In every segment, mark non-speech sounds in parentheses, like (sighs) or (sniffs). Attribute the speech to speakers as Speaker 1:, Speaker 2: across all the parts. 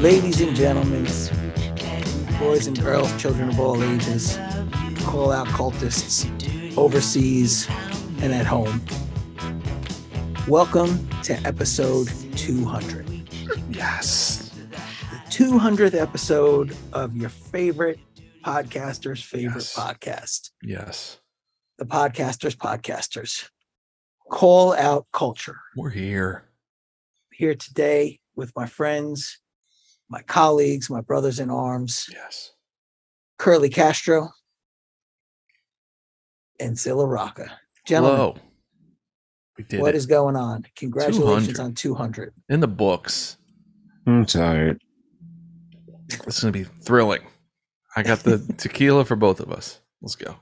Speaker 1: Ladies and gentlemen, boys and girls, children of all ages, call out cultists overseas and at home. Welcome to episode 200, the
Speaker 2: Yes.
Speaker 1: 200th episode of your favorite podcaster's favorite
Speaker 2: Yes.
Speaker 1: podcast,
Speaker 2: Yes.
Speaker 1: the Podcasters Podcasters. Call out culture.
Speaker 2: We're here.
Speaker 1: Here today with my friends, my colleagues, my brothers in arms,
Speaker 2: Yes.
Speaker 1: Curly Castro, and Zilla Rocca. Gentlemen,
Speaker 2: Hello. We did
Speaker 1: what
Speaker 2: it.
Speaker 1: is going on? Congratulations
Speaker 2: 200.
Speaker 1: on 200.
Speaker 2: in the books.
Speaker 3: I'm tired.
Speaker 2: This is gonna be thrilling. I
Speaker 1: (laughs)
Speaker 2: got the tequila for both of us. Let's go.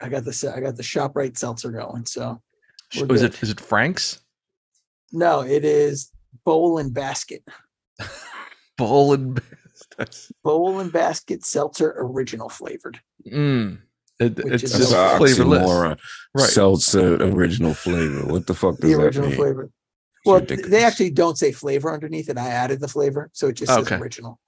Speaker 1: I got the se- I got the Shoprite seltzer going. So
Speaker 2: Sh-
Speaker 1: We're
Speaker 2: oh, Is
Speaker 1: good.
Speaker 2: it is it Frank's?
Speaker 1: no, it is bowl and basket,
Speaker 2: Bowl and That's-
Speaker 1: bowl and basket seltzer original flavored.
Speaker 2: mm. It-
Speaker 1: Which
Speaker 2: it's
Speaker 1: is
Speaker 2: just
Speaker 3: That's
Speaker 1: a
Speaker 3: an
Speaker 2: flavorless.
Speaker 3: oxymoron.
Speaker 2: Right.
Speaker 3: Seltzer original flavor. What the fuck does
Speaker 1: The
Speaker 3: that
Speaker 1: original
Speaker 3: mean?
Speaker 1: flavor.
Speaker 3: It's
Speaker 1: Well, th-
Speaker 3: ridiculous.
Speaker 1: they actually don't say flavor underneath it. I added the flavor, so it just says
Speaker 2: Okay.
Speaker 1: original.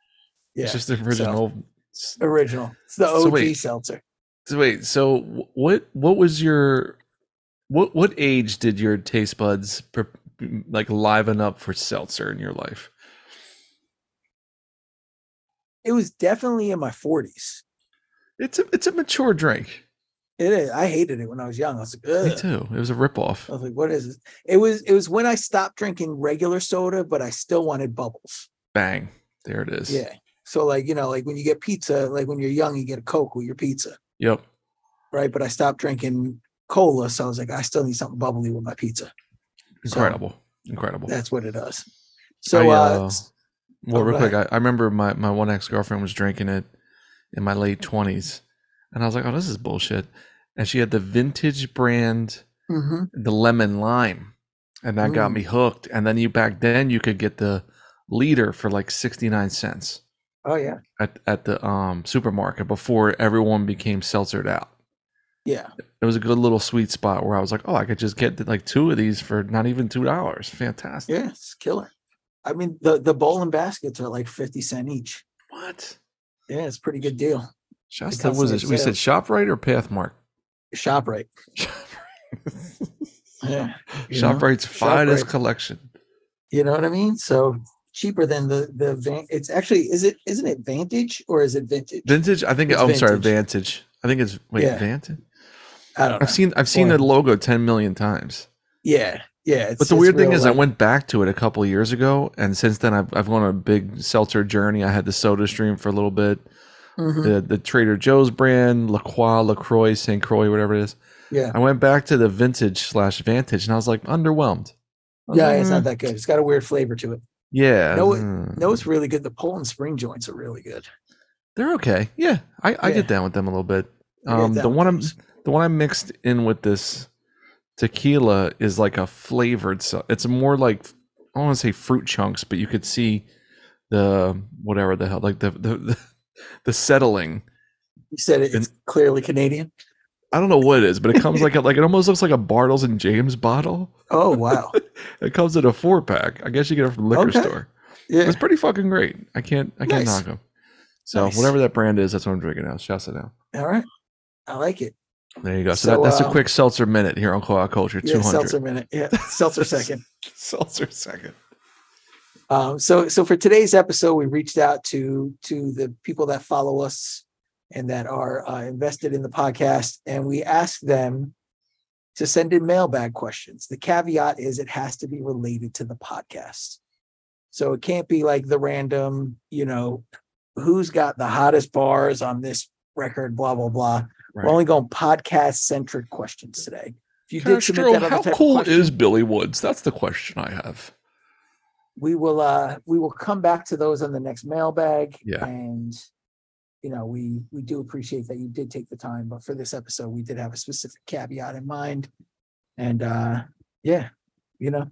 Speaker 1: Yeah,
Speaker 2: It's just the original. S-
Speaker 1: original. It's the
Speaker 2: So
Speaker 1: OG
Speaker 2: wait.
Speaker 1: seltzer.
Speaker 2: So wait, so wh- what what was your what what age did your taste buds pre- like liven up for seltzer in your life?
Speaker 1: It was definitely in my 40s.
Speaker 2: It's a it's a mature drink.
Speaker 1: It is. I hated it when I was young. I was like,
Speaker 2: Me
Speaker 1: Ugh.
Speaker 2: too. It was a ripoff.
Speaker 1: I was like, what is this? It was it was when I stopped drinking regular soda, but I still wanted bubbles.
Speaker 2: Bang. There it is.
Speaker 1: Yeah. So like, you know, like when you get pizza, like when you're young, you get a Coke with your pizza,
Speaker 2: Yep.
Speaker 1: right? But I stopped drinking cola. So I was like, I still need something bubbly with my pizza. So-
Speaker 2: Incredible. Incredible.
Speaker 1: That's what it does. So
Speaker 2: I,
Speaker 1: uh,
Speaker 2: uh,
Speaker 1: s-
Speaker 2: well,
Speaker 1: oh,
Speaker 2: real
Speaker 1: go
Speaker 2: quick, I, I remember my, my one ex girlfriend was drinking it in my late twenties, and I was like, "Oh, this is bullshit." And she had the vintage brand,
Speaker 1: mhm.
Speaker 2: the lemon lime, and that got
Speaker 1: Mm.
Speaker 2: me hooked. And then you back then you could get the liter for like sixty nine cents
Speaker 1: oh yeah.
Speaker 2: at at the um supermarket before everyone became seltzered out.
Speaker 1: Yeah.
Speaker 2: it was a good little sweet spot where I was like, oh, I could just get like two of these for not even two dollars. Fantastic.
Speaker 1: Yeah. It's killer. I mean the the bowl and baskets are like 50 cent each.
Speaker 2: What?
Speaker 1: Yeah, it's a pretty good deal.
Speaker 2: Shasta
Speaker 1: comes
Speaker 2: was
Speaker 1: with
Speaker 2: it? We said
Speaker 1: sales.
Speaker 2: Shoprite or Pathmark?
Speaker 1: Shop right. Yeah. You know?
Speaker 2: Shoprite's finest
Speaker 1: Shoprite.
Speaker 2: collection.
Speaker 1: You know what I mean? So cheaper than the the van- it's actually is it isn't it Vantage or is it vintage?
Speaker 2: Vintage. I think.
Speaker 1: It's
Speaker 2: oh, I'm sorry.
Speaker 1: vintage.
Speaker 2: Vantage. I think it's wait.
Speaker 1: Yeah.
Speaker 2: Vantage.
Speaker 1: I don't know.
Speaker 2: I've seen. I've seen the
Speaker 1: One.
Speaker 2: logo ten million times.
Speaker 1: Yeah, yeah. It's,
Speaker 2: But the
Speaker 1: it's
Speaker 2: weird thing
Speaker 1: real
Speaker 2: is, I
Speaker 1: life.
Speaker 2: went back to it a couple years ago, and since then I've I've gone on a big seltzer journey. I had the Soda Stream for a little bit.
Speaker 1: Mhm.
Speaker 2: the the Trader Joe's brand, La Croix, La Croix, St. Croix, whatever it is.
Speaker 1: Yeah.
Speaker 2: I went back to the vintage slash vantage and I was like underwhelmed. I was
Speaker 1: yeah,
Speaker 2: like,
Speaker 1: it's not
Speaker 2: "Eh,
Speaker 1: that good. It's got a weird flavor to it.
Speaker 2: Yeah.
Speaker 1: No, it-
Speaker 2: mm,
Speaker 1: No, it's really good. The Poland spring joints are really good.
Speaker 2: They're okay. Yeah. I, I
Speaker 1: Yeah.
Speaker 2: get down with them a little bit.
Speaker 1: I get
Speaker 2: Um
Speaker 1: down
Speaker 2: the
Speaker 1: with
Speaker 2: one I'm
Speaker 1: those.
Speaker 2: the one I mixed in with this tequila is like a flavored so it's more like I don't want to say fruit chunks, but you could see the whatever the hell like the the, the, (laughs) the settling
Speaker 1: You said it,
Speaker 2: And-
Speaker 1: it's clearly Canadian.
Speaker 2: I don't know what it is, but
Speaker 1: (laughs)
Speaker 2: it comes like a, like it almost looks like a Bartles and James bottle.
Speaker 1: Oh
Speaker 2: (laughs)
Speaker 1: wow,
Speaker 2: It comes in a four pack. I guess you get it from the liquor
Speaker 1: Okay.
Speaker 2: store.
Speaker 1: yeah.
Speaker 2: It's pretty fucking great. I can't I can't
Speaker 1: Nice.
Speaker 2: knock them. So
Speaker 1: Nice.
Speaker 2: whatever that brand is, that's what I'm drinking now. Shouts it out.
Speaker 1: All right, I like it.
Speaker 2: There you go. So,
Speaker 1: So,
Speaker 2: that, that's a
Speaker 1: um,
Speaker 2: quick seltzer minute here on Koa Culture
Speaker 1: Yeah,
Speaker 2: 200.
Speaker 1: seltzer minute. Yeah, seltzer second.
Speaker 2: seltzer second.
Speaker 1: Um, so, so for today's episode, we reached out to to the people that follow us and that are uh, invested in the podcast, and we asked them to send in mailbag questions. The caveat is it has to be related to the podcast, so it can't be like the random, you know, who's got the hottest bars on this record, blah blah blah.
Speaker 2: Right.
Speaker 1: We're only going podcast centric questions today. If you did submit
Speaker 2: Castro,
Speaker 1: that other
Speaker 2: how
Speaker 1: type of
Speaker 2: cool
Speaker 1: question-
Speaker 2: is Billy Woods? That's the question I have.
Speaker 1: we will uh we will come back to those on the next mailbag
Speaker 2: Yeah.
Speaker 1: and you know we we do appreciate that you did take the time but for this episode we did have a specific caveat in mind and uh yeah you know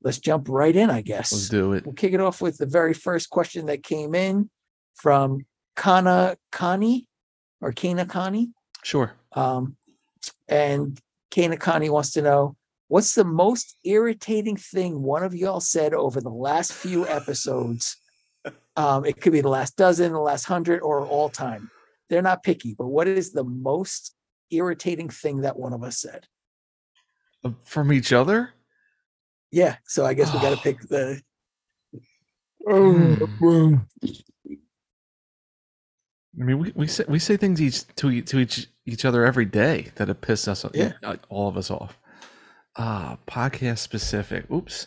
Speaker 1: let's jump right in i
Speaker 2: Let's
Speaker 1: guess
Speaker 2: do it.
Speaker 1: we'll kick it off with the very first question that came in from kana kani or kana kani
Speaker 2: Sure.
Speaker 1: um, and Kana Connie wants to know what's the most irritating thing one of y'all said over the last few episodes Um, it could be the last dozen, the last hundred, or all time. They're not picky, but what is the most irritating thing that one of us said?
Speaker 2: Uh, From each other?
Speaker 1: Yeah, so I guess we got to pick the.
Speaker 2: Hmm. I mean, we, we say we say things each to each to each each other every day that have pissed us,
Speaker 1: Yeah.
Speaker 2: uh, all of us off. Ah, podcast specific. Oops.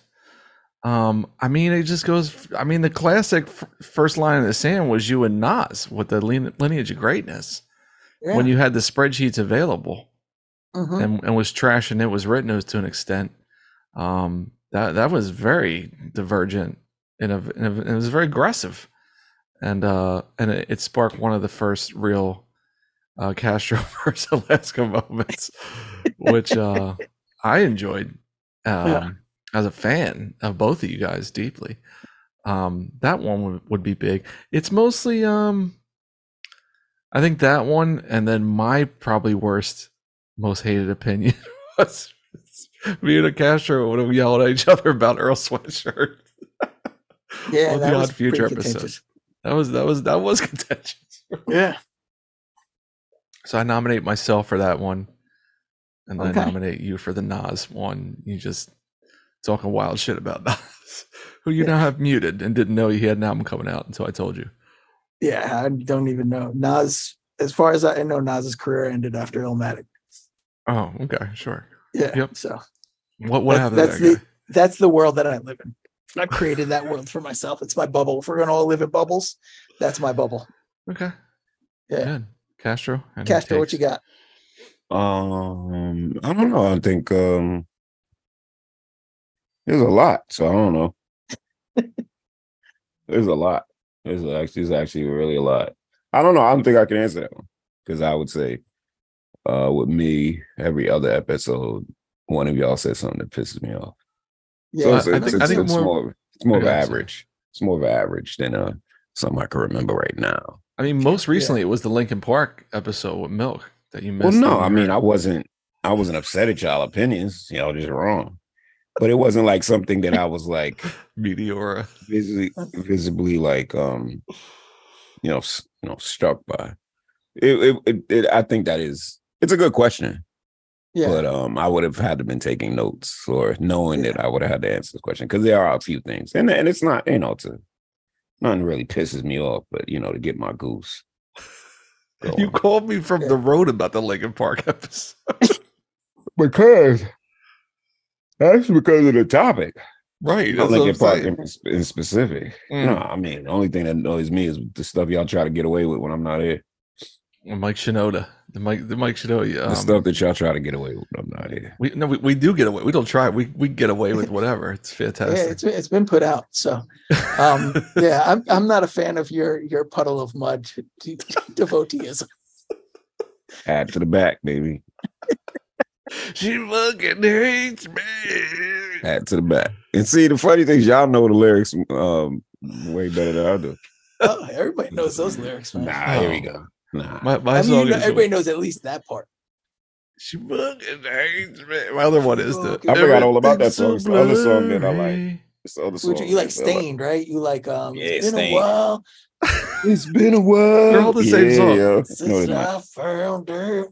Speaker 2: Um, I mean, it just goes. I mean, the classic f- first line of the sand was you and Nas with the lean- lineage of greatness
Speaker 1: Yeah.
Speaker 2: when you had the spreadsheets available
Speaker 1: Mhm.
Speaker 2: and, and was trash and it was written it was to an extent. Um, that that was very divergent and, a, and, a- and it was very aggressive, and uh, and it, it sparked one of the first real uh, (laughs) Castro versus Alaska moments, which uh, I enjoyed um,
Speaker 1: Yeah.
Speaker 2: as a fan of both of you guys deeply. Um, that one would, would be big. It's mostly um, I think that one, and then my probably worst, most hated opinion (laughs) was me and Castro would have yelled at each other about Earl Sweatshirt.
Speaker 1: yeah,
Speaker 2: on
Speaker 1: that
Speaker 2: the
Speaker 1: was
Speaker 2: Odd Future
Speaker 1: pretty
Speaker 2: episode.
Speaker 1: contentious.
Speaker 2: That was that was that was (laughs) contentious.
Speaker 1: Yeah,
Speaker 2: So I nominate myself for that one, and then
Speaker 1: Okay.
Speaker 2: I nominate you for the Nas one. You just talking wild shit about (laughs) Nas, who you
Speaker 1: Yeah.
Speaker 2: now have muted and didn't know he had an album coming out until I told you.
Speaker 1: yeah, I don't even know Nas. As far as I know, Nas's career ended after Illmatic.
Speaker 2: Oh, okay, sure.
Speaker 1: Yeah,
Speaker 2: Yep.
Speaker 1: so
Speaker 2: What what
Speaker 1: That-
Speaker 2: happened? to
Speaker 1: that's
Speaker 2: that
Speaker 1: the-
Speaker 2: guy?
Speaker 1: that's the world that I live in. I've created that world for myself. It's my bubble. If we're gonna all live in bubbles, that's my bubble.
Speaker 2: Okay.
Speaker 1: Yeah.
Speaker 2: Good. Castro. and
Speaker 1: Castro, what you
Speaker 2: takes.
Speaker 1: got?
Speaker 3: Um, I don't know. I think um, there's a lot, so I don't
Speaker 1: (laughs)
Speaker 3: know. there's a lot. There's actually there's actually really a lot. I don't know. I don't think I can answer that one because I would say, uh, with me, every other episode, one of y'all said something that pisses me off. So
Speaker 1: Yeah,
Speaker 3: it's,
Speaker 2: I
Speaker 3: it's,
Speaker 2: think- I
Speaker 3: it's,
Speaker 2: think
Speaker 3: it's
Speaker 2: more-
Speaker 3: more, it's more of
Speaker 2: Okay, I'm sorry.
Speaker 3: average. It's more of average than uh something I can remember right now.
Speaker 2: I mean, most recently it was the Lincoln Park episode with Milk that you missed.
Speaker 3: Well, no,
Speaker 2: that
Speaker 3: I
Speaker 2: you
Speaker 3: mean,
Speaker 2: heard.
Speaker 3: I wasn't, I wasn't upset at y'all opinions. Y'all just wrong, but it wasn't like something that I was like
Speaker 2: Meteora.
Speaker 3: visibly, visibly like, um, you know, s- you know, struck by. It, it, it, it, I think that is, it's a good question,
Speaker 1: yeah,
Speaker 3: but um, I would have had to been taking notes or knowing that I would have had to answer this question because there are a few things, and and it's not, you know, it's a, nothing really pisses me off, but you know, to get my goose.
Speaker 2: You
Speaker 3: going.
Speaker 2: called me from the road about the Lincoln Park (laughs) episode.
Speaker 3: because that's because of the topic.
Speaker 2: Right.
Speaker 3: Not
Speaker 2: That's what I'm
Speaker 3: Linkin Park
Speaker 2: saying.
Speaker 3: in, in specific.
Speaker 2: Mm.
Speaker 3: No, I mean the only thing that annoys me is the stuff y'all try to get away with when I'm not here.
Speaker 2: Mike Shinoda. The Mike the Mike Shinoda.
Speaker 3: The
Speaker 2: Um,
Speaker 3: stuff that y'all try to get away with when I'm not here.
Speaker 2: we no we, we do get away. We don't try. We we get away with whatever. It's
Speaker 1: yeah,
Speaker 3: (laughs)
Speaker 2: fantastic.
Speaker 1: it's it's been put out.
Speaker 2: (laughs)
Speaker 1: So um, yeah, I'm I'm not a fan of your your puddle of mud (laughs) de- devoteeism.
Speaker 3: Add to the back, baby.
Speaker 2: she fucking hates me.
Speaker 3: Add to the back. And see, the funny thing is y'all know the lyrics um, way better than I do.
Speaker 1: Oh, everybody knows those lyrics, man.
Speaker 3: Nah, here we go. Nah.
Speaker 2: Oh. My my
Speaker 1: I mean, you
Speaker 2: song
Speaker 1: know,
Speaker 2: is
Speaker 1: everybody knows at least that part.
Speaker 2: She fucking hates me. My other one is the
Speaker 1: I
Speaker 3: forgot all about that
Speaker 2: Everything's
Speaker 3: song. It's the other song that I like.
Speaker 2: blurry.
Speaker 3: It's the other
Speaker 1: Which
Speaker 3: song
Speaker 1: you like
Speaker 3: that I
Speaker 1: stained, right? You like um
Speaker 3: Yeah,
Speaker 1: it's been
Speaker 3: Stained.
Speaker 1: a while
Speaker 3: It's been a while.
Speaker 2: They're all the same song.
Speaker 3: yeah. No,
Speaker 1: since
Speaker 3: they're not.
Speaker 1: I found her.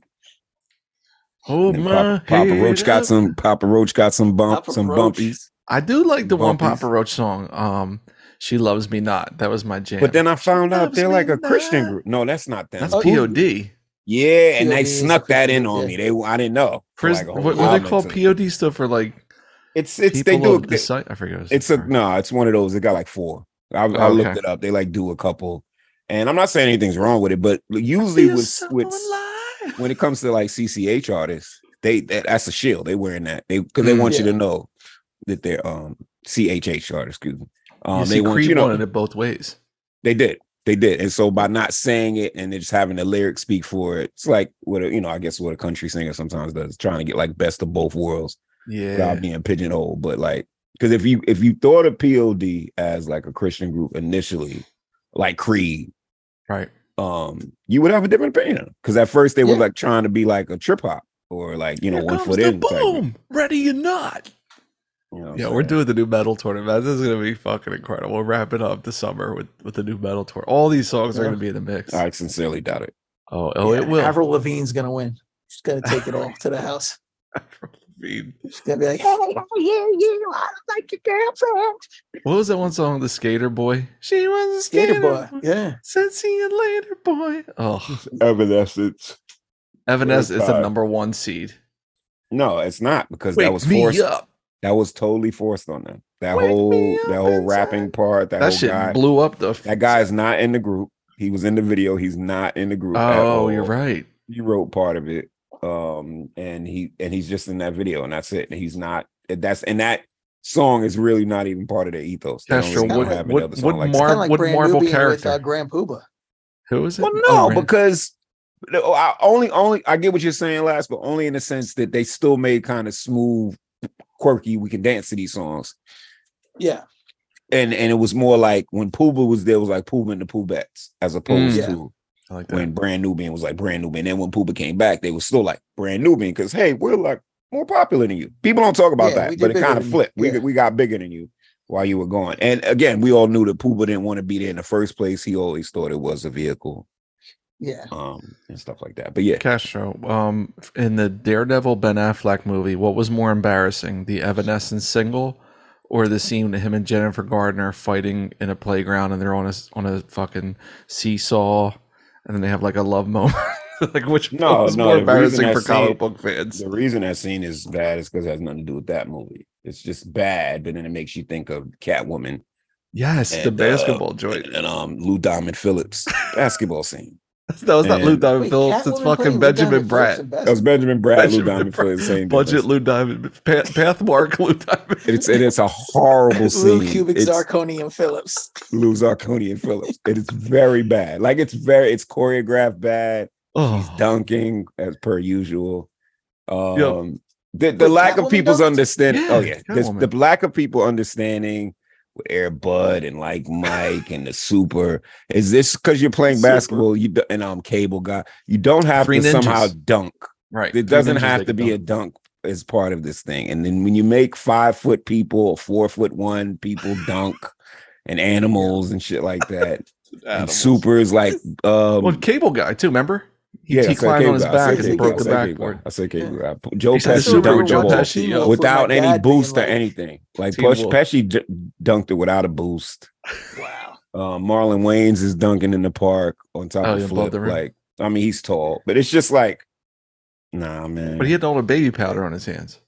Speaker 2: Hold
Speaker 3: And
Speaker 2: my
Speaker 3: Papa, Papa
Speaker 2: head
Speaker 3: Roach got
Speaker 2: up.
Speaker 3: some Papa Roach got some bump
Speaker 1: Papa
Speaker 3: some
Speaker 1: Roach.
Speaker 3: bumpies.
Speaker 2: I do like the one
Speaker 3: Bumpies.
Speaker 2: Papa Roach song. Um, she loves me not. That was my jam.
Speaker 3: But then I found out they're like a
Speaker 2: Loves me
Speaker 3: Christian
Speaker 2: not.
Speaker 3: group. No, that's not them.
Speaker 2: that's
Speaker 1: Oh,
Speaker 3: E
Speaker 2: POD.
Speaker 3: Yeah, and
Speaker 1: POD
Speaker 3: they
Speaker 1: is a
Speaker 3: snuck that
Speaker 1: Christian
Speaker 3: in
Speaker 1: group,
Speaker 3: on
Speaker 1: yeah.
Speaker 3: me. They I didn't know. for like
Speaker 2: Prison.
Speaker 3: oh, a whole
Speaker 2: what what
Speaker 3: album
Speaker 2: they call
Speaker 3: to-
Speaker 2: POD stuff for like
Speaker 3: It's it's they
Speaker 2: people
Speaker 3: do.
Speaker 2: of the
Speaker 3: it-
Speaker 2: site. I forget. what it's
Speaker 3: It's a
Speaker 2: for.
Speaker 3: no. It's one of those. It got like four. I, I
Speaker 2: Oh,
Speaker 3: looked
Speaker 2: okay.
Speaker 3: it up. They like do a couple, and I'm not saying anything's wrong with it, but usually
Speaker 2: Feel
Speaker 3: with
Speaker 2: so
Speaker 3: with
Speaker 2: alive.
Speaker 3: when it comes to like CCH artists, they that, that's a shield. They wearing that. They because they
Speaker 2: Mm.
Speaker 3: want
Speaker 1: Yeah.
Speaker 3: you to know that they're um CHH artists. Excuse me.
Speaker 2: you
Speaker 3: Um,
Speaker 2: see,
Speaker 3: they want
Speaker 2: Creed
Speaker 3: you know
Speaker 2: wanted it both ways.
Speaker 3: They did. They did. And so by not saying it and then just having the lyrics speak for it, it's like what a, you know, I guess what a country singer sometimes does, trying to get like best of both worlds
Speaker 2: Yeah,
Speaker 3: without being pigeonholed. But like, because if you if you thought of POD as like a Christian group initially, like Creed,
Speaker 2: right.
Speaker 3: um, you would have a different opinion. Because at first they were
Speaker 1: Yeah.
Speaker 3: like trying to be like a trip hop or like you know
Speaker 2: Here
Speaker 3: one
Speaker 2: comes
Speaker 3: foot
Speaker 2: the
Speaker 3: in. type of-
Speaker 2: boom. Ready or not?
Speaker 3: You know what I'm
Speaker 2: Yeah, we're
Speaker 3: saying?
Speaker 2: doing the new metal tournament. This is gonna be fucking incredible. We'll wrap it up this summer with with the new metal tour. All these songs are
Speaker 3: Yeah.
Speaker 2: gonna be in the mix.
Speaker 3: I sincerely doubt it.
Speaker 2: Oh, oh, it will.
Speaker 1: Avril Lavigne's gonna win. She's gonna take it all to the house.
Speaker 2: Avril Lavigne.
Speaker 1: She's gonna be like, "Hey, oh, yeah, you, I don't like your girlfriend."
Speaker 2: What was that one song? The Skater Boy. She was a skater,
Speaker 1: Skater boy, yeah.
Speaker 2: Said see you later, boy.
Speaker 3: (laughs)
Speaker 2: Oh,
Speaker 3: Evanescence.
Speaker 2: Evanescence is the
Speaker 3: five.
Speaker 2: number one seed.
Speaker 3: No, it's not because that
Speaker 2: Wake
Speaker 3: was
Speaker 2: me
Speaker 3: forced.
Speaker 2: up.
Speaker 3: That was totally forced on them. That
Speaker 2: Wake me
Speaker 3: whole
Speaker 2: up
Speaker 3: that whole
Speaker 2: inside.
Speaker 3: rapping part. That,
Speaker 2: That
Speaker 3: whole
Speaker 2: shit
Speaker 3: guy.
Speaker 2: blew up the.
Speaker 3: That guy's not in the group. He was in the video. He's not in the group. at
Speaker 2: Oh,
Speaker 3: all.
Speaker 2: you're right.
Speaker 3: He wrote part of it. Um, and he and he's just in that video, and that's it. And he's not. That's and that song is really not even part of the ethos. They don't
Speaker 2: Castro,
Speaker 3: really
Speaker 1: what-
Speaker 3: have
Speaker 2: what-
Speaker 3: another
Speaker 2: what
Speaker 3: song like
Speaker 1: It's
Speaker 2: Mar-
Speaker 1: kind of like
Speaker 2: what
Speaker 1: Brand
Speaker 2: Marvel
Speaker 1: Nubian with
Speaker 2: character?
Speaker 1: uh, Grand Pooba.
Speaker 2: Who is it?
Speaker 3: Well, no,
Speaker 2: Oh, Randy-
Speaker 3: because oh, I only only I get what you're saying, last, but only in the sense that they still made kind of smooth, quirky. We can dance to these songs,
Speaker 1: Yeah,
Speaker 3: and and it was more like when Pooba was there, it was like Pooba and the Poobettes, as opposed
Speaker 1: Mm. Yeah.
Speaker 3: to
Speaker 2: I like
Speaker 3: when
Speaker 2: that.
Speaker 3: Brand New Bean was like Brand New Bean. And when Pooba came back, they were still like Brand New Bean because hey, we're like more popular than you. People don't talk about
Speaker 1: Yeah, we
Speaker 3: that,
Speaker 1: did
Speaker 3: but it
Speaker 1: bigger
Speaker 3: kind of
Speaker 1: than you.
Speaker 3: flipped. We
Speaker 1: Yeah.
Speaker 3: we got bigger than you while you were gone. And again, we all knew that Pooba didn't want to be there in the first place. He always thought it was a vehicle.
Speaker 1: yeah.
Speaker 3: Um, and stuff like that, but yeah,
Speaker 2: Castro, um, in the Daredevil Ben Affleck movie, what was more embarrassing, the Evanescence single, or the scene with him and Jennifer Gardner fighting in a playground and they're on a s- on a fucking seesaw, and then they have like a love (laughs) moment. like which
Speaker 3: No,
Speaker 2: one was
Speaker 3: no,
Speaker 2: more
Speaker 3: the
Speaker 2: embarrassing
Speaker 3: reason I
Speaker 2: for
Speaker 3: say
Speaker 2: comic
Speaker 3: it-
Speaker 2: book fans?
Speaker 3: The reason that scene is bad is because it has nothing to do with that movie. It's just bad, but then it makes you think of Catwoman
Speaker 2: Yes, the
Speaker 3: And, uh,
Speaker 2: basketball
Speaker 3: (laughs)
Speaker 2: joint. (laughs)
Speaker 3: and um Lou
Speaker 1: (laughs)
Speaker 3: Diamond Phillips basketball scene.
Speaker 2: That was not Lou
Speaker 3: and-
Speaker 2: Diamond
Speaker 1: Wait,
Speaker 2: Phillips. It's
Speaker 1: Catwoman playing
Speaker 2: fucking
Speaker 1: Lou
Speaker 2: Benjamin
Speaker 1: Diamond Phillips
Speaker 2: Bratt.
Speaker 1: in Best-
Speaker 3: That was Benjamin Brad,
Speaker 2: Benjamin
Speaker 3: Lou Diamond
Speaker 2: Bratt.
Speaker 3: Phillips. Same
Speaker 2: Budget
Speaker 3: difference.
Speaker 2: Lou Diamond, path, pathmark Lou Diamond.
Speaker 3: It's it is a
Speaker 1: (laughs)
Speaker 3: horrible scene.
Speaker 1: Lou Cubic
Speaker 3: it's
Speaker 1: Zirconium Phillips.
Speaker 3: Lou Zarconian Phillips. It is very bad. Like it's very it's choreographed bad. He's
Speaker 2: (laughs) Oh,
Speaker 3: dunking as per usual. Um the, the
Speaker 1: Wait,
Speaker 3: lack of
Speaker 1: Catwoman
Speaker 3: people's
Speaker 1: dunked?
Speaker 3: understanding.
Speaker 2: Yeah,
Speaker 3: oh yeah, This-
Speaker 2: Catwoman.
Speaker 3: the lack of people understanding with Air Bud and like Mike and the Super is this because you're playing
Speaker 1: Super.
Speaker 3: basketball? You do, and I'm cable guy. You don't have
Speaker 2: Three
Speaker 3: to
Speaker 2: ninjas.
Speaker 3: somehow dunk.
Speaker 2: right.
Speaker 3: It doesn't have to be a dunk as part of this thing. And then when you make five foot people, four foot one (laughs) people dunk. And animals and shit like (laughs) that. and super is (laughs) like, um,
Speaker 2: Well, cable guy too. Remember, he,
Speaker 3: yeah, I
Speaker 2: he
Speaker 3: said
Speaker 2: climbed on
Speaker 3: cable
Speaker 2: his
Speaker 3: guy, I said
Speaker 2: back and
Speaker 3: cable
Speaker 2: broke
Speaker 3: guy,
Speaker 2: the
Speaker 3: I said cable guy,
Speaker 2: backboard.
Speaker 3: I said cable guy. Joe
Speaker 2: He said
Speaker 3: Pesci
Speaker 2: super
Speaker 3: dunked the
Speaker 2: Joe
Speaker 3: ball
Speaker 2: Pesci. yeah,
Speaker 1: Wolf with
Speaker 3: without
Speaker 1: my
Speaker 3: any
Speaker 1: dad being
Speaker 3: boost or
Speaker 1: like,
Speaker 3: anything. Like
Speaker 2: Teen
Speaker 3: Push
Speaker 2: Wolf.
Speaker 3: Pesci d- dunked it without a (laughs) boost.
Speaker 1: Wow.
Speaker 3: Uh, Marlon Wayans is dunking in the park on top
Speaker 2: Oh, yeah,
Speaker 3: of
Speaker 2: above
Speaker 3: flip.
Speaker 2: the rim.
Speaker 3: like I mean, he's tall, but it's just like, nah, man.
Speaker 2: But he had all the baby powder on his hands.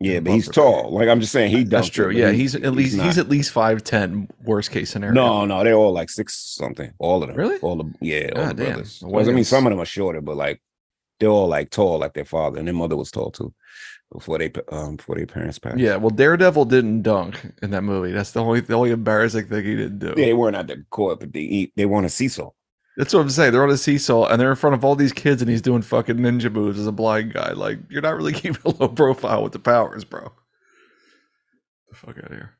Speaker 3: yeah, but
Speaker 2: above
Speaker 3: he's
Speaker 2: the rim.
Speaker 3: tall. Like I'm just saying, he dunked.
Speaker 2: That's
Speaker 3: it,
Speaker 2: true.
Speaker 3: but
Speaker 2: Yeah,
Speaker 3: he-
Speaker 2: he's at least he's,
Speaker 3: not-
Speaker 2: at least five ten. Worst case scenario.
Speaker 3: no, no, they're all like six something. All of them.
Speaker 2: Really?
Speaker 3: All the yeah, all
Speaker 2: God
Speaker 3: the
Speaker 2: damn,
Speaker 3: brothers.
Speaker 2: the
Speaker 3: I mean,
Speaker 2: Wayans.
Speaker 3: some of them are shorter, but like they're all like tall, like their father and their mother was tall too, before they um before their parents passed.
Speaker 2: Yeah, well, Daredevil didn't dunk in that movie. That's the only the only embarrassing thing he didn't do.
Speaker 3: Yeah, they weren't at the court, but they eat. They want a seesaw.
Speaker 2: That's what I'm saying. They're on a seesaw and they're in front of all these kids, and he's doing fucking ninja moves as a blind guy. Like you're not really (laughs) keeping a low profile with the powers, bro. The fuck out of here.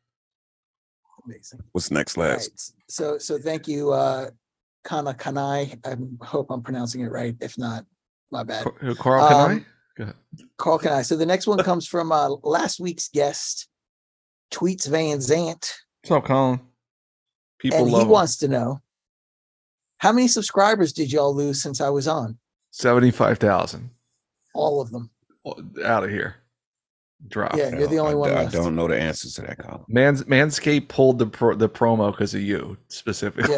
Speaker 1: Amazing.
Speaker 3: What's next,
Speaker 1: All
Speaker 3: last?
Speaker 1: right. So so thank you, uh Kana Kanai. I hope I'm pronouncing it right. If not, my bad.
Speaker 2: Car- uh, Carl, can
Speaker 1: Um,
Speaker 2: I?
Speaker 1: Carl Kanai. So the next one comes from uh last week's guest, Tweets Van Zant.
Speaker 2: What's up, Colin? People
Speaker 1: and
Speaker 2: love
Speaker 1: he
Speaker 2: him.
Speaker 1: wants to know how many subscribers did y'all lose since I was on?
Speaker 2: seventy-five thousand.
Speaker 1: All of them. (laughs)
Speaker 2: Out of here. Drop.
Speaker 1: Yeah, you're the only
Speaker 3: I,
Speaker 1: one
Speaker 3: I
Speaker 1: left.
Speaker 3: don't know the answer to that, Colin.
Speaker 2: Mans Manscaped pulled the pro- the promo because of you specifically.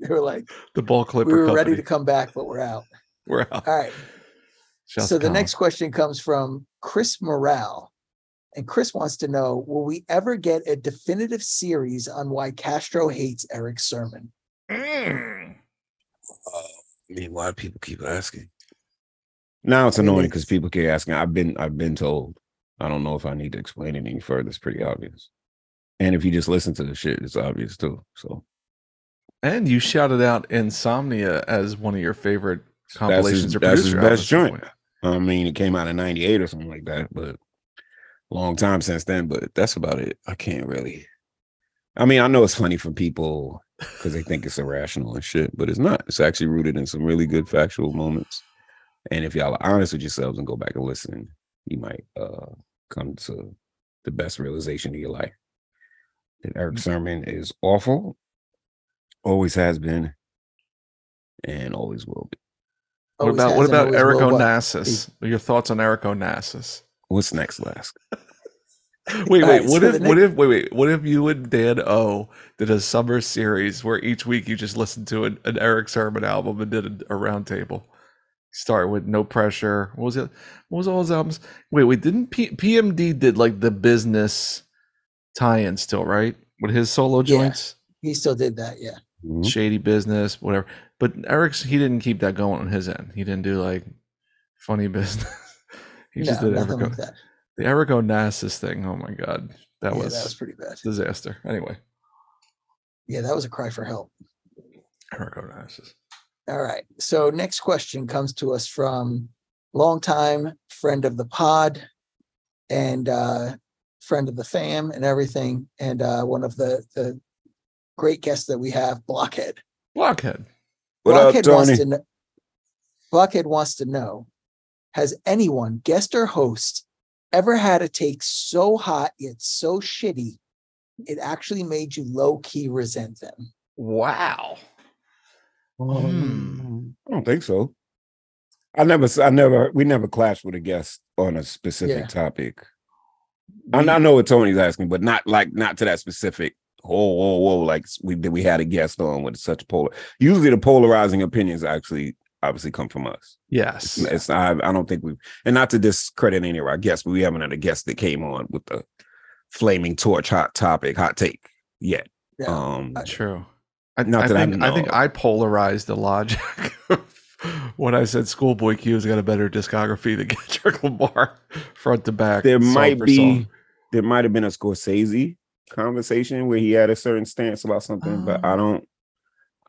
Speaker 1: They were like,
Speaker 2: (laughs) the ball clipper
Speaker 1: we were
Speaker 2: company.
Speaker 1: ready to come back, but we're out.
Speaker 2: (laughs) We're out.
Speaker 1: All right.
Speaker 2: Shouts
Speaker 1: so
Speaker 2: to
Speaker 1: the
Speaker 2: Colin.
Speaker 1: next question comes from Chris Morale. And Chris wants to know Will we ever get a definitive series on why Castro hates Eric Sermon?
Speaker 2: Mm.
Speaker 3: I mean, why do people keep asking? Now it's
Speaker 1: I mean,
Speaker 3: annoying
Speaker 1: it's-
Speaker 3: because people keep asking. I've been I've been told. I don't know if I need to explain it any further. It's pretty obvious. And if you just listen to the shit, it's obvious too. So
Speaker 2: And you shouted out Insomnia as one of your favorite compilations or
Speaker 3: that's his
Speaker 2: producer
Speaker 3: best
Speaker 2: albums at some
Speaker 3: joint.
Speaker 2: point.
Speaker 3: I mean, it came out in '98 or something like that, but long time since then. But that's about it. I can't really. I mean, I know it's funny for people because they think it's irrational and shit, but it's not. It's actually rooted in some really good factual moments. And if y'all are honest with yourselves and go back and listen, you might uh come to the best realization of your life. That Eric Sermon is awful, always has been, and always will be.
Speaker 2: What
Speaker 1: Always
Speaker 2: about
Speaker 1: has
Speaker 2: what
Speaker 1: and
Speaker 2: about
Speaker 1: always
Speaker 2: Eric
Speaker 1: will, but-
Speaker 2: Onassis? Your thoughts on Eric Onassis?
Speaker 3: What's next, last?
Speaker 2: (laughs) Wait,
Speaker 1: All
Speaker 2: wait.
Speaker 1: right,
Speaker 2: What
Speaker 1: so
Speaker 2: if
Speaker 1: the
Speaker 2: what if wait wait what if you and Dan O did a summer series where each week you just listened to an, an Eric Sermon album and did a, a roundtable? Start with No Pressure. What was it? What was all his albums? Wait, wait. Didn't P- PMD did like the business tie-in still right with his solo
Speaker 1: Yeah.
Speaker 2: joints?
Speaker 1: He still did that, yeah.
Speaker 3: Mhm.
Speaker 2: shady business, whatever. But Eric's he didn't keep that going on his end. He didn't do like funny (laughs) business. he just
Speaker 1: no,
Speaker 2: did
Speaker 1: nothing
Speaker 2: Eric
Speaker 1: like
Speaker 2: o-
Speaker 1: that.
Speaker 2: the Eric Onassis thing. Oh my god, that
Speaker 1: yeah,
Speaker 2: was
Speaker 1: that was pretty bad.
Speaker 2: disaster. Anyway,
Speaker 1: Yeah, that was a cry for help.
Speaker 2: Eric Onassis.
Speaker 1: All right. So next question comes to us from longtime friend of the pod and uh friend of the fam and everything. And uh one of the the great guests that we have, Blockhead.
Speaker 2: Blockhead.
Speaker 3: What up,
Speaker 1: Blockhead wants
Speaker 3: Tony?
Speaker 1: to know, Blockhead wants to know: Has anyone, guest or host, ever had a take so hot yet so shitty it actually made you low key resent them?
Speaker 2: Wow. Hmm.
Speaker 3: I don't think so. I never, s- I never, we never clashed with a guest on a specific
Speaker 1: Yeah.
Speaker 3: topic. I, I know what Tony's asking, but not like not to that specific. Whoa, whoa, whoa! Like s- we did, we had a guest on with such polar. Usually, the polarizing opinions actually obviously come from us.
Speaker 2: Yes.
Speaker 3: It's I, I don't think we and not to discredit any of our guests, but we haven't had a guest that came on with the flaming torch hot topic, hot take yet.
Speaker 1: Yeah.
Speaker 3: Um,
Speaker 2: True. I,
Speaker 3: Not
Speaker 2: I
Speaker 3: that I
Speaker 2: think, I think
Speaker 3: know.
Speaker 2: I polarized the logic (laughs) when I said Schoolboy Q has got a better discography than (laughs) Kendrick Lamar front to back.
Speaker 3: there
Speaker 2: song
Speaker 3: might
Speaker 2: for
Speaker 3: be
Speaker 2: song.
Speaker 3: there might have been a Scorsese conversation where he had a certain stance about something, but I
Speaker 2: Oh.
Speaker 3: don't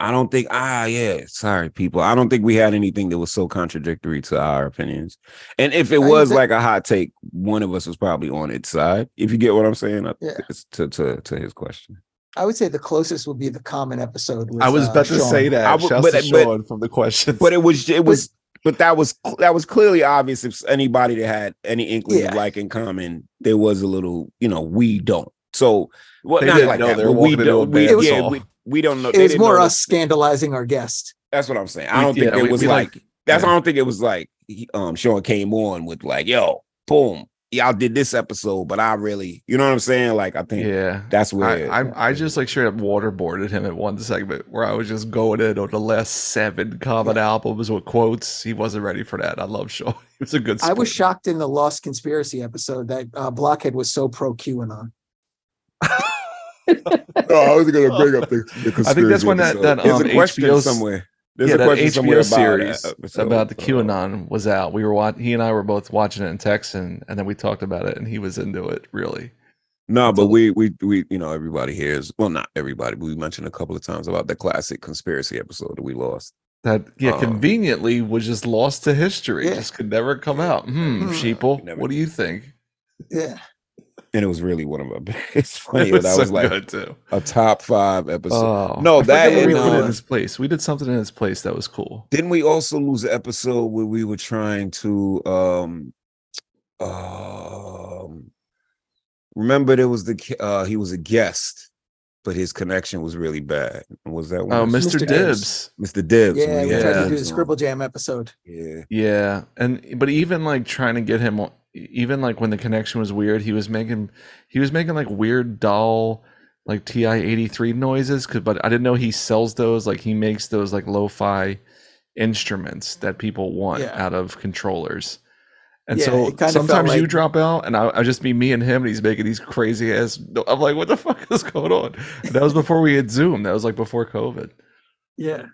Speaker 3: I don't think ah yeah, sorry people. I don't think we had anything that was so contradictory to our opinions. And if it
Speaker 1: I
Speaker 3: was
Speaker 1: think-
Speaker 3: like a hot take, one of us was probably on its side. If you get what I'm saying, I-
Speaker 1: Yeah.
Speaker 3: it's to to to his question.
Speaker 1: I would say the closest would be the common episode. With,
Speaker 2: I was
Speaker 1: uh,
Speaker 2: about to
Speaker 1: Sean.
Speaker 2: say that.
Speaker 3: I w-
Speaker 2: Shouts
Speaker 3: but-
Speaker 2: to
Speaker 3: but-
Speaker 2: Sean from the questions.
Speaker 3: But it was it
Speaker 1: But-
Speaker 3: was but that was that was clearly obvious if anybody that had any inkling of
Speaker 1: Yeah.
Speaker 3: like in common, there was a little, you know, we don't. So well,
Speaker 2: They
Speaker 3: not
Speaker 2: didn't
Speaker 3: like
Speaker 2: know
Speaker 3: that,
Speaker 2: they were
Speaker 3: but we
Speaker 2: walking into a
Speaker 3: don't we,
Speaker 1: band
Speaker 3: yeah,
Speaker 2: saw.
Speaker 3: we, we don't know.
Speaker 1: It
Speaker 3: they
Speaker 1: was
Speaker 3: didn't
Speaker 1: more
Speaker 3: know
Speaker 1: us scandalizing our guest.
Speaker 3: That's what I'm saying.
Speaker 2: We-
Speaker 3: I don't
Speaker 2: yeah,
Speaker 3: think
Speaker 2: we-
Speaker 3: it was
Speaker 2: we
Speaker 3: like, that's
Speaker 2: yeah.
Speaker 3: why I don't think it was like he- um Sean came on with like, yo, boom, y'all did this episode, but I really, you know what I'm saying? Like, I
Speaker 2: (laughs)
Speaker 3: think
Speaker 2: yeah.
Speaker 3: that's where
Speaker 2: I, I'm- I just like straight up waterboarded him at one segment where I was just going in on the last seven common albums with quotes. He wasn't ready for that. I love Sean. (laughs) He was a good.
Speaker 1: I was
Speaker 2: sport. (laughs)
Speaker 1: shocked in the Lost Conspiracy episode that uh, Blockhead was so pro QAnon.
Speaker 3: no, Oh, I was gonna bring up the, the
Speaker 2: I think that's when that-
Speaker 3: episode.
Speaker 2: that,
Speaker 3: There's
Speaker 2: um,
Speaker 3: a question
Speaker 2: HBO 's-
Speaker 3: somewhere. There's
Speaker 2: yeah,
Speaker 3: a
Speaker 2: that
Speaker 3: question somewhere
Speaker 2: HBO series
Speaker 3: about, that episode.
Speaker 2: about the
Speaker 3: Uh,
Speaker 2: QAnon was out. We were wat- he and I were both watching it in Texan, and then we talked about it, and he was into it really.
Speaker 3: No, but
Speaker 2: Until-
Speaker 3: we we we you know everybody hears well not everybody but we mentioned a couple of times about the classic conspiracy episode that we lost.
Speaker 2: That yeah,
Speaker 3: Um,
Speaker 2: conveniently was just lost to history.
Speaker 1: Yeah.
Speaker 2: Just could never come out. Hmm,
Speaker 1: Hmm.
Speaker 2: sheeple.
Speaker 3: Never-
Speaker 2: What do you think?
Speaker 1: Yeah.
Speaker 3: And it was really one of my (laughs)
Speaker 2: (laughs)
Speaker 3: it's funny that
Speaker 2: so
Speaker 3: was like
Speaker 2: good too.
Speaker 3: a top five episode.
Speaker 2: Oh,
Speaker 3: No,
Speaker 2: I forget
Speaker 3: that
Speaker 2: what we
Speaker 1: and,
Speaker 2: put
Speaker 1: uh,
Speaker 2: in his place. We did something in his place that was cool.
Speaker 3: Didn't we also lose an episode where we were trying to um um remember there was the ki- uh he was a guest, but his connection was really bad. Was that one?
Speaker 2: Oh,
Speaker 3: of-
Speaker 2: Mr.
Speaker 1: Mr.
Speaker 2: Dibbs.
Speaker 1: Gibbs.
Speaker 3: Mr. Dibbs.
Speaker 1: Yeah,
Speaker 3: when
Speaker 1: we
Speaker 3: he had
Speaker 1: tried
Speaker 2: Yeah.
Speaker 1: to do the
Speaker 3: Dibbs on.
Speaker 1: Scribble Jam episode.
Speaker 3: Yeah.
Speaker 2: Yeah, and but even like trying to get him, on- even like when the connection was weird, he was making he was making like weird doll like Ti eighty three noises. 'cause- but I didn't know he sells those. Like he makes those like lo-fi instruments that people want
Speaker 1: Yeah.
Speaker 2: out of controllers. And
Speaker 1: Yeah, it
Speaker 2: so
Speaker 1: kinda felt
Speaker 2: sometimes you
Speaker 1: like-
Speaker 2: drop out, and I, I just be me and him, and he's making these crazy ass. I'm like, what the fuck is going on? And that was before we had Zoom. That was like before COVID.
Speaker 1: Yeah.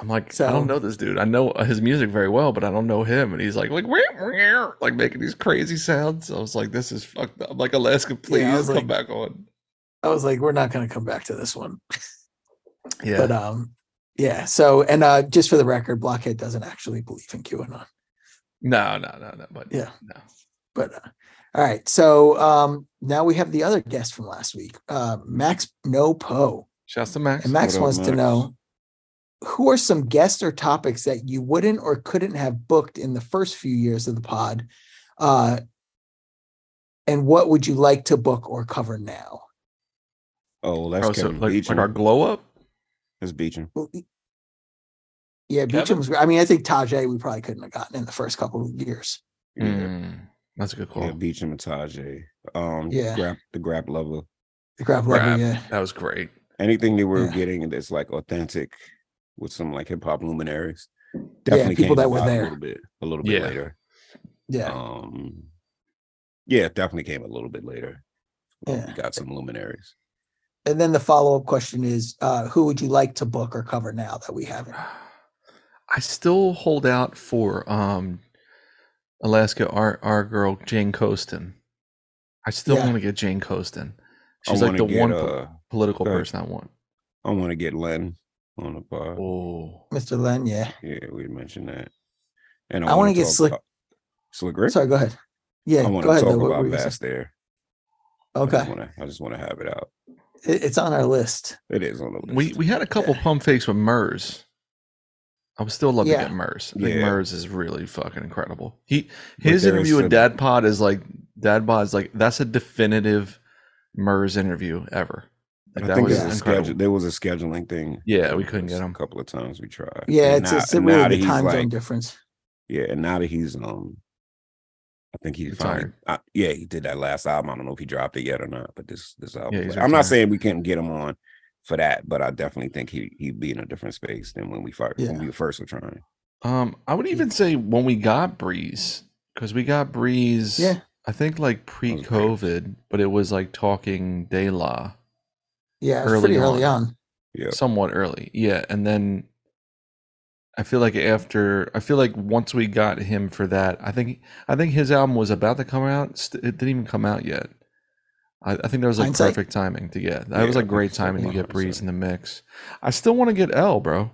Speaker 2: I'm like, I don't
Speaker 1: So-
Speaker 2: know this dude. I know his music very well, but I don't know him. And he's like, like, "Wah, wah," like making these crazy sounds. I was like, this is fucked up. I'm like, Alaska, please
Speaker 1: Yeah, I was
Speaker 2: come
Speaker 1: like-
Speaker 2: back on.
Speaker 1: I was like, we're not going to come back to this one.
Speaker 2: Yeah,
Speaker 1: But um, yeah. So, and uh, just for the record, Blockhead doesn't actually believe in QAnon.
Speaker 2: no, no, no, no. But
Speaker 1: Yeah.
Speaker 2: no.
Speaker 1: But uh, all right. So um, now we have the other guest from last week, uh, Max No Poe.
Speaker 2: Shouts to Max.
Speaker 1: And Max
Speaker 3: What up,
Speaker 1: wants to
Speaker 3: Max?
Speaker 1: know who are some guests or topics that you wouldn't or couldn't have booked in the first few years of the pod? Uh, and what would you like to book or cover now?
Speaker 3: Oh, well, that's
Speaker 2: Oh, so
Speaker 3: Kevin
Speaker 2: like,
Speaker 3: Beecham.
Speaker 2: like our glow up.
Speaker 3: that's Beecham.
Speaker 1: Yeah,
Speaker 2: Kevin?
Speaker 1: Beecham's. I mean, I think Tajay we probably couldn't have gotten in the first couple of years.
Speaker 3: Yeah,
Speaker 2: Mm, that's a good call.
Speaker 3: yeah, Beecham and Tajay. Um,
Speaker 1: Yeah.
Speaker 3: grab, the grab level.
Speaker 1: The grab
Speaker 2: Grab.
Speaker 1: level, yeah.
Speaker 2: That was great.
Speaker 3: anything that we're
Speaker 1: Yeah.
Speaker 3: getting that's like authentic with some like hip hop luminaries. Definitely
Speaker 1: people
Speaker 3: came to
Speaker 1: that were
Speaker 3: life
Speaker 1: there.
Speaker 3: a little bit a little bit
Speaker 2: Yeah.
Speaker 3: later.
Speaker 1: Yeah.
Speaker 3: Um yeah, it definitely came a little bit later. Um,
Speaker 1: Yeah.
Speaker 3: We got some luminaries.
Speaker 1: And then the follow-up question is uh, who would you like to book or cover now that we haven't?
Speaker 2: I still hold out for um Alaska our our girl Jane Coaston. I still
Speaker 1: Yeah.
Speaker 2: want to get Jane Coaston.
Speaker 3: I
Speaker 2: She's like
Speaker 3: wanna
Speaker 2: the
Speaker 3: get,
Speaker 2: one po-
Speaker 3: uh,
Speaker 2: political
Speaker 3: go ahead.
Speaker 2: person I want.
Speaker 3: I want to get Len on the
Speaker 1: Uh,
Speaker 3: pod.
Speaker 2: Oh,
Speaker 1: Mr. Len, yeah.
Speaker 3: Yeah, we mentioned that. And
Speaker 1: I wanna
Speaker 3: wanna
Speaker 1: get
Speaker 3: talk
Speaker 1: Slick-
Speaker 3: about- Slick Rick.
Speaker 1: Sorry, go ahead. Yeah,
Speaker 3: I
Speaker 1: go
Speaker 3: want to
Speaker 1: ahead.
Speaker 3: talk
Speaker 1: though. What
Speaker 3: about
Speaker 1: were you saying?
Speaker 3: Vast there. I just
Speaker 1: Okay.
Speaker 3: wanna- I just want to have it out.
Speaker 1: It- It's on our list.
Speaker 3: It is on the list.
Speaker 2: we we had a couple pump fakes with Murs. I would still love
Speaker 1: Yeah.
Speaker 2: to get Murs. I think
Speaker 3: Yeah.
Speaker 2: Murs is really fucking incredible. He
Speaker 3: But
Speaker 2: his
Speaker 3: there is
Speaker 2: interview with
Speaker 3: some-
Speaker 2: Dad Pod is like Dad Pod is like that's a definitive Murs interview ever. Like
Speaker 3: I
Speaker 2: that
Speaker 3: think
Speaker 2: was
Speaker 3: there's a
Speaker 2: incredible.
Speaker 3: schedule, there was a scheduling thing.
Speaker 2: Yeah, we couldn't get
Speaker 3: a
Speaker 2: him.
Speaker 3: couple of times. We tried.
Speaker 1: Yeah,
Speaker 3: And
Speaker 1: it's,
Speaker 3: now-
Speaker 1: it's
Speaker 3: and now that
Speaker 1: really the
Speaker 3: he's,
Speaker 1: time zone
Speaker 3: like-
Speaker 1: difference.
Speaker 3: Yeah, and now that he's um, I think he finally,
Speaker 2: Retired.
Speaker 3: I, yeah, he did that last album. I don't know if he dropped it yet or not, but this this album.
Speaker 2: Yeah, he's
Speaker 3: I'm not
Speaker 2: retired.
Speaker 3: saying we can't get him on for that, but I definitely think he he'd be in a different space than when we first
Speaker 1: Yeah.
Speaker 3: when we first were trying.
Speaker 2: Um, I would even say when we got Breeze, because we got Breeze,
Speaker 1: Yeah.
Speaker 2: I think like
Speaker 3: was great.
Speaker 2: pre-COVID, but it was like talking De La
Speaker 1: Yeah, it was
Speaker 2: early
Speaker 1: pretty early
Speaker 2: on.
Speaker 1: on.
Speaker 3: Yeah,
Speaker 2: somewhat early. Yeah, and then I feel like after I feel like once we got him for that, I think I think his album was about to come out. st- It didn't even come out yet. I, I think that was like
Speaker 1: Hindsight.
Speaker 2: perfect timing to get. That
Speaker 3: Yeah,
Speaker 2: was
Speaker 3: I
Speaker 2: like
Speaker 3: think
Speaker 2: great
Speaker 3: so,
Speaker 2: timing to get
Speaker 3: 100%.
Speaker 2: Breeze in the mix. I still want to get L, bro.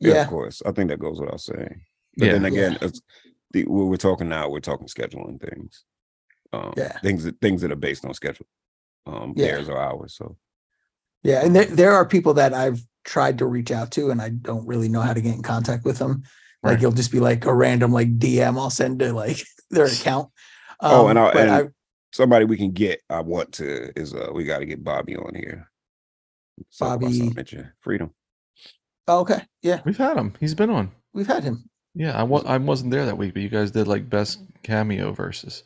Speaker 3: yeah,
Speaker 1: Yeah.
Speaker 3: of course. I think that goes without saying. But
Speaker 2: Yeah.
Speaker 3: then
Speaker 1: Yeah.
Speaker 3: again, it's, the, what we're talking now, we're talking scheduling things. Um,
Speaker 1: Yeah.
Speaker 3: things that things that are based on schedule. Um,
Speaker 1: Yeah.
Speaker 3: theirs or ours. So
Speaker 1: Yeah, and there, there are people that I've tried to reach out to, and I don't really know how to get in contact with them. Like
Speaker 2: Right.
Speaker 1: it'll just be like a random like DM I'll send to like (laughs) their account. Um,
Speaker 3: Oh, and I'll-
Speaker 1: but
Speaker 3: and- somebody we can get. I want to is uh, we got to get Bobby on here. Let's talk about
Speaker 1: Bobby-
Speaker 3: something that you- freedom.
Speaker 1: oh, okay, yeah,
Speaker 2: We've had him. He's been on.
Speaker 1: we've had him.
Speaker 2: Yeah, I wa- I wasn't there that week, but you guys did like best cameo versus.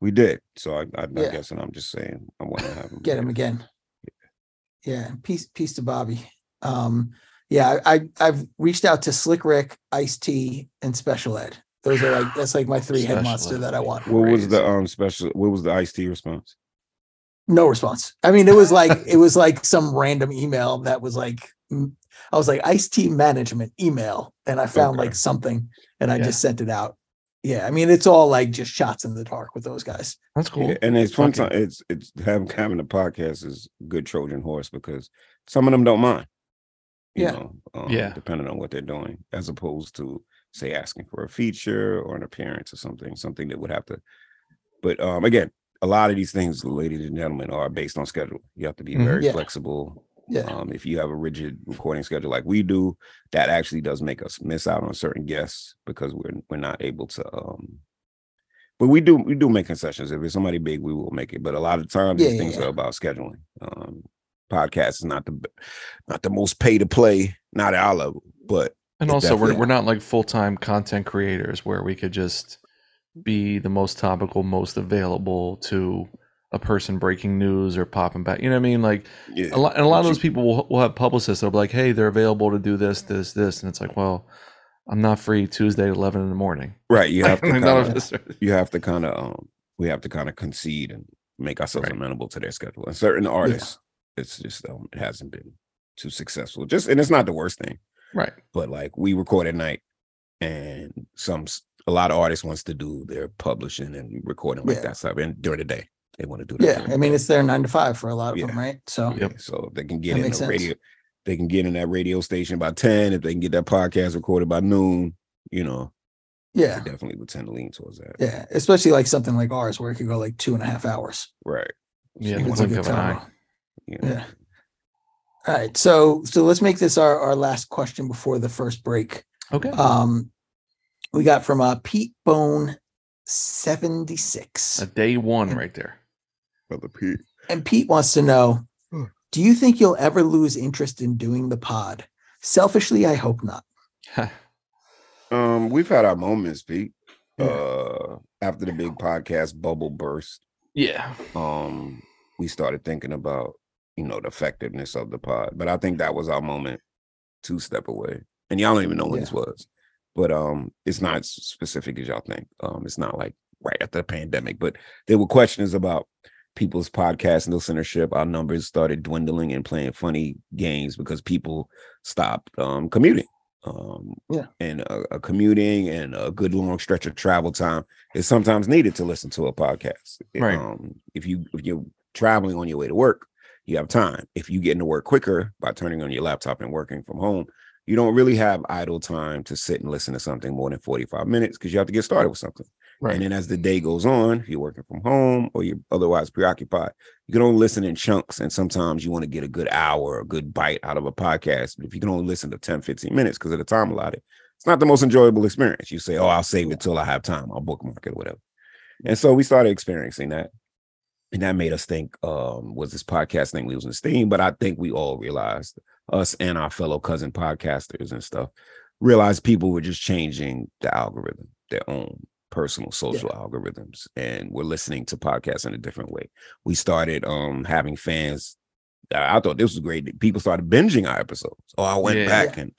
Speaker 3: We did. So I, I, I
Speaker 1: Yeah.
Speaker 3: guess, and I'm just saying, I want to have him.
Speaker 1: Get him again. Yeah, peace, peace to Bobby. Um, yeah, I, I I've reached out to Slick Rick, Ice T, and Special Ed. Those are like that's like my three head
Speaker 2: Special
Speaker 1: monster
Speaker 2: Ed.
Speaker 1: that I want.
Speaker 3: What was the
Speaker 2: Crazy.
Speaker 3: um special? What was the iced tea response?
Speaker 1: no response. I mean, it was like it was like some random email that was like mm, I was like Ice Tea Management email, and I found
Speaker 3: Okay.
Speaker 1: like something, and I
Speaker 2: Yeah.
Speaker 1: just sent it out. Yeah, I mean, it's all like just shots in the dark with those guys.
Speaker 2: That's cool.
Speaker 3: Yeah, and it's fun.
Speaker 2: Fucking-
Speaker 3: Time, it's it's having having a podcast is good Trojan horse because some of them don't mind. You
Speaker 1: Yeah.
Speaker 3: know, um,
Speaker 2: Yeah.
Speaker 3: Depending on what they're doing, as opposed to say asking for a feature or an appearance or something, something that would have to. But um, again, a lot of these things, ladies and gentlemen, are based on schedule. You have to be
Speaker 2: Mhm.
Speaker 3: very
Speaker 1: Mm-hmm. Yeah.
Speaker 3: flexible.
Speaker 1: Yeah,
Speaker 3: Um, if you have a rigid recording schedule like we do, that actually does make us miss out on certain guests because we're we're not able to. Um, but we do we do make concessions. If it's somebody big, we will make it. But a lot of times,
Speaker 1: Yeah,
Speaker 3: these things
Speaker 1: yeah.
Speaker 3: are about scheduling. Um, podcast is not the b- not the most pay to play, not at our level, but
Speaker 2: And
Speaker 3: It
Speaker 2: also, we're,
Speaker 3: definitely-
Speaker 2: we're not like full time content creators where we could just be the most topical, most available to a person breaking news or popping back. You know what I mean? Like
Speaker 3: yeah,
Speaker 2: a lot, and a lot of
Speaker 3: But
Speaker 2: those
Speaker 3: you-
Speaker 2: people will, will have publicists that'll be like, "Hey, they're available to do this, this, this," and it's like, "Well, I'm not free Tuesday at eleven in the morning."
Speaker 3: right. You
Speaker 2: (laughs)
Speaker 3: have to
Speaker 2: Like,
Speaker 3: kind
Speaker 2: none of
Speaker 3: of,
Speaker 2: us are-
Speaker 3: you have to kind of um we have to kind of concede and make ourselves
Speaker 2: Right.
Speaker 3: amenable to their schedule. And certain artists, it's just um, it hasn't been too successful. Just and it's not the worst thing.
Speaker 2: right.
Speaker 3: but like we record at night and some s- a lot of artists wants to do their publishing and recording like
Speaker 1: Yeah.
Speaker 3: that stuff and during the day they want to do that
Speaker 1: yeah.
Speaker 3: during
Speaker 1: I
Speaker 3: the
Speaker 1: mean,
Speaker 3: day.
Speaker 1: it's their nine to five for a lot of
Speaker 3: Yeah.
Speaker 1: them, right? So
Speaker 2: Yep.
Speaker 3: Yeah, so if they can get
Speaker 1: That
Speaker 3: in
Speaker 1: makes
Speaker 3: the
Speaker 1: sense.
Speaker 3: radio they can get in that radio station by 10 if they can get that podcast recorded by noon you know
Speaker 1: yeah,
Speaker 3: they definitely would tend to lean towards that
Speaker 1: yeah, especially like something like ours where it could go like two and a half hours.
Speaker 3: right
Speaker 2: Yeah,
Speaker 1: I think
Speaker 2: the
Speaker 1: it's a
Speaker 2: blink
Speaker 1: good
Speaker 2: of an
Speaker 1: combo.
Speaker 2: eye.
Speaker 3: you know.
Speaker 1: Yeah. All right. So so let's make this our our last question before the first break.
Speaker 2: Okay.
Speaker 1: Um, we got from uh, Pete Bone 76.
Speaker 2: A day one right there. (laughs)
Speaker 3: Brother Pete.
Speaker 1: And Pete wants to know
Speaker 3: Hmm.
Speaker 1: Do you think you'll ever lose interest in doing the pod? Selfishly, I hope not.
Speaker 3: Um, we've had our moments, Pete.
Speaker 1: Yeah.
Speaker 3: Uh, after the big podcast bubble burst,
Speaker 2: yeah.
Speaker 3: um, we started thinking about you know the effectiveness of the pod. But I think that was our moment to step away. And y'all don't even know when this was, but um, it's not as specific as y'all think. Um, it's not like right after the pandemic, but there were questions about people's podcast listenership. Our numbers started dwindling and playing funny games because people stopped um commuting. Um,
Speaker 1: Yeah.
Speaker 3: and uh, uh, commuting and a good long stretch of travel time is sometimes needed to listen to a podcast.
Speaker 2: Right.
Speaker 3: Um, if you if you're traveling on your way to work, you have time. If you get into work quicker by turning on your laptop and working from home, you don't really have idle time to sit and listen to something more than 45 minutes because you have to get started with something.
Speaker 2: Right.
Speaker 3: And then as the day goes on, if you're working from home or you're otherwise preoccupied, you can only listen in chunks. And sometimes you want to get a good hour, a good bite out of a podcast. But if you can only listen to 10, 15 minutes because of the time allotted, it's not the most enjoyable experience. You say, oh, I'll save it till I have time. I'll bookmark it, whatever. And so we started experiencing that. And that made us think, um, was this podcast thing we was in steam? But I think we all realized, us and our fellow cousin podcasters and stuff, realized people were just changing the algorithm, their own personal social algorithms and we're listening to podcasts in a different way we started um having fans i I thought this was great people started binging our episodes oh i went
Speaker 2: Yeah.
Speaker 3: back and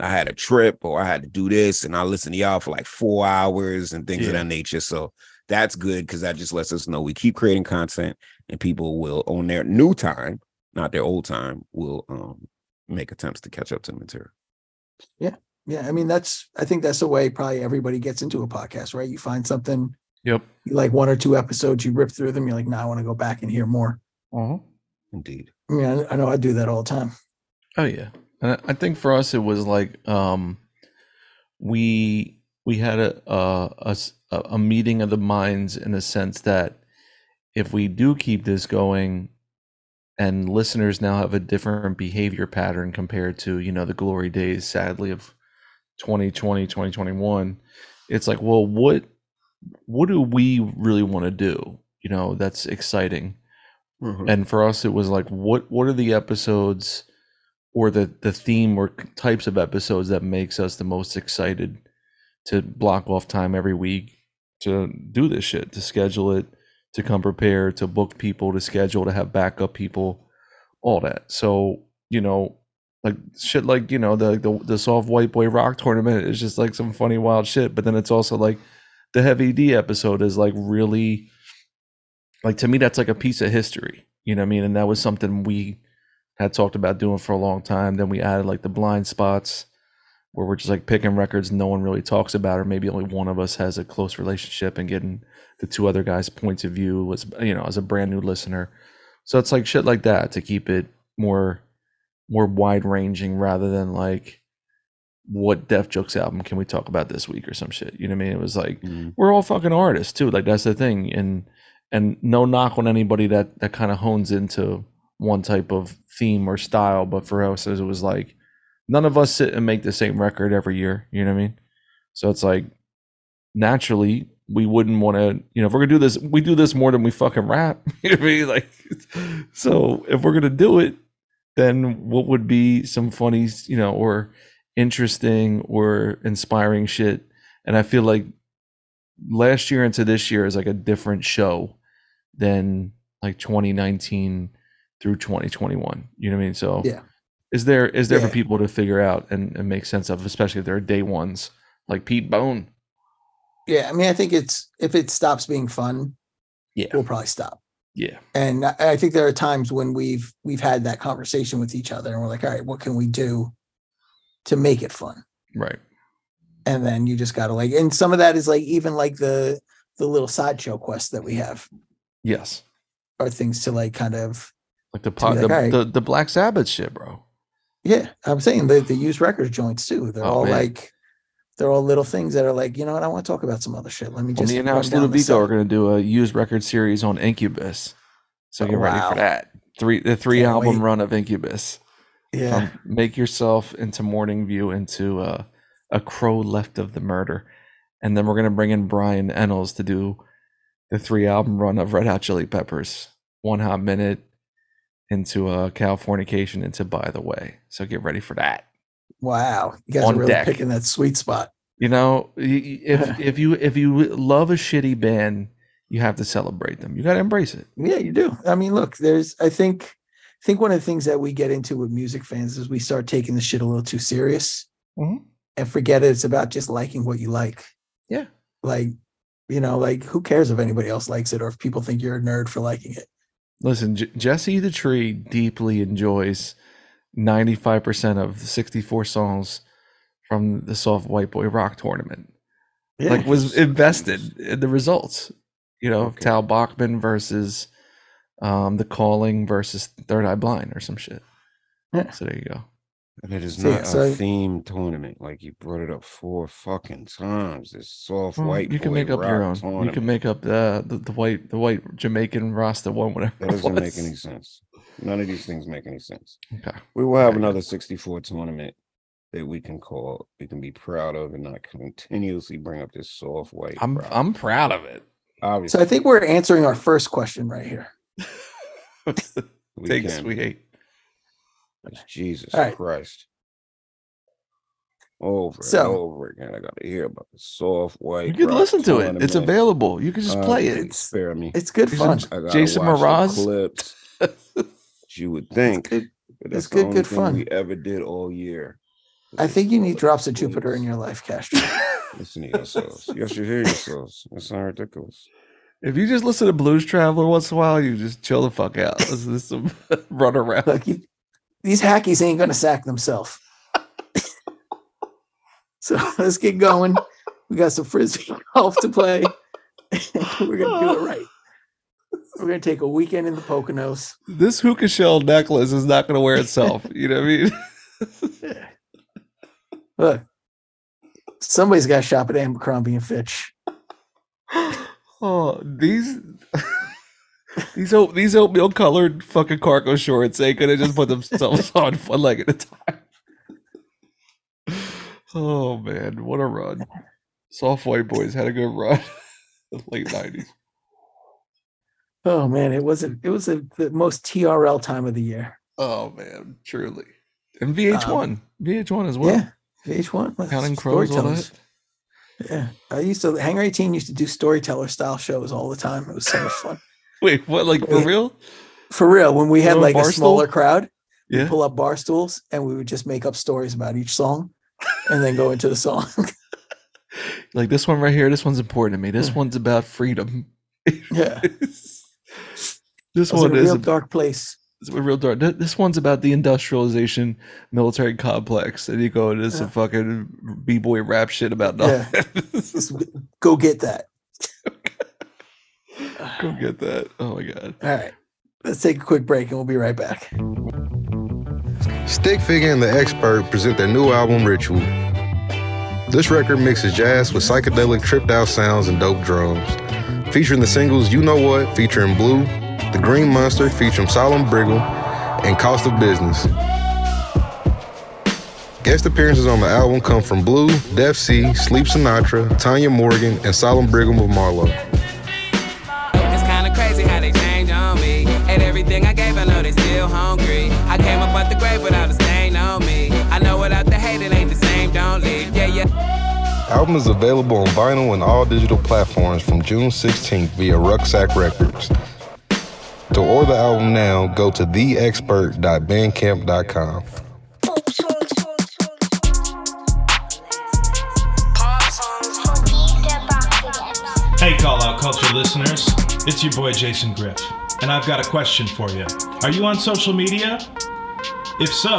Speaker 3: i had a trip or i had to do this and i listened to y'all for like four hours and things of
Speaker 2: Yeah.
Speaker 3: that nature so that's good because that just lets us know we keep creating content and people will on their new time not their old time will um make attempts to catch up to the material
Speaker 1: Yeah, I mean that's I think that's the way probably everybody gets into a podcast, right? You find something
Speaker 2: Yep.
Speaker 1: you like one or two episodes, you rip through them, you're like, nah, I want to go back and hear more.
Speaker 3: indeed
Speaker 1: I mean, I, I know I do that all the time.
Speaker 2: Oh yeah, and I- I think for us it was like um, we we had a a- a s- a- a meeting of the minds in the sense that if we do keep this going, and listeners now have a different behavior pattern compared to you know the glory days, sadly of 2020 2021 it's like well what what do we really want to do you know that's exciting
Speaker 3: Mm-hmm.
Speaker 2: and for us it was like what what are the episodes or the the theme or types of episodes that makes us the most excited to block off time every week to do this shit to schedule it to come prepared to book people to schedule to have backup people all that so you know like shit like you know the the, the soft white boy rock tournament is just like some funny wild shit but then it's also like the heavy d episode is like really like to me that's like a piece of history you know what i mean and that was something we had talked about doing for a long time then we added like the blind spots where we're just like picking records no one really talks about or maybe only one of us has a close relationship and getting the two other guys points of view was you know as a brand new listener so it's like shit like that to keep it more more wide ranging rather than like what def jokes album can we talk about this week or some shit you know what i mean it was like
Speaker 3: Mhm.
Speaker 2: we're all fucking artists too. Like that's the thing, and and no knock on anybody that that kind of hones into one type of theme or style. But for us, it was like none of us sit and make the same record every year. You know what I mean? So it's like naturally we wouldn't want to. You know, if we're gonna do this, we do this more than we fucking rap. (laughs) You know what I mean? Like, so if we're gonna do it, then what would be some funny, you know, or interesting or inspiring shit? And I feel like last year into this year is like a different show than like 2019 through 2021 you know what i mean so
Speaker 1: Yeah.
Speaker 2: is there is there
Speaker 1: Yeah.
Speaker 2: for people to figure out and, and make sense of especially if they're day ones like pete bone
Speaker 1: Yeah, I mean, I think it's if it stops being fun,
Speaker 2: Yeah.
Speaker 1: we'll probably stop.
Speaker 2: yeah
Speaker 1: And I, I think there are times when we've we've had that conversation with each other, and we're like, all right, what can we do to make it fun?
Speaker 2: right
Speaker 1: and then you just gotta like and some of that is like even like the the little sideshow quests that we have
Speaker 2: yes
Speaker 1: are things to like kind of
Speaker 2: like the pod, the,
Speaker 1: like, alright.
Speaker 2: the, the black sabbath shit bro
Speaker 1: yeah i'm saying the, the used records joints too they're
Speaker 2: Oh,
Speaker 1: all
Speaker 2: man.
Speaker 1: like they're all little things that are like you know what i want to talk about some other shit let me
Speaker 2: when
Speaker 1: just
Speaker 2: the
Speaker 1: run
Speaker 2: announced
Speaker 1: down this
Speaker 2: ludovico are
Speaker 1: side."
Speaker 2: going to do a used record series on incubus so
Speaker 1: Oh,
Speaker 2: get ready
Speaker 1: wow.
Speaker 2: for that three the three
Speaker 1: Can't
Speaker 2: album
Speaker 1: wait.
Speaker 2: run of incubus Um,
Speaker 1: yeah
Speaker 2: from make yourself into morning view into uh, a crow left of the murder and then we're gonna bring in Brian Ennals to do the three album run of Red Hot Chili Peppers, One Hot Minute, into uh, Californication, into By the Way. So get ready for that.
Speaker 1: Wow, you guys
Speaker 2: On
Speaker 1: are really
Speaker 2: deck.
Speaker 1: picking that sweet spot.
Speaker 2: You know, y- y- if if you if you love a shitty band, you have to celebrate them. You got to embrace it.
Speaker 1: Yeah, you do. I mean, look, there's I think I think one of the things that we get into with music fans is we start taking the shit a little too serious
Speaker 2: Mhm.
Speaker 1: and forget it's about just liking what you like.
Speaker 2: Yeah.
Speaker 1: Like, you know, like who cares if anybody else likes it or if people think you're a nerd for liking it.
Speaker 2: Listen, J- Jesse the Tree deeply enjoys ninety five percent of the sixty four songs from the Soft White Boy Rock Tournament.
Speaker 1: Yeah.
Speaker 2: like was invested in the results. You know,
Speaker 3: Okay.
Speaker 2: Tal Bachman versus um, The Calling versus Third Eye Blind or some shit.
Speaker 1: Yeah.
Speaker 2: So there you go.
Speaker 3: And it is
Speaker 1: So, yeah,
Speaker 3: not
Speaker 1: so-
Speaker 3: a theme tournament. Like you brought it up four fucking times. This soft
Speaker 2: Well,
Speaker 3: white.
Speaker 2: Mm, you can
Speaker 3: boy
Speaker 2: make up your
Speaker 3: rock
Speaker 2: own. You
Speaker 3: tournament.
Speaker 2: can make up the, the the white the white Jamaican Rasta one whatever.
Speaker 3: That
Speaker 2: it
Speaker 3: doesn't make
Speaker 2: was.
Speaker 3: any sense. None of these things make any sense.
Speaker 2: Okay.
Speaker 3: We will have
Speaker 2: Okay.
Speaker 3: another 64 tournament that we can call, we can be proud of, and not continuously bring up this soft white.
Speaker 2: I'm
Speaker 3: rock.
Speaker 2: I'm proud of it. (laughs)
Speaker 1: so
Speaker 3: obviously
Speaker 1: I think we're answering our first question right here.
Speaker 3: we
Speaker 2: Take
Speaker 3: can.
Speaker 2: sweet eight.
Speaker 3: It's Jesus
Speaker 1: All right.
Speaker 3: Christ. Over and
Speaker 1: So-
Speaker 3: over again, I gotta hear about the soft white.
Speaker 2: You can
Speaker 3: rock
Speaker 2: listen to it. It's
Speaker 3: tournament.
Speaker 2: available. You can just
Speaker 3: Uh,
Speaker 2: play it.
Speaker 1: It's
Speaker 3: Spare me.
Speaker 1: it's good
Speaker 2: These
Speaker 1: fun.
Speaker 2: are-
Speaker 3: I gotta
Speaker 2: Jason
Speaker 3: watch the
Speaker 2: Mraz? (laughs)
Speaker 3: clips. You would
Speaker 1: It's
Speaker 3: think
Speaker 1: good. it's
Speaker 3: but that's
Speaker 1: good-
Speaker 3: the only
Speaker 1: good
Speaker 3: thing
Speaker 1: fun.
Speaker 3: we ever did all year.
Speaker 1: I think you need drops of
Speaker 3: Please.
Speaker 1: Jupiter in your life, Castro.
Speaker 3: Listen to yourselves. you should hear yourselves. It's not ridiculous.
Speaker 2: if you just listen to Blues Traveler once in a while, you just chill the fuck
Speaker 3: (laughs)
Speaker 2: out. Listen to some (laughs) run around.
Speaker 1: Look, you, these hackies ain't gonna sack themselves. (laughs) so let's get going. We got some frisbee (laughs) golf to play. We're gonna do it right. We're gonna take a weekend in the Poconos.
Speaker 2: this hookah shell necklace is not going to wear itself. You know what I mean?
Speaker 1: Look, somebody's got to shop at Abercrombie and Fitch.
Speaker 2: (laughs) Oh, these (laughs) these oat these oatmeal colored fucking cargo shorts ain't gonna just put themselves on (laughs) one leg at a time. (laughs) Oh man, what a run! Soft white boys had a good run. (laughs) in the Late nineties.
Speaker 1: Oh man, it was a, it was a, the most TRL time of the year.
Speaker 2: Oh man, truly. And VH1, VH1 as well.
Speaker 1: Um,
Speaker 2: (laughs)
Speaker 1: yeah, VH1 was
Speaker 2: Counting crows, all that.
Speaker 1: storytellers. Yeah, I used to Hangar 18 used to do storyteller style shows all the time. It was so much fun.
Speaker 2: Wait, what? Like for
Speaker 1: Yeah.
Speaker 2: real?
Speaker 1: For real, when we had
Speaker 2: Little
Speaker 1: like a
Speaker 2: bar
Speaker 1: smaller
Speaker 2: stool?
Speaker 1: crowd,
Speaker 2: Yeah.
Speaker 1: pull up bar stools and we would just make up stories about each song and then go into the song. (laughs)
Speaker 2: Like this one right here. This one's important to me. This one's about freedom. (laughs)
Speaker 1: yeah.
Speaker 2: this
Speaker 1: I was in
Speaker 2: one
Speaker 1: a
Speaker 2: is
Speaker 1: real
Speaker 2: about
Speaker 1: dark place.
Speaker 2: it's a real dark. th- This one's about the industrialization military complex, and you go into some
Speaker 1: Yeah.
Speaker 2: fucking b boy rap shit about
Speaker 1: Yeah.
Speaker 2: nothing.
Speaker 1: Just go get that.
Speaker 2: (laughs) go get that. Oh my god.
Speaker 1: All right. Let's take a quick break and we'll be right back.
Speaker 4: Stick Figure and the Expert present their new album Ritual. This record mixes jazz with psychedelic tripped out sounds and dope drums. Featuring the singles You Know What featuring Blue, The Green Monster featuring Solomon Briggle, and Cost of Business. Guest appearances on the album come from Blue, Def C, Sleep Sinatra, Tanya Morgan, and Solomon Brigham of Marlowe.
Speaker 5: It's kinda crazy how they change on me. Ate everything I gave, I know they still hungry. I came up out the grave without a stain on me. I know without the hate, it ain't the same, don't leave. Yeah, yeah.
Speaker 4: Album is available on vinyl and all digital platforms from June 16th via Rucksack Records. To order the album now, go to theexpert.bandcamp.com.
Speaker 6: Hey, Call Out Culture listeners. It's your boy Jason Griff, and I've got a question for you. Are you on social media? If so,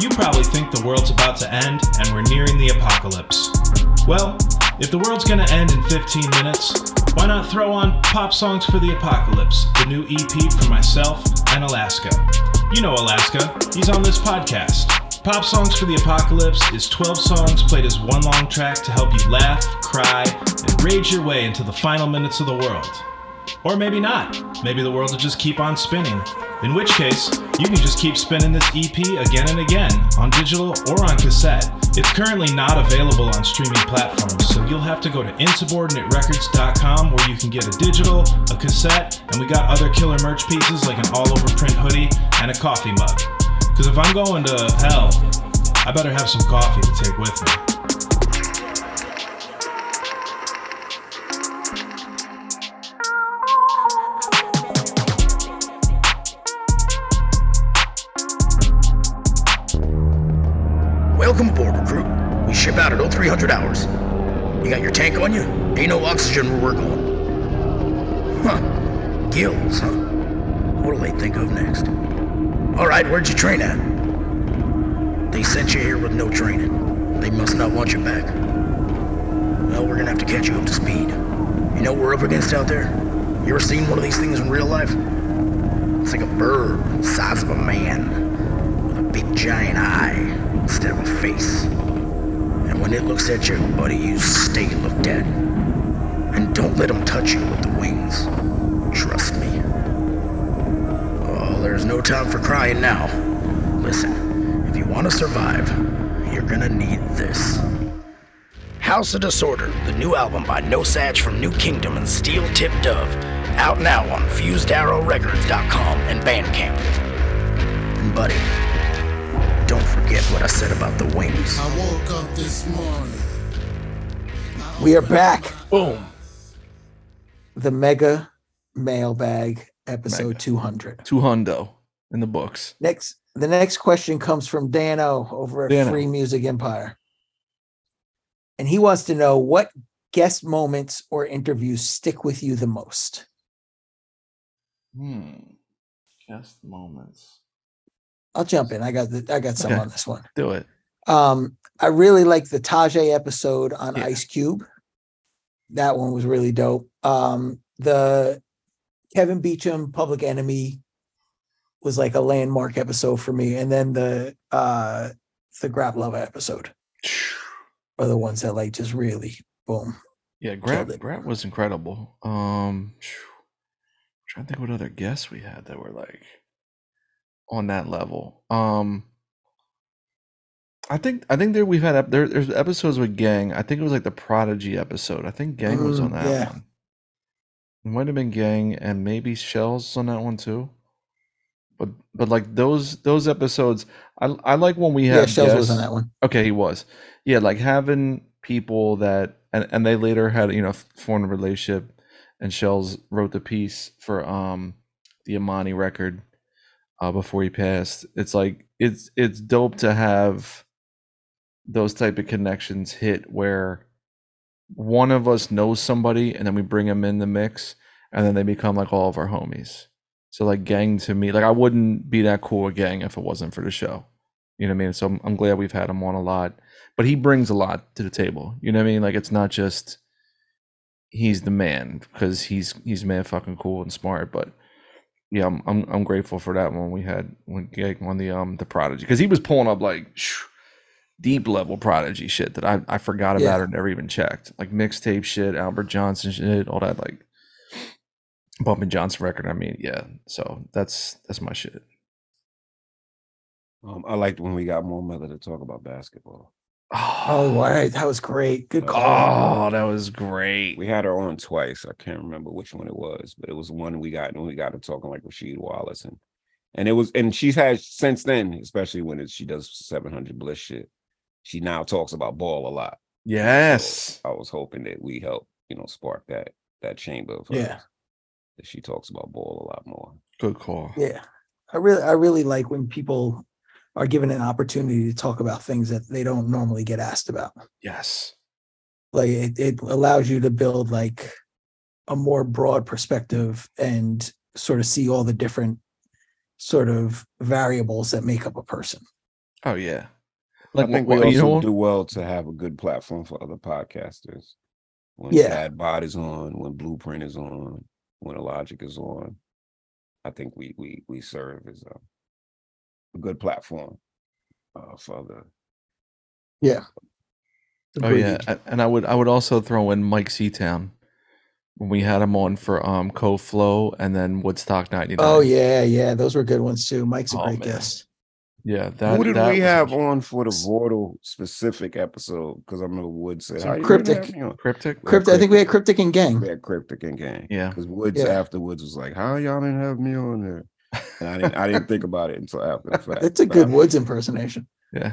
Speaker 6: you probably think the world's about to end and we're nearing the apocalypse. Well, if the world's gonna end in 15 minutes, why not throw on Pop Songs for the Apocalypse, the new EP for myself and Alaska? You know Alaska, he's on this podcast. Pop Songs for the Apocalypse is 12 songs played as one long track to help you laugh, cry, and rage your way into the final minutes of the world. Or maybe not. Maybe the world will just keep on spinning. In E which case, you can just keep spinning this EP again and again on digital or on cassette It's currently not available on streaming platforms, so you'll have to go to insubordinaterecords.com where you can get a digital, a cassette, and we got other killer merch pieces like an all over print hoodie and a coffee mug. Because if I'm going to hell, I better have some coffee to take with me.
Speaker 7: Welcome aboard, recruit. We ship out at 0300 hours. You got your tank on you? Ain't no oxygen where we're going. Huh. Gills, huh? What'll they think of next? Alright, where'd you train at? They sent you here with no training. They must not want you back. Well, we're gonna have to catch you up to speed. You know what we're up against out there? You ever seen one of these things in real life? It's like a bird, the size of a man with a big giant eye instead of a face. And when it looks at you, buddy, you stay looked at. And don't let them touch you with the wings. Trust me. Oh, there's no time for crying now. Listen, if you want to survive, you're gonna need this. House of Disorder, the new album by No Satch from New Kingdom and Steel Tip Dove, out now on FusedArrowRecords.com and Bandcamp. And buddy, don't forget what I said about the wings.
Speaker 8: I woke up this morning.
Speaker 1: We are back.
Speaker 2: Boom.
Speaker 1: The mega mailbag episode 200.
Speaker 2: Two hundo in the books.
Speaker 1: Next, the next question comes from Dano over at
Speaker 2: Dan O.
Speaker 1: Free Music Empire. And he wants to know what guest moments or interviews stick with you the most.
Speaker 2: Hmm. Just moments.
Speaker 1: I'll jump in. I got the, I got some
Speaker 2: Okay.
Speaker 1: on this one.
Speaker 2: Do it.
Speaker 1: Um, I really like the Tajay episode on
Speaker 2: Yeah.
Speaker 1: Ice Cube. That one was really dope. Um, the Kevin Beecham Public Enemy was like a landmark episode for me, and then the uh the Grab Lover (sighs) episode are the ones that like just really boom.
Speaker 2: Yeah, Grant
Speaker 1: it.
Speaker 2: Grant was incredible. Um phew. trying to think what other guests we had that were like on that level. Um I think I think there we've had ep- there there's episodes with Gang. I think it was like the Prodigy episode. I think Gang was
Speaker 1: Mm,
Speaker 2: on that
Speaker 1: yeah.
Speaker 2: one. It might have been Gang and maybe Shells on that one too. But but like those those episodes, I I like when we
Speaker 1: Yeah,
Speaker 2: have
Speaker 1: Shells was on
Speaker 2: guests-
Speaker 1: that one.
Speaker 2: Okay, he was. Yeah, like having people that and, and they later had, you know, f- formed a relationship and Shells wrote the piece for um the Imani record uh before he passed. It's like it's it's dope to have those type of connections hit where one of us knows somebody and then we bring them in the mix and then they become like all of our homies. So like gang to me, like I wouldn't be that cool with gang if it wasn't for the show. You know what I mean? So I'm, I'm glad we've had him on a lot, but he brings a lot to the table. You know what I mean? Like it's not just he's the man because he's he's man fucking cool and smart. But yeah, I'm I'm, I'm grateful for that one we had when Gag on the um the prodigy because he was pulling up like shh, deep level prodigy shit that I I forgot about
Speaker 1: Yeah.
Speaker 2: or never even checked like mixtape shit, Albert Johnson shit, all that like bumping Johnson record. I mean, yeah. So that's that's my shit.
Speaker 3: Um, I liked when we got more mother to talk about basketball.
Speaker 2: (sighs)
Speaker 1: Oh, Uh, all right, that was great. Good call.
Speaker 2: Oh, that was great.
Speaker 3: We had her on twice. I can't remember which one it was, but it was one we got when we got her talking like Rasheed Wallace and and it was and she's had since then, especially when it, she does 700 bliss shit. She now talks about ball a lot.
Speaker 2: Yes.
Speaker 3: I was hoping that we help, you know, spark that that chamber of hers,
Speaker 1: Yeah.
Speaker 3: that she talks about ball a lot more.
Speaker 2: Good call.
Speaker 1: Yeah. I really I really like when people are given an opportunity to talk about things that they don't normally get asked about.
Speaker 2: Yes.
Speaker 1: like it, it allows you to build like a more broad perspective and sort of see all the different sort of variables that make up a person
Speaker 2: Oh yeah.
Speaker 3: I think we
Speaker 2: wh-
Speaker 3: also
Speaker 2: you know,
Speaker 3: do well to have a good platform for other podcasters. When
Speaker 1: Yeah.
Speaker 3: Bad Bot is on, when Blueprint is on, when Logic is on, I think we we we serve as a, a good platform uh, for other.
Speaker 2: Oh yeah. A- And I would I would also throw in Mike Seatown when we had him on for um Co Flow and then Woodstock 99.
Speaker 1: oh yeah yeah those were good ones too mike's a
Speaker 2: Oh,
Speaker 1: great
Speaker 2: man.
Speaker 1: guest
Speaker 2: Yeah, that.
Speaker 3: Who did
Speaker 2: that
Speaker 3: we
Speaker 2: was
Speaker 3: have on for the Vortal specific episode? Because I remember Wood said,
Speaker 1: So
Speaker 3: "How you gonna
Speaker 1: Cryptic.
Speaker 3: have me on?"
Speaker 2: cryptic? Mm-hmm.
Speaker 1: Crypt. I think we had Cryptic and Gang.
Speaker 3: We had Cryptic and Gang.
Speaker 2: Yeah.
Speaker 3: Because Woods
Speaker 1: Yeah.
Speaker 3: afterwards was like, "How y'all didn't have me on there?" And I didn't. I didn't think about it until
Speaker 2: (laughs)
Speaker 3: after the fact.
Speaker 1: That's a
Speaker 3: But
Speaker 1: good
Speaker 2: Um,
Speaker 3: I'm-
Speaker 1: Woods impersonation.
Speaker 2: Yeah.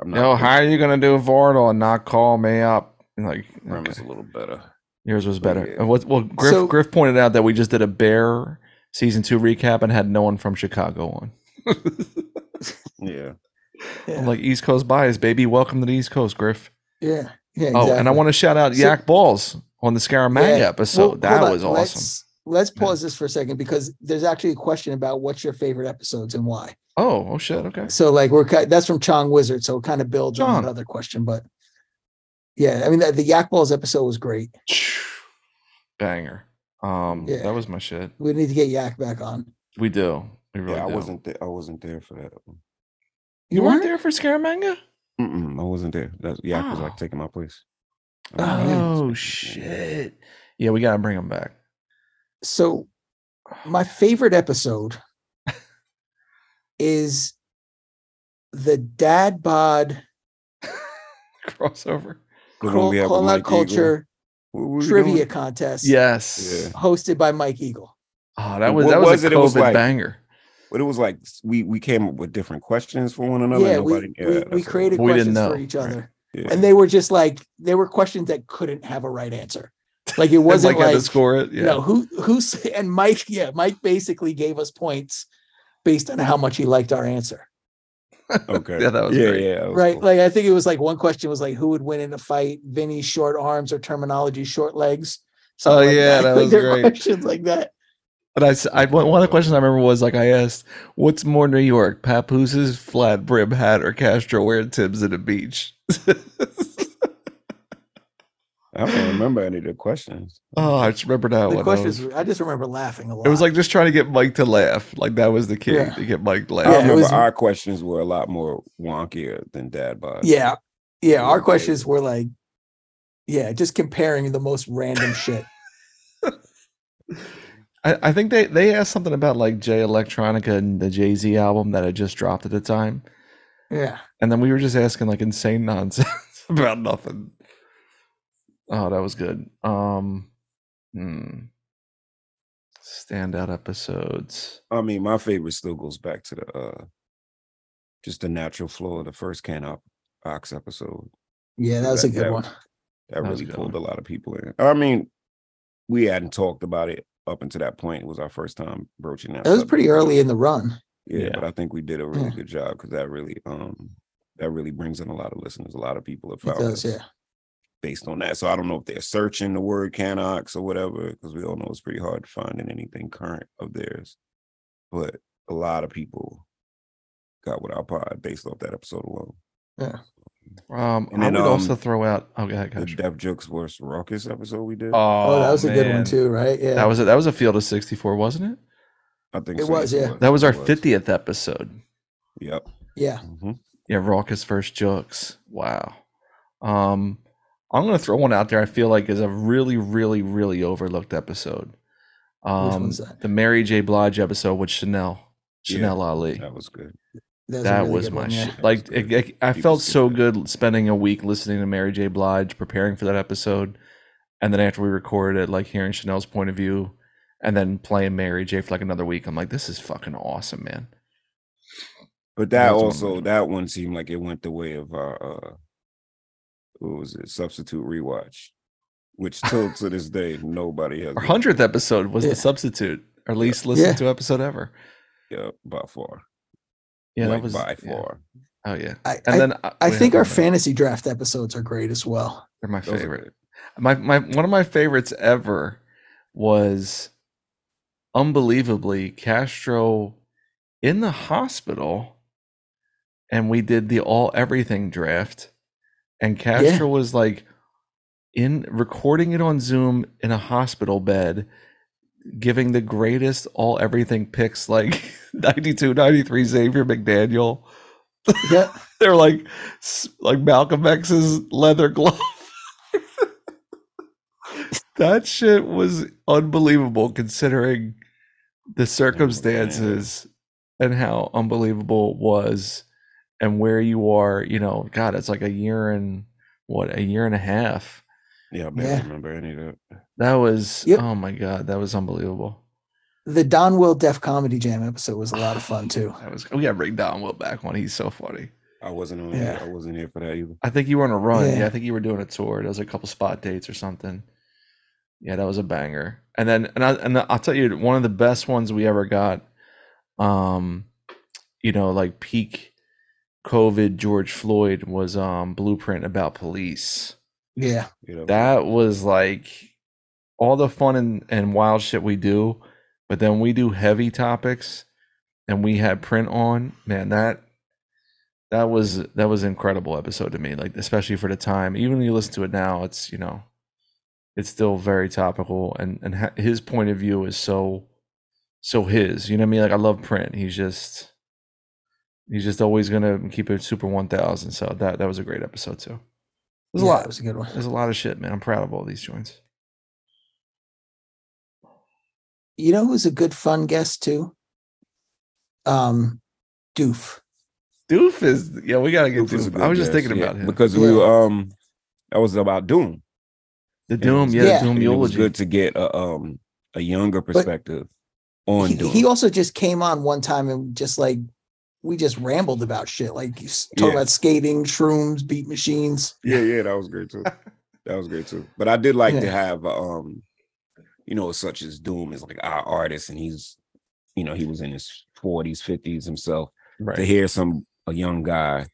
Speaker 3: I'm not
Speaker 2: No, how are you gonna do Vortal and not call me up? And like
Speaker 3: premise
Speaker 2: okay.
Speaker 3: a little better.
Speaker 2: yours was better.
Speaker 3: yeah.
Speaker 2: And What? Well, Griff
Speaker 1: So-
Speaker 2: Griff pointed out that we just did a bear season two recap and had no one from Chicago on.
Speaker 3: Yeah.
Speaker 1: Yeah.
Speaker 2: I'm like East Coast bias, baby. Welcome to the East Coast, Griff.
Speaker 1: yeah. Yeah.
Speaker 2: Oh, and I
Speaker 1: exactly.
Speaker 2: want to shout out
Speaker 1: So-
Speaker 2: Yak Balls on the Scaramanga
Speaker 1: Yeah.
Speaker 2: episode.
Speaker 1: Well,
Speaker 2: that
Speaker 1: hold on.
Speaker 2: was awesome.
Speaker 1: Let's, let's pause this for a second because there's actually a question about what's your favorite episodes and why.
Speaker 2: Oh, oh
Speaker 1: (sniffs)
Speaker 2: shit. Okay.
Speaker 1: So like we're ki- that's from Chong Wizard, so it kind of builds on
Speaker 2: Chong.
Speaker 1: that other question, but yeah, I mean the, the Yak Balls episode was great.
Speaker 2: Banger. Um,
Speaker 1: Yeah.
Speaker 2: that was my shit.
Speaker 1: We need to get Yak back on.
Speaker 2: We do. We really
Speaker 3: yeah, I
Speaker 2: do.
Speaker 3: wasn't. Th- I wasn't there for that. One.
Speaker 2: You weren't there for Scaramanga?
Speaker 3: Mm-mm, I wasn't there. That's, yeah, was
Speaker 2: Oh.
Speaker 3: like taking my place.
Speaker 1: Oh, yeah.
Speaker 2: Oh shit. Yeah, we gotta bring him back. (laughs)
Speaker 1: So my favorite episode is the dad bod
Speaker 2: Crossover.
Speaker 1: crawl, call out culture trivia contest
Speaker 2: Yes.
Speaker 3: Yeah.
Speaker 1: hosted by Mike Eagle.
Speaker 2: Oh, that
Speaker 3: And
Speaker 2: was
Speaker 3: what
Speaker 2: that was,
Speaker 3: was
Speaker 2: a COVID
Speaker 3: it? It was like-
Speaker 2: banger.
Speaker 3: But it was like s- we we came up with different questions for one another.
Speaker 1: yeah,
Speaker 3: Nobody,
Speaker 1: we, we, we
Speaker 3: that's it.
Speaker 1: created
Speaker 2: We didn't
Speaker 1: questions for
Speaker 2: know,
Speaker 1: each
Speaker 2: right.
Speaker 1: other.
Speaker 3: Yeah.
Speaker 1: And they were just like they were questions that couldn't have a right answer. Like
Speaker 2: (laughs)
Speaker 1: it wasn't
Speaker 2: like,
Speaker 1: like,
Speaker 2: had to score it. Yeah.
Speaker 1: no who who's and Mike yeah Mike basically gave us points based on how much he liked our answer.
Speaker 3: (laughs) okay.
Speaker 2: Yeah, that was
Speaker 3: yeah,
Speaker 2: great.
Speaker 3: yeah, that was
Speaker 1: Right?
Speaker 3: cool.
Speaker 1: Like I think it was like one question was like who would win in a fight, Vinny's short arms or terminology short legs. something like
Speaker 2: Oh, yeah, that
Speaker 1: (laughs) Like,
Speaker 2: was
Speaker 1: there were
Speaker 2: great.
Speaker 1: Questions like that.
Speaker 2: But I, s- I- one one of the questions I remember was like I asked, "What's more New York, Papoose's flat brim hat or Castro wearing Timbs at the beach?" (laughs)
Speaker 3: I don't remember any of the questions.
Speaker 2: oh, I just remember that
Speaker 1: the
Speaker 2: one. That
Speaker 1: questions
Speaker 2: was-
Speaker 1: were- I just remember laughing a lot.
Speaker 2: it was like just trying to get Mike to laugh. Like that was the key
Speaker 1: Yeah.
Speaker 2: to get Mike to
Speaker 1: Yeah,
Speaker 3: I
Speaker 1: it
Speaker 2: laugh.
Speaker 3: remember
Speaker 1: was-
Speaker 3: our questions were a lot more wonkier than Dad bod.
Speaker 1: yeah. Yeah, our
Speaker 3: Yeah.
Speaker 1: questions were like yeah, just comparing the most random shit.
Speaker 2: I, I think they they asked something about like Jay Electronica and the Jay Z album that had just dropped at the time,
Speaker 1: Yeah.
Speaker 2: and then we were just asking like insane (laughs) nonsense about nothing. Oh, that was good. Um, hmm. standout episodes.
Speaker 3: I mean, my favorite still goes back to the uh just the natural flow of the first Can Op- Ox episode.
Speaker 1: Yeah, that was a
Speaker 3: That-
Speaker 1: good
Speaker 3: that-
Speaker 1: one.
Speaker 3: that
Speaker 2: That was a
Speaker 3: really
Speaker 2: good
Speaker 3: pulled
Speaker 2: one.
Speaker 3: a lot of people in. I mean, we hadn't talked about it up until that point. It was our first time broaching that.
Speaker 1: That was
Speaker 3: subject,
Speaker 1: pretty
Speaker 3: but-
Speaker 1: early Mm. in the run.
Speaker 3: Yeah,
Speaker 2: Yeah.
Speaker 3: but I think we did a really
Speaker 1: Yeah.
Speaker 3: good job because that really, um, that really brings in a lot of listeners. A lot of people have
Speaker 1: It
Speaker 3: found
Speaker 1: does,
Speaker 3: us
Speaker 1: yeah.
Speaker 3: based on that. So I don't know if they're searching the word Canox or whatever because we all know it's pretty hard to find in anything current of theirs. But a lot of people got with our pod based off that episode alone.
Speaker 2: Um,
Speaker 3: And
Speaker 2: I
Speaker 3: then,
Speaker 2: would also
Speaker 3: um,
Speaker 2: throw out. Oh, go ahead,
Speaker 3: The
Speaker 2: Cash.
Speaker 3: Dev Jokes vs. Ruckus episode we did.
Speaker 1: Oh, that was a good one
Speaker 2: man.
Speaker 1: too, right? Yeah.
Speaker 2: That was a, that was a field of sixty four, wasn't it?
Speaker 3: I think
Speaker 1: it
Speaker 3: so, yes,
Speaker 1: was, yeah.
Speaker 2: That was our
Speaker 3: it
Speaker 2: fiftieth episode.
Speaker 3: Yep.
Speaker 1: yeah.
Speaker 3: hmm
Speaker 2: Yeah, raucous versus jokes. Wow. Um, I'm gonna throw one out there. I feel like is a really, really, really overlooked episode. Um,
Speaker 1: one's that?
Speaker 2: the Mary J. Blige episode with Chanel,
Speaker 3: Yeah,
Speaker 2: Chanel Ali.
Speaker 3: That was good.
Speaker 1: That was, a
Speaker 2: that
Speaker 1: really
Speaker 2: was
Speaker 1: good
Speaker 2: my
Speaker 1: one, yeah.
Speaker 2: shit.
Speaker 3: That
Speaker 2: Like
Speaker 3: was good.
Speaker 2: I, I- I
Speaker 3: Deep
Speaker 2: felt
Speaker 3: was good
Speaker 2: so
Speaker 3: there.
Speaker 2: good spending a week listening to Mary J. Blige, preparing for that episode, and then after we recorded it, like hearing Chanel's point of view, and then playing Mary J. for like another week. I'm like, this is fucking awesome, man.
Speaker 3: But
Speaker 2: Yeah, that's one of
Speaker 3: that
Speaker 2: my
Speaker 3: also
Speaker 2: favorites.
Speaker 3: that one seemed like it went the way of our uh what was it, substitute rewatch, which till to this day nobody has
Speaker 2: Our
Speaker 3: done.
Speaker 2: hundredth episode was
Speaker 1: Yeah.
Speaker 2: the substitute, our least listened
Speaker 1: Yeah.
Speaker 2: to episode ever.
Speaker 3: yeah, by far.
Speaker 2: Yeah,
Speaker 3: like
Speaker 2: that was
Speaker 3: by
Speaker 2: yeah.
Speaker 3: far.
Speaker 2: Oh yeah,
Speaker 1: I,
Speaker 2: and
Speaker 1: I,
Speaker 2: then
Speaker 1: I
Speaker 2: we
Speaker 1: think
Speaker 2: have
Speaker 1: our
Speaker 2: them, but
Speaker 1: fantasy draft episodes are great as well.
Speaker 2: they're my
Speaker 3: Those are
Speaker 2: favorite.
Speaker 3: good.
Speaker 2: My my one of my favorites ever was unbelievably Castro in the hospital, and we did the all everything draft, and Castro was like in recording it on Zoom in a hospital bed, giving the greatest all everything picks like (laughs) 92, 93 Xavier McDaniel.
Speaker 1: Yeah.
Speaker 2: They were like s- like Malcolm X's leather glove. that shit was unbelievable considering the circumstances and how unbelievable it was and where you are, you know, God, it's like a year and what, a year and a half.
Speaker 3: Yeah, I
Speaker 1: barely Yeah.
Speaker 3: remember any of that.
Speaker 2: That was
Speaker 1: Yep.
Speaker 2: oh my god, that was unbelievable.
Speaker 1: The Don Will Def Comedy Jam episode was a lot of fun too.
Speaker 2: That was oh, we gotta bring Don Will back when he's so funny.
Speaker 3: I wasn't on.
Speaker 1: Yeah.
Speaker 3: I wasn't here for that either.
Speaker 2: I think you were on a run. Yeah,
Speaker 1: Yeah.
Speaker 2: I think you were doing a tour. There was a couple spot dates or something. Yeah, that was a banger. And then and I and I'll tell you one of the best ones we ever got. Um, you know, like peak COVID George Floyd was um blueprint about police.
Speaker 1: Yeah.
Speaker 3: You know
Speaker 2: That was like all the fun and, and wild shit we do, but then we do heavy topics and we had print on, man, that that was that was an incredible episode to me, like especially for the time. Even when you listen to it now, it's you know, it's still very topical and and ha- his point of view is so so his, you know what I mean? Like I love print. He's just he's just always gonna keep it super one thousand. So that that was a great episode too. There's a
Speaker 1: Yeah,
Speaker 2: lot
Speaker 1: It was a good one.
Speaker 2: there's a lot of shit, man. I'm proud of all these joints.
Speaker 1: You know who's a good fun guest too? Um Doof.
Speaker 2: Doof is yeah, we gotta get
Speaker 3: Duke was a
Speaker 2: Doof.
Speaker 3: good
Speaker 2: I was just
Speaker 3: guess,
Speaker 2: thinking
Speaker 3: yeah,
Speaker 2: about him.
Speaker 3: because we
Speaker 1: Yeah.
Speaker 3: were, um that was about Doom.
Speaker 2: the Doom, yeah,
Speaker 1: Yeah.
Speaker 2: the Doom
Speaker 3: And it was
Speaker 2: eulogy.
Speaker 3: good to get a um a younger perspective on
Speaker 1: He,
Speaker 3: Doom.
Speaker 1: he also just came on one time and just like we just rambled about shit. Like you s- talking
Speaker 3: Yeah.
Speaker 1: about skating, shrooms, beat machines.
Speaker 2: (laughs)
Speaker 3: yeah, yeah, that was great too. That was great too. But I did like
Speaker 1: Yeah.
Speaker 3: to have um you know such as Doom is like our artist, and he's you know he was in his forties, fifties himself. to
Speaker 2: right.
Speaker 3: hear some a young guy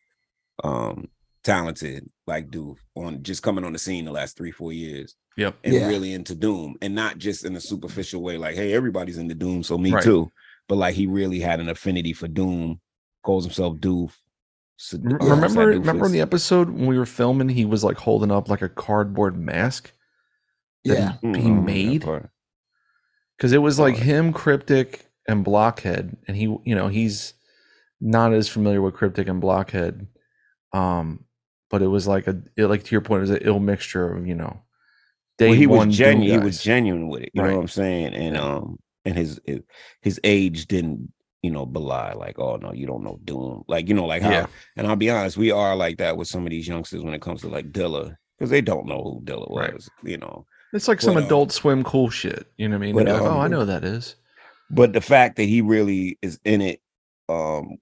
Speaker 3: um talented like dude on just coming on the scene the last three four years
Speaker 2: Yep.
Speaker 3: and
Speaker 1: Yeah.
Speaker 3: really into doom and not just in a superficial way like hey everybody's into doom so me
Speaker 2: Right.
Speaker 3: too but like he really had an affinity for doom calls himself doof uh, so,
Speaker 2: R- Remember remember in the episode when we were filming, he was like holding up like a cardboard mask that
Speaker 1: Yeah.
Speaker 3: Mm-hmm.
Speaker 2: he,
Speaker 3: Oh,
Speaker 2: he made? Because it was like
Speaker 3: Right.
Speaker 2: him, Cryptic, and Blockhead, and he you know, he's not as familiar with Cryptic and Blockhead. Um, but it was like a it, like to your point, it was an ill mixture of, you know, day
Speaker 3: well, he
Speaker 2: one
Speaker 3: was
Speaker 2: Doom
Speaker 3: genuine. He was
Speaker 2: guys.
Speaker 3: genuine with it. You
Speaker 2: Right.
Speaker 3: know what I'm saying? And
Speaker 2: Yeah.
Speaker 3: um, and his his- his age didn't you know belie like oh no you don't know Doom like you know like how
Speaker 2: Yeah.
Speaker 3: and I'll be honest we are like that with some of these youngsters when it comes to like Dilla because they don't know who Dilla was
Speaker 2: Right.
Speaker 3: you know
Speaker 2: It's like some
Speaker 3: But, uh,
Speaker 2: adult swim cool shit. You know what I mean?
Speaker 3: but,
Speaker 2: They're like,
Speaker 3: um,
Speaker 2: oh, I know who that is.
Speaker 3: but the fact that he really is in it um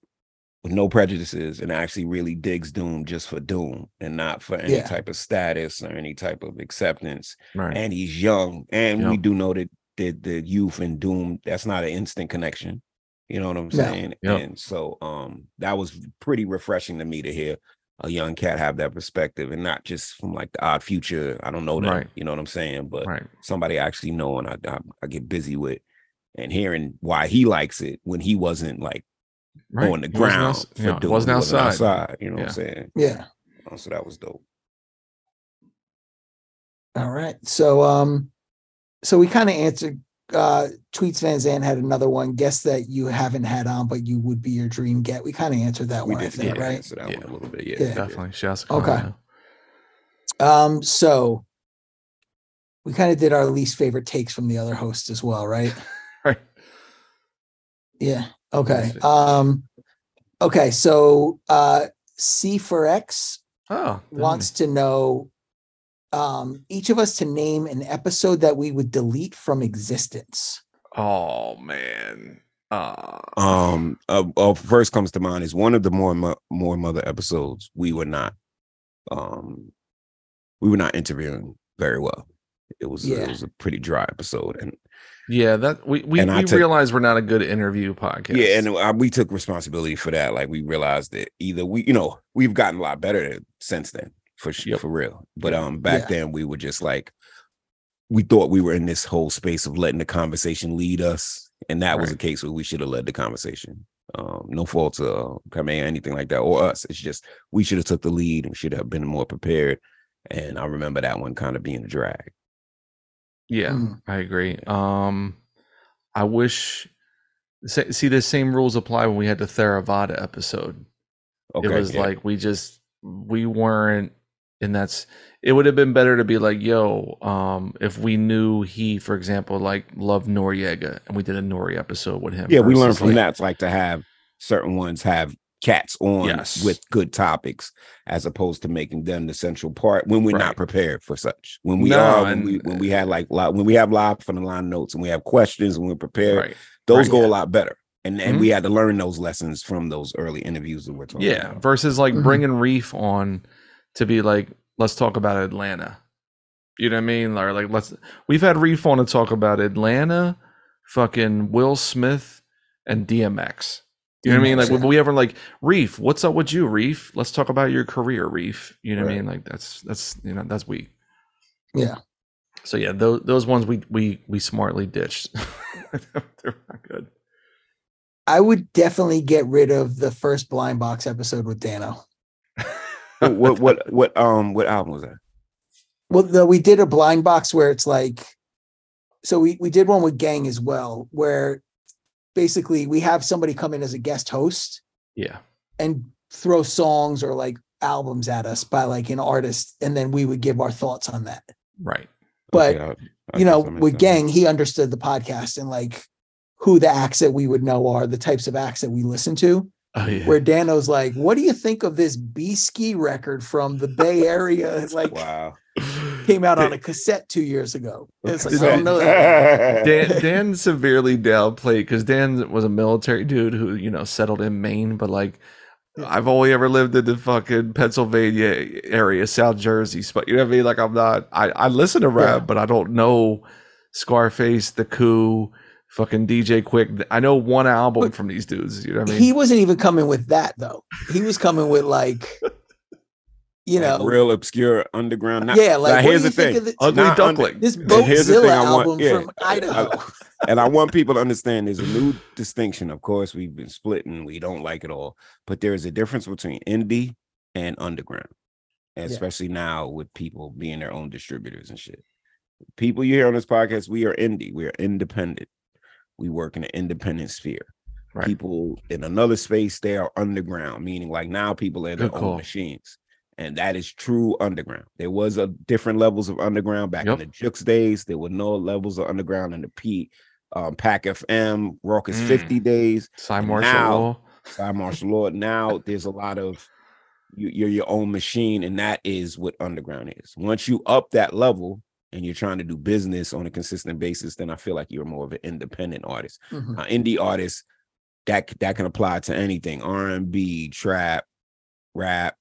Speaker 3: with no prejudices and actually really digs Doom just for Doom and not for any
Speaker 1: Yeah.
Speaker 3: type of status or any type of acceptance
Speaker 2: Right.
Speaker 3: and he's young. And we
Speaker 2: Yep.
Speaker 3: do know that the the youth and doom that's not an instant connection. You know what I'm
Speaker 1: No.
Speaker 3: saying?
Speaker 2: Yep.
Speaker 3: And so um that was pretty refreshing to me to hear a young cat have that perspective and not just from like the odd future. I don't know that.
Speaker 2: Right.
Speaker 3: You know what I'm saying? But
Speaker 2: right.
Speaker 3: somebody I actually know and I, I I get busy with and hearing why he likes it when he wasn't like
Speaker 2: Right.
Speaker 3: on the
Speaker 2: He wasn't
Speaker 3: ground
Speaker 2: outs-
Speaker 3: for
Speaker 2: yeah,
Speaker 3: Doom.
Speaker 2: Wasn't
Speaker 3: He
Speaker 2: outside.
Speaker 3: You know what
Speaker 2: Yeah.
Speaker 3: I'm saying?
Speaker 1: Yeah.
Speaker 3: Uh, So that was dope.
Speaker 1: All right. So um so we kind of answered uh tweets Van Zandt had another one, guess that you haven't had on, but you would be your dream get. We kind of answered that
Speaker 3: We
Speaker 1: one, I
Speaker 3: did
Speaker 1: think,
Speaker 3: yeah,
Speaker 1: right?
Speaker 3: answer that
Speaker 2: Yeah.
Speaker 3: one a little bit. Yeah,
Speaker 1: Yeah.
Speaker 3: we did.
Speaker 2: Definitely. Shouts to
Speaker 1: Okay.
Speaker 2: Colorado.
Speaker 1: Um, so we kind of did our least favorite takes from the other hosts as well, right?
Speaker 2: Right.
Speaker 1: Yeah. Okay.
Speaker 2: favorite.
Speaker 1: Um okay, so uh C for X
Speaker 2: Oh.
Speaker 3: Hmm.
Speaker 2: that
Speaker 1: wants to know um each of us to name an episode that we would delete from existence.
Speaker 2: one. Oh man. Uh,
Speaker 3: um uh, uh, first comes to mind is one of the more Mo- more mother episodes we were not um we were not interviewing very well it was
Speaker 1: Yeah.
Speaker 3: it was a pretty dry episode and
Speaker 2: yeah, that we we,
Speaker 3: And I
Speaker 2: we
Speaker 3: take-
Speaker 2: realize we're not a good interview podcast.
Speaker 3: yeah and uh we took responsibility for that like we realized that either we you know we've gotten a lot better since then for sure
Speaker 2: Yep.
Speaker 3: for real but um back then we were just like we thought we were in this whole space of letting the conversation lead us and that was a
Speaker 2: Right.
Speaker 3: case where we should have led the conversation um no fault to uh, Kame or anything like that or us it's just we should have took the lead and should have been more prepared and i remember that one kind of being a drag
Speaker 2: yeah,
Speaker 1: Mm.
Speaker 2: I agree. Um, I wish. sa- See, the same rules apply when we had the Theravada episode.
Speaker 3: okay
Speaker 2: it was
Speaker 3: yeah.
Speaker 2: like we just we weren't and that's it would have been better to be like yo um if we knew he for example like loved noriega and we did a nori episode with him
Speaker 3: Yeah, we learned
Speaker 2: versus,
Speaker 3: from
Speaker 2: like-
Speaker 3: that. It's like to have certain ones have cats on
Speaker 2: Yes.
Speaker 3: with good topics as opposed to making them the central part when we're
Speaker 2: Right.
Speaker 3: not prepared for such. When we
Speaker 2: No,
Speaker 3: are, when
Speaker 2: and-
Speaker 3: we, when we had like li- when we have live from the line notes and we have questions and we're prepared,
Speaker 2: right
Speaker 3: those
Speaker 2: right,
Speaker 3: go
Speaker 2: yeah.
Speaker 3: a lot better. And and
Speaker 2: Mhm.
Speaker 3: we had to learn those lessons from those early interviews that we're talking
Speaker 2: yeah
Speaker 3: about.
Speaker 2: versus like
Speaker 1: Mhm.
Speaker 2: bringing reef on to be like let's talk about atlanta you know what i mean or like let's we've had reef on to talk about atlanta fucking will smith and dmx you know what I mean? Like,
Speaker 1: DMX,
Speaker 2: we
Speaker 1: yeah.
Speaker 2: we ever like Reef? What's up with you, Reef? Let's talk about your career, Reef. You know what I
Speaker 3: Right.
Speaker 2: mean? Like, that's that's you know that's weak.
Speaker 1: Yeah.
Speaker 2: So yeah, those those ones we we we smartly ditched. (laughs) They're not good.
Speaker 1: I would definitely get rid of the first blind box episode with Dano.
Speaker 3: What, what what what um what album was that?
Speaker 1: Well, though we did a blind box where it's like, so we we did one with Gang as well, where basically we have somebody come in as a guest host
Speaker 2: Yeah.
Speaker 1: and throw songs or like albums at us by like an artist, and then we would give our thoughts on that.
Speaker 2: Right.
Speaker 1: But
Speaker 3: Okay, I- I
Speaker 1: you know,
Speaker 3: guess I missed
Speaker 1: with
Speaker 3: that.
Speaker 1: Gang, he understood the podcast and like who the acts that we would know are, the types of acts that we listen to.
Speaker 2: Oh yeah.
Speaker 1: Where Dano's like, "What do you think of this B ski record from the
Speaker 3: (laughs)
Speaker 1: Bay Area?" It's like
Speaker 3: Wow.
Speaker 1: came out on a cassette two years ago.
Speaker 3: (laughs)
Speaker 1: It's like, I don't know. That.
Speaker 3: that.
Speaker 2: Dan, Dan severely downplayed because Dan was a military dude who you know settled in Maine, but like I've only ever lived in the fucking Pennsylvania area, South Jersey. But you know what I mean? Like I'm not. I I listen to rap,
Speaker 1: Yeah.
Speaker 2: but I don't know Scarface, The Coup, fucking DJ Quick. I know one album
Speaker 1: But
Speaker 2: from these dudes. You know what I mean?
Speaker 1: He wasn't even coming with that though. He was coming with like, you
Speaker 3: Like,
Speaker 1: know,
Speaker 3: real obscure underground. Not,
Speaker 1: yeah, like
Speaker 3: now,
Speaker 1: what
Speaker 3: here's
Speaker 1: do you
Speaker 3: the thing.
Speaker 1: think of this,
Speaker 2: Ugly
Speaker 3: Nah, under-
Speaker 2: Duckling.
Speaker 1: this
Speaker 3: and here's the
Speaker 1: Boatzilla
Speaker 3: thing I want-
Speaker 1: album
Speaker 3: yeah,
Speaker 1: from Idaho?
Speaker 3: and I want people to understand there's a new distinction. Of course, we've been splitting, we don't like it all, but there is a difference between indie and underground, and
Speaker 1: Yeah.
Speaker 3: especially now with people being their own distributors and shit. People you hear on this podcast, we are indie, we are independent, we work in an independent sphere.
Speaker 2: Right.
Speaker 3: People in another space, they are underground, meaning like now people are their
Speaker 2: Good
Speaker 3: own
Speaker 2: call.
Speaker 3: machines. And that is true underground. There was a different levels of underground back
Speaker 2: Yep.
Speaker 3: in the Jux days. There were no levels of underground in the P, um, Pack FM, Raucous
Speaker 2: Mm.
Speaker 3: 50 days,
Speaker 2: Cy
Speaker 3: And
Speaker 2: Marshall
Speaker 3: now-
Speaker 2: Law.
Speaker 3: Side Martial Law. Now there's a lot of you, you're your own machine, and that is what underground is. Once you up that level and you're trying to do business on a consistent basis, then I feel like you're more of an independent artist
Speaker 1: Mhm.
Speaker 3: uh, indie artists that c- that can apply to anything r&b trap rap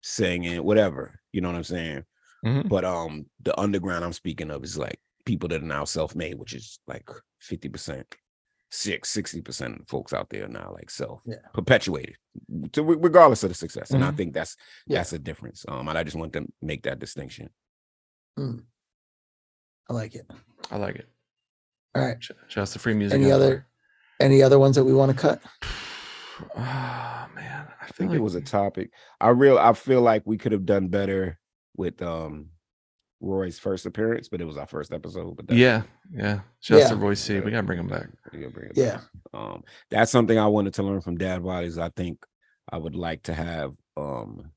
Speaker 3: singing whatever you know what i'm saying
Speaker 1: Mm-hmm.
Speaker 2: Mhm.
Speaker 3: but um the underground i'm speaking of is like people that are now self-made which is like 50% 6 60% of the folks out there now like self
Speaker 1: Yeah. Mm-hmm.
Speaker 3: perpetuated to, re- regardless of the success and i
Speaker 2: Mhm.
Speaker 3: think that's
Speaker 1: Yeah.
Speaker 3: that's a difference um and i just want to make that distinction
Speaker 1: I like it.
Speaker 2: I like it.
Speaker 1: All right.
Speaker 2: Just the free music.
Speaker 1: Any
Speaker 2: out
Speaker 1: other-
Speaker 2: (sighs) there.
Speaker 1: Any other ones that we want to cut?
Speaker 2: Ah man, I
Speaker 3: I think
Speaker 2: feel like
Speaker 3: it was a topic. I real I feel like we could have done better with um Roy's first appearance, but it was our first episode. But that's-
Speaker 2: yeah, yeah. Just
Speaker 1: Yeah.
Speaker 2: the Royce C. We gotta bring him back.
Speaker 3: we gotta bring it
Speaker 1: Yeah.
Speaker 3: back. Um that's something I wanted to learn from Dad Bodies. I think I would like to have um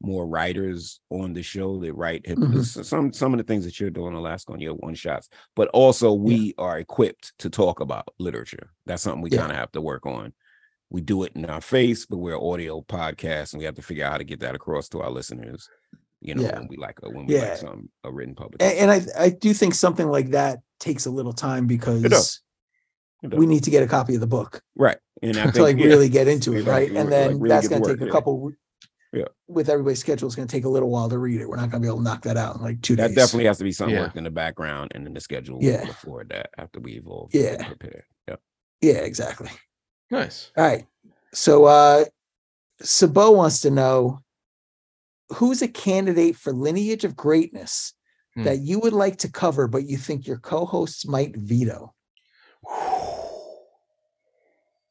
Speaker 3: more writers on the show that write hip-
Speaker 1: Mhm.
Speaker 3: s- some some of the things that you're doing Alaska on your one shots, but also we are equipped to talk about literature. That's something we
Speaker 1: Yeah.
Speaker 3: kind of have to work on. We do it in our face, but we're an audio podcast, and we have to figure out how to get that across to our listeners. You know,
Speaker 1: Yeah.
Speaker 3: when we like a, when we
Speaker 1: Yeah.
Speaker 3: like some a written publication.
Speaker 1: And, and I I do think something like that takes a little time because
Speaker 3: It
Speaker 1: we
Speaker 3: does.
Speaker 1: need to get a copy of the book
Speaker 3: right, and I
Speaker 1: to (laughs) like
Speaker 3: yeah.
Speaker 1: really get into it,
Speaker 3: Yeah,
Speaker 1: right?
Speaker 3: like,
Speaker 1: And then
Speaker 3: really
Speaker 1: that's
Speaker 3: get to
Speaker 1: going to
Speaker 3: work,
Speaker 1: take a
Speaker 3: yeah.
Speaker 1: couple.
Speaker 3: Yeah.
Speaker 1: With everybody's schedule, it's going to take a little while to read it. We're not going to be able to knock that out in like two
Speaker 3: That
Speaker 1: days.
Speaker 3: definitely has to be something
Speaker 2: Yeah.
Speaker 3: worked in the background and in the schedule
Speaker 1: Yeah.
Speaker 3: before that after we evolve.
Speaker 1: Yeah.
Speaker 3: Prepare. Yeah.
Speaker 1: Yeah, exactly.
Speaker 2: Nice.
Speaker 1: All right. So uh Sabo wants to know who's a candidate for lineage of greatness
Speaker 2: Hmm.
Speaker 1: that you would like to cover, but you think your co-hosts might veto.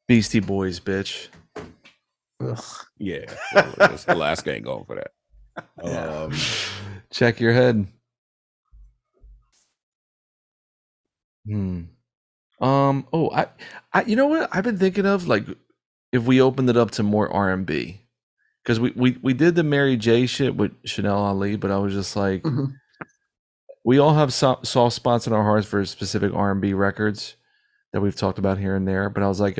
Speaker 2: Beastie Boys, bitch.
Speaker 1: Ugh.
Speaker 3: Yeah. well, it's- Alaska ain't going for (laughs) that.
Speaker 1: Yeah.
Speaker 3: Um
Speaker 2: Check your head. Hmm. Um. Oh, I, I. You know what? I've been thinking of like, if we opened it up to more R and B, because we, we we did the Mary J shit with Chanel Ali, but I was just like,
Speaker 3: Mm-hmm.
Speaker 1: Mhm.
Speaker 2: we all have so- soft spots in our hearts for specific R and B records that we've talked about here and there. But I was like,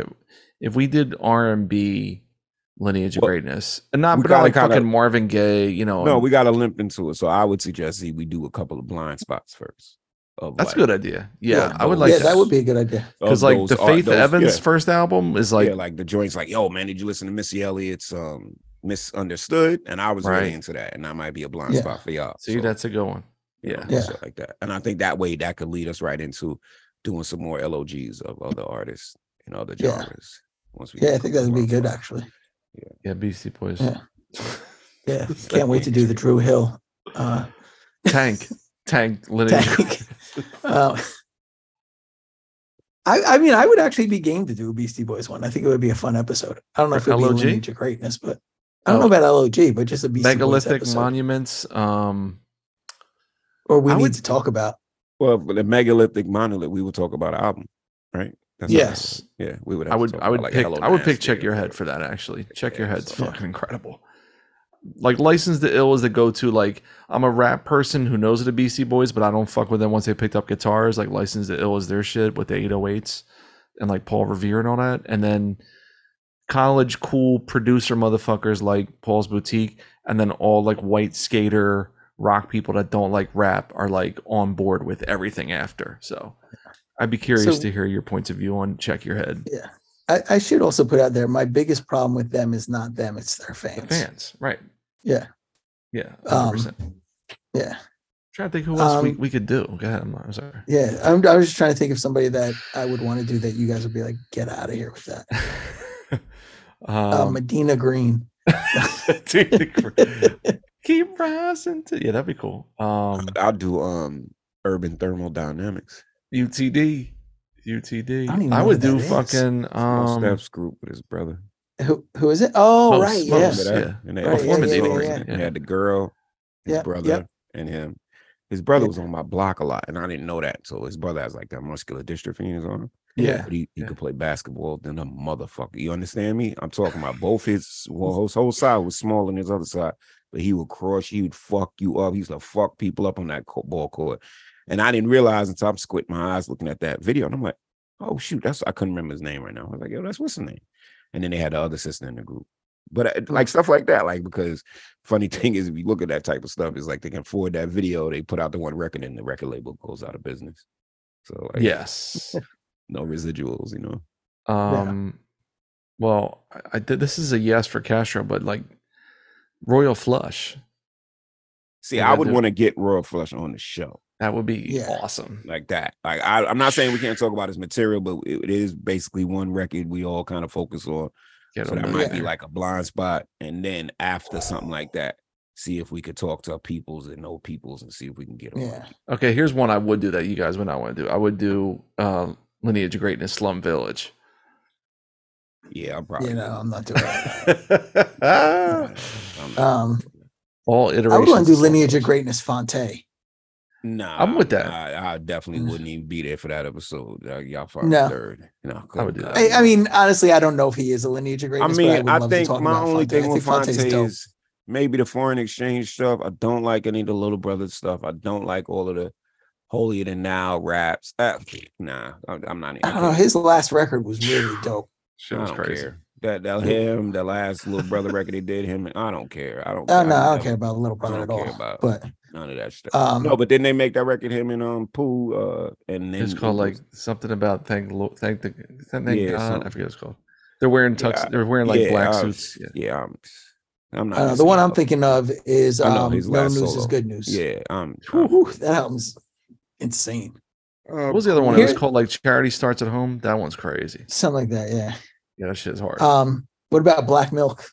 Speaker 2: if we did R and B lineage of
Speaker 3: Well,
Speaker 2: greatness, and not
Speaker 3: we
Speaker 2: but not
Speaker 3: gotta
Speaker 2: like
Speaker 3: kinda-
Speaker 2: fucking Marvin Gaye, you know,
Speaker 3: No,
Speaker 2: and-
Speaker 3: we got to limp into it. So I would suggest that we do a couple of blind spots first. Of
Speaker 2: that's a
Speaker 3: like,
Speaker 2: good idea. Yeah,
Speaker 3: Yeah,
Speaker 2: I would
Speaker 3: those-
Speaker 2: like
Speaker 1: yeah,
Speaker 2: that.
Speaker 1: that would be a good idea.
Speaker 3: of
Speaker 2: because like
Speaker 3: those
Speaker 2: the
Speaker 3: art-
Speaker 2: Faith
Speaker 3: those-
Speaker 2: Evans
Speaker 3: yeah,
Speaker 2: first album is
Speaker 3: like,
Speaker 2: like
Speaker 3: yeah, like the joints, like yo, man, did you listen to Missy Elliott's um misunderstood? And I was
Speaker 2: Right.
Speaker 3: really into that, and that might be a blind
Speaker 1: Yeah.
Speaker 3: spot for y'all.
Speaker 2: see that's a good one.
Speaker 3: you know,
Speaker 2: Yeah.
Speaker 1: Yeah.
Speaker 3: shit like that. And I think that way that could lead us right into doing some more LOGs of other artists and other
Speaker 1: Yeah.
Speaker 3: genres. Once we
Speaker 1: Yeah,
Speaker 3: get
Speaker 1: I
Speaker 3: a
Speaker 1: think
Speaker 3: couple
Speaker 1: that'd be
Speaker 3: more
Speaker 1: good
Speaker 3: spots.
Speaker 1: actually.
Speaker 2: Yeah, Beastie Boys.
Speaker 1: Yeah.
Speaker 3: (laughs)
Speaker 1: Yeah, can't wait to do the Drew Hill uh,
Speaker 2: (laughs) Tank. Tank lineage.
Speaker 1: tank. (laughs) Uh, I, I mean, I would actually be game to do a Beastie Boys one. I think it would be a fun episode. I don't know if
Speaker 2: For
Speaker 1: it would
Speaker 2: LOG?
Speaker 1: be lineage of greatness, but I don't
Speaker 2: Oh.
Speaker 1: know about LOG, but just a Beastie Boys
Speaker 2: Megalithic
Speaker 1: episode.
Speaker 2: monuments. Um
Speaker 1: or we
Speaker 2: I
Speaker 1: need
Speaker 2: would-
Speaker 1: to talk about.
Speaker 3: Well, for the megalithic monolith, we would talk about an album, right? That's what I
Speaker 1: Yes.
Speaker 3: said. Yeah, we would.
Speaker 2: I
Speaker 3: have to
Speaker 2: would
Speaker 3: talk
Speaker 2: I would
Speaker 3: about, like,
Speaker 2: pick
Speaker 3: Hello
Speaker 2: I would pick
Speaker 3: Nasty
Speaker 2: check
Speaker 3: or
Speaker 2: your head
Speaker 3: whatever.
Speaker 2: for that actually. Check your
Speaker 3: Yeah,
Speaker 2: head's
Speaker 3: so-
Speaker 2: fucking incredible. Like License to Ill is the go to like I'm a rap person who knows the BC Boys, but I don't fuck with them once they picked up guitars. Like License to Ill is their shit with the 808s and like Paul Revere and all that. And then college cool producer motherfuckers like Paul's Boutique and then all like white skater rock people that don't like rap are like on board with everything after. So I'd be curious
Speaker 1: So-
Speaker 2: to hear your points of view on Check Your Head.
Speaker 1: Yeah, I, I should also put out there. My biggest problem with them is not them; it's their fans.
Speaker 2: The fans, right?
Speaker 1: Yeah,
Speaker 2: Yeah,
Speaker 1: Um,
Speaker 2: 100%.
Speaker 1: yeah,
Speaker 2: trying to think who else we,
Speaker 1: um,
Speaker 2: we could do. Go ahead. I'm, I'm sorry.
Speaker 1: yeah. I'm, I was just trying to think of somebody that I would want to do that. You guys would be like, get out of here with that.
Speaker 2: (laughs)
Speaker 1: Uh,
Speaker 2: um,
Speaker 1: Medina Green.
Speaker 2: dude, the
Speaker 1: (laughs)
Speaker 2: gr- keep rising. To, yeah, that'd be cool. Um,
Speaker 3: I'll do um urban thermodynamics.
Speaker 2: UTD, UTD.
Speaker 1: I don't even
Speaker 2: I,
Speaker 1: know
Speaker 2: would
Speaker 1: who
Speaker 2: do
Speaker 1: that is.
Speaker 2: fucking
Speaker 3: Um,
Speaker 2: um,
Speaker 3: Steps group with his brother.
Speaker 1: Who who is it? Oh
Speaker 2: Smokes,
Speaker 1: right,
Speaker 2: Smokes,
Speaker 1: yeah.
Speaker 3: Remember that?
Speaker 2: yeah.
Speaker 3: And they
Speaker 1: Right,
Speaker 3: had
Speaker 1: yeah,
Speaker 3: Foreman
Speaker 1: yeah,
Speaker 3: Story,
Speaker 1: yeah,
Speaker 3: and
Speaker 2: yeah.
Speaker 3: they had the girl, his
Speaker 1: Yep,
Speaker 3: brother,
Speaker 1: yep.
Speaker 3: and him. His brother
Speaker 1: Yep.
Speaker 3: was on my block a lot, and I didn't know that. So his brother has like that muscular dystrophy in his arm.
Speaker 2: yeah.
Speaker 3: But he, he
Speaker 2: Yeah.
Speaker 3: could play basketball than a motherfucker. You understand me? I'm talking about both his well, his whole side was smaller than his other side, but he would crush, he would fuck you up. He used to fuck people up on that co- ball court. And I didn't realize until I'm squinting my eyes looking at that video. And I'm like, oh shoot, that's I couldn't remember his name right now. I was like, yo, that's what's his name. And then they had the other sister in the group. But uh, like stuff like that, like because funny (laughs) thing is, if you look at that type of stuff, it's like they can afford that video. They put out the one record, and the record label goes out of business. So
Speaker 1: (laughs)
Speaker 3: like,
Speaker 2: Yes.
Speaker 3: no residuals, you know.
Speaker 2: Um, well, I, I did. This is a yes for Castro, but like Royal Flush,
Speaker 3: See,
Speaker 2: Yeah,
Speaker 3: I
Speaker 2: I
Speaker 3: would
Speaker 2: do.
Speaker 3: want to get Royal Flush on the show
Speaker 2: that would be
Speaker 1: Yeah.
Speaker 2: awesome.
Speaker 3: like that. Like, I, I'm not saying we can't talk about his material, but it- it is basically one record we all kind of focus on.
Speaker 2: Get
Speaker 3: So
Speaker 2: him
Speaker 3: that
Speaker 2: in
Speaker 3: might be
Speaker 2: there.
Speaker 3: like a blind spot. And then after something like that, see if we could talk to our peoples and know peoples and see if we can get them.
Speaker 1: Yeah.
Speaker 2: Okay, here's one I would do that you guys would not want to do. I would do uh, Lineage of Greatness
Speaker 1: (laughs)
Speaker 2: Slum Village.
Speaker 3: yeah, I'm probably.
Speaker 1: You know, I'm not
Speaker 2: (laughs)
Speaker 1: doing that.
Speaker 3: I'm not-
Speaker 1: Um,
Speaker 2: All iterations.
Speaker 1: I would want to
Speaker 2: of
Speaker 1: do
Speaker 2: Slum
Speaker 1: lineage of
Speaker 2: Village.
Speaker 1: greatness, Fonte.
Speaker 3: nah,
Speaker 2: I'm with that.
Speaker 3: I, I definitely
Speaker 1: Mm.
Speaker 3: wouldn't even be there for that episode. Uh, y'all find
Speaker 1: No.
Speaker 3: third. No,
Speaker 2: I would do
Speaker 3: couldn't-
Speaker 2: that.
Speaker 1: I, I mean, honestly, I don't know if he is a lineage of
Speaker 3: I
Speaker 1: greatness.
Speaker 3: mean,
Speaker 1: but I,
Speaker 3: I,
Speaker 1: would love
Speaker 3: think
Speaker 1: to talk
Speaker 3: my
Speaker 1: about
Speaker 3: only
Speaker 1: Fonte.
Speaker 3: thing
Speaker 1: I
Speaker 3: with
Speaker 1: think
Speaker 3: Fonte
Speaker 1: Fonte's dope.
Speaker 3: is maybe the foreign exchange stuff. I don't like any of the little brother stuff. I don't like all of the holier than now raps. Uh, nah, I'm, I'm not.
Speaker 1: I don't know. His last record was
Speaker 3: (sighs)
Speaker 1: really dope.
Speaker 2: Shit was
Speaker 3: I don't
Speaker 2: crazy.
Speaker 3: care. That that him, the last little brother record they did him. I don't care. I don't.
Speaker 1: Oh no, I don't
Speaker 3: never-
Speaker 1: care about Little Brother at
Speaker 3: don't care
Speaker 1: all.
Speaker 3: about-
Speaker 1: But
Speaker 3: none of that stuff.
Speaker 1: um,
Speaker 3: no, but then they make that record him and um Pooh, uh, and then
Speaker 2: It's called
Speaker 3: it
Speaker 2: like
Speaker 3: was-
Speaker 2: something about thank Lo- thank the thank
Speaker 3: Yeah,
Speaker 2: God. I
Speaker 3: something.
Speaker 2: forget what it's called. They're wearing tux.
Speaker 3: Yeah,
Speaker 2: they're wearing like black
Speaker 3: I'm-
Speaker 2: suits. Yeah.
Speaker 3: Yeah, I'm, I'm not.
Speaker 1: I don't know, Uh, the
Speaker 3: listening
Speaker 1: one
Speaker 3: to
Speaker 1: I'm
Speaker 3: that.
Speaker 1: thinking of is
Speaker 3: I know,
Speaker 1: um,
Speaker 3: his
Speaker 1: No
Speaker 3: last
Speaker 1: News is
Speaker 3: solo.
Speaker 1: Good News.
Speaker 3: Yeah, um,
Speaker 1: Whew, that album's insane.
Speaker 2: What was the other one?
Speaker 3: (laughs)
Speaker 2: It was
Speaker 1: Here-
Speaker 2: called like Charity Starts at Home. That one's crazy.
Speaker 1: Something like that. Yeah.
Speaker 2: Yeah, that shit's hard.
Speaker 1: Um, what about Black Milk?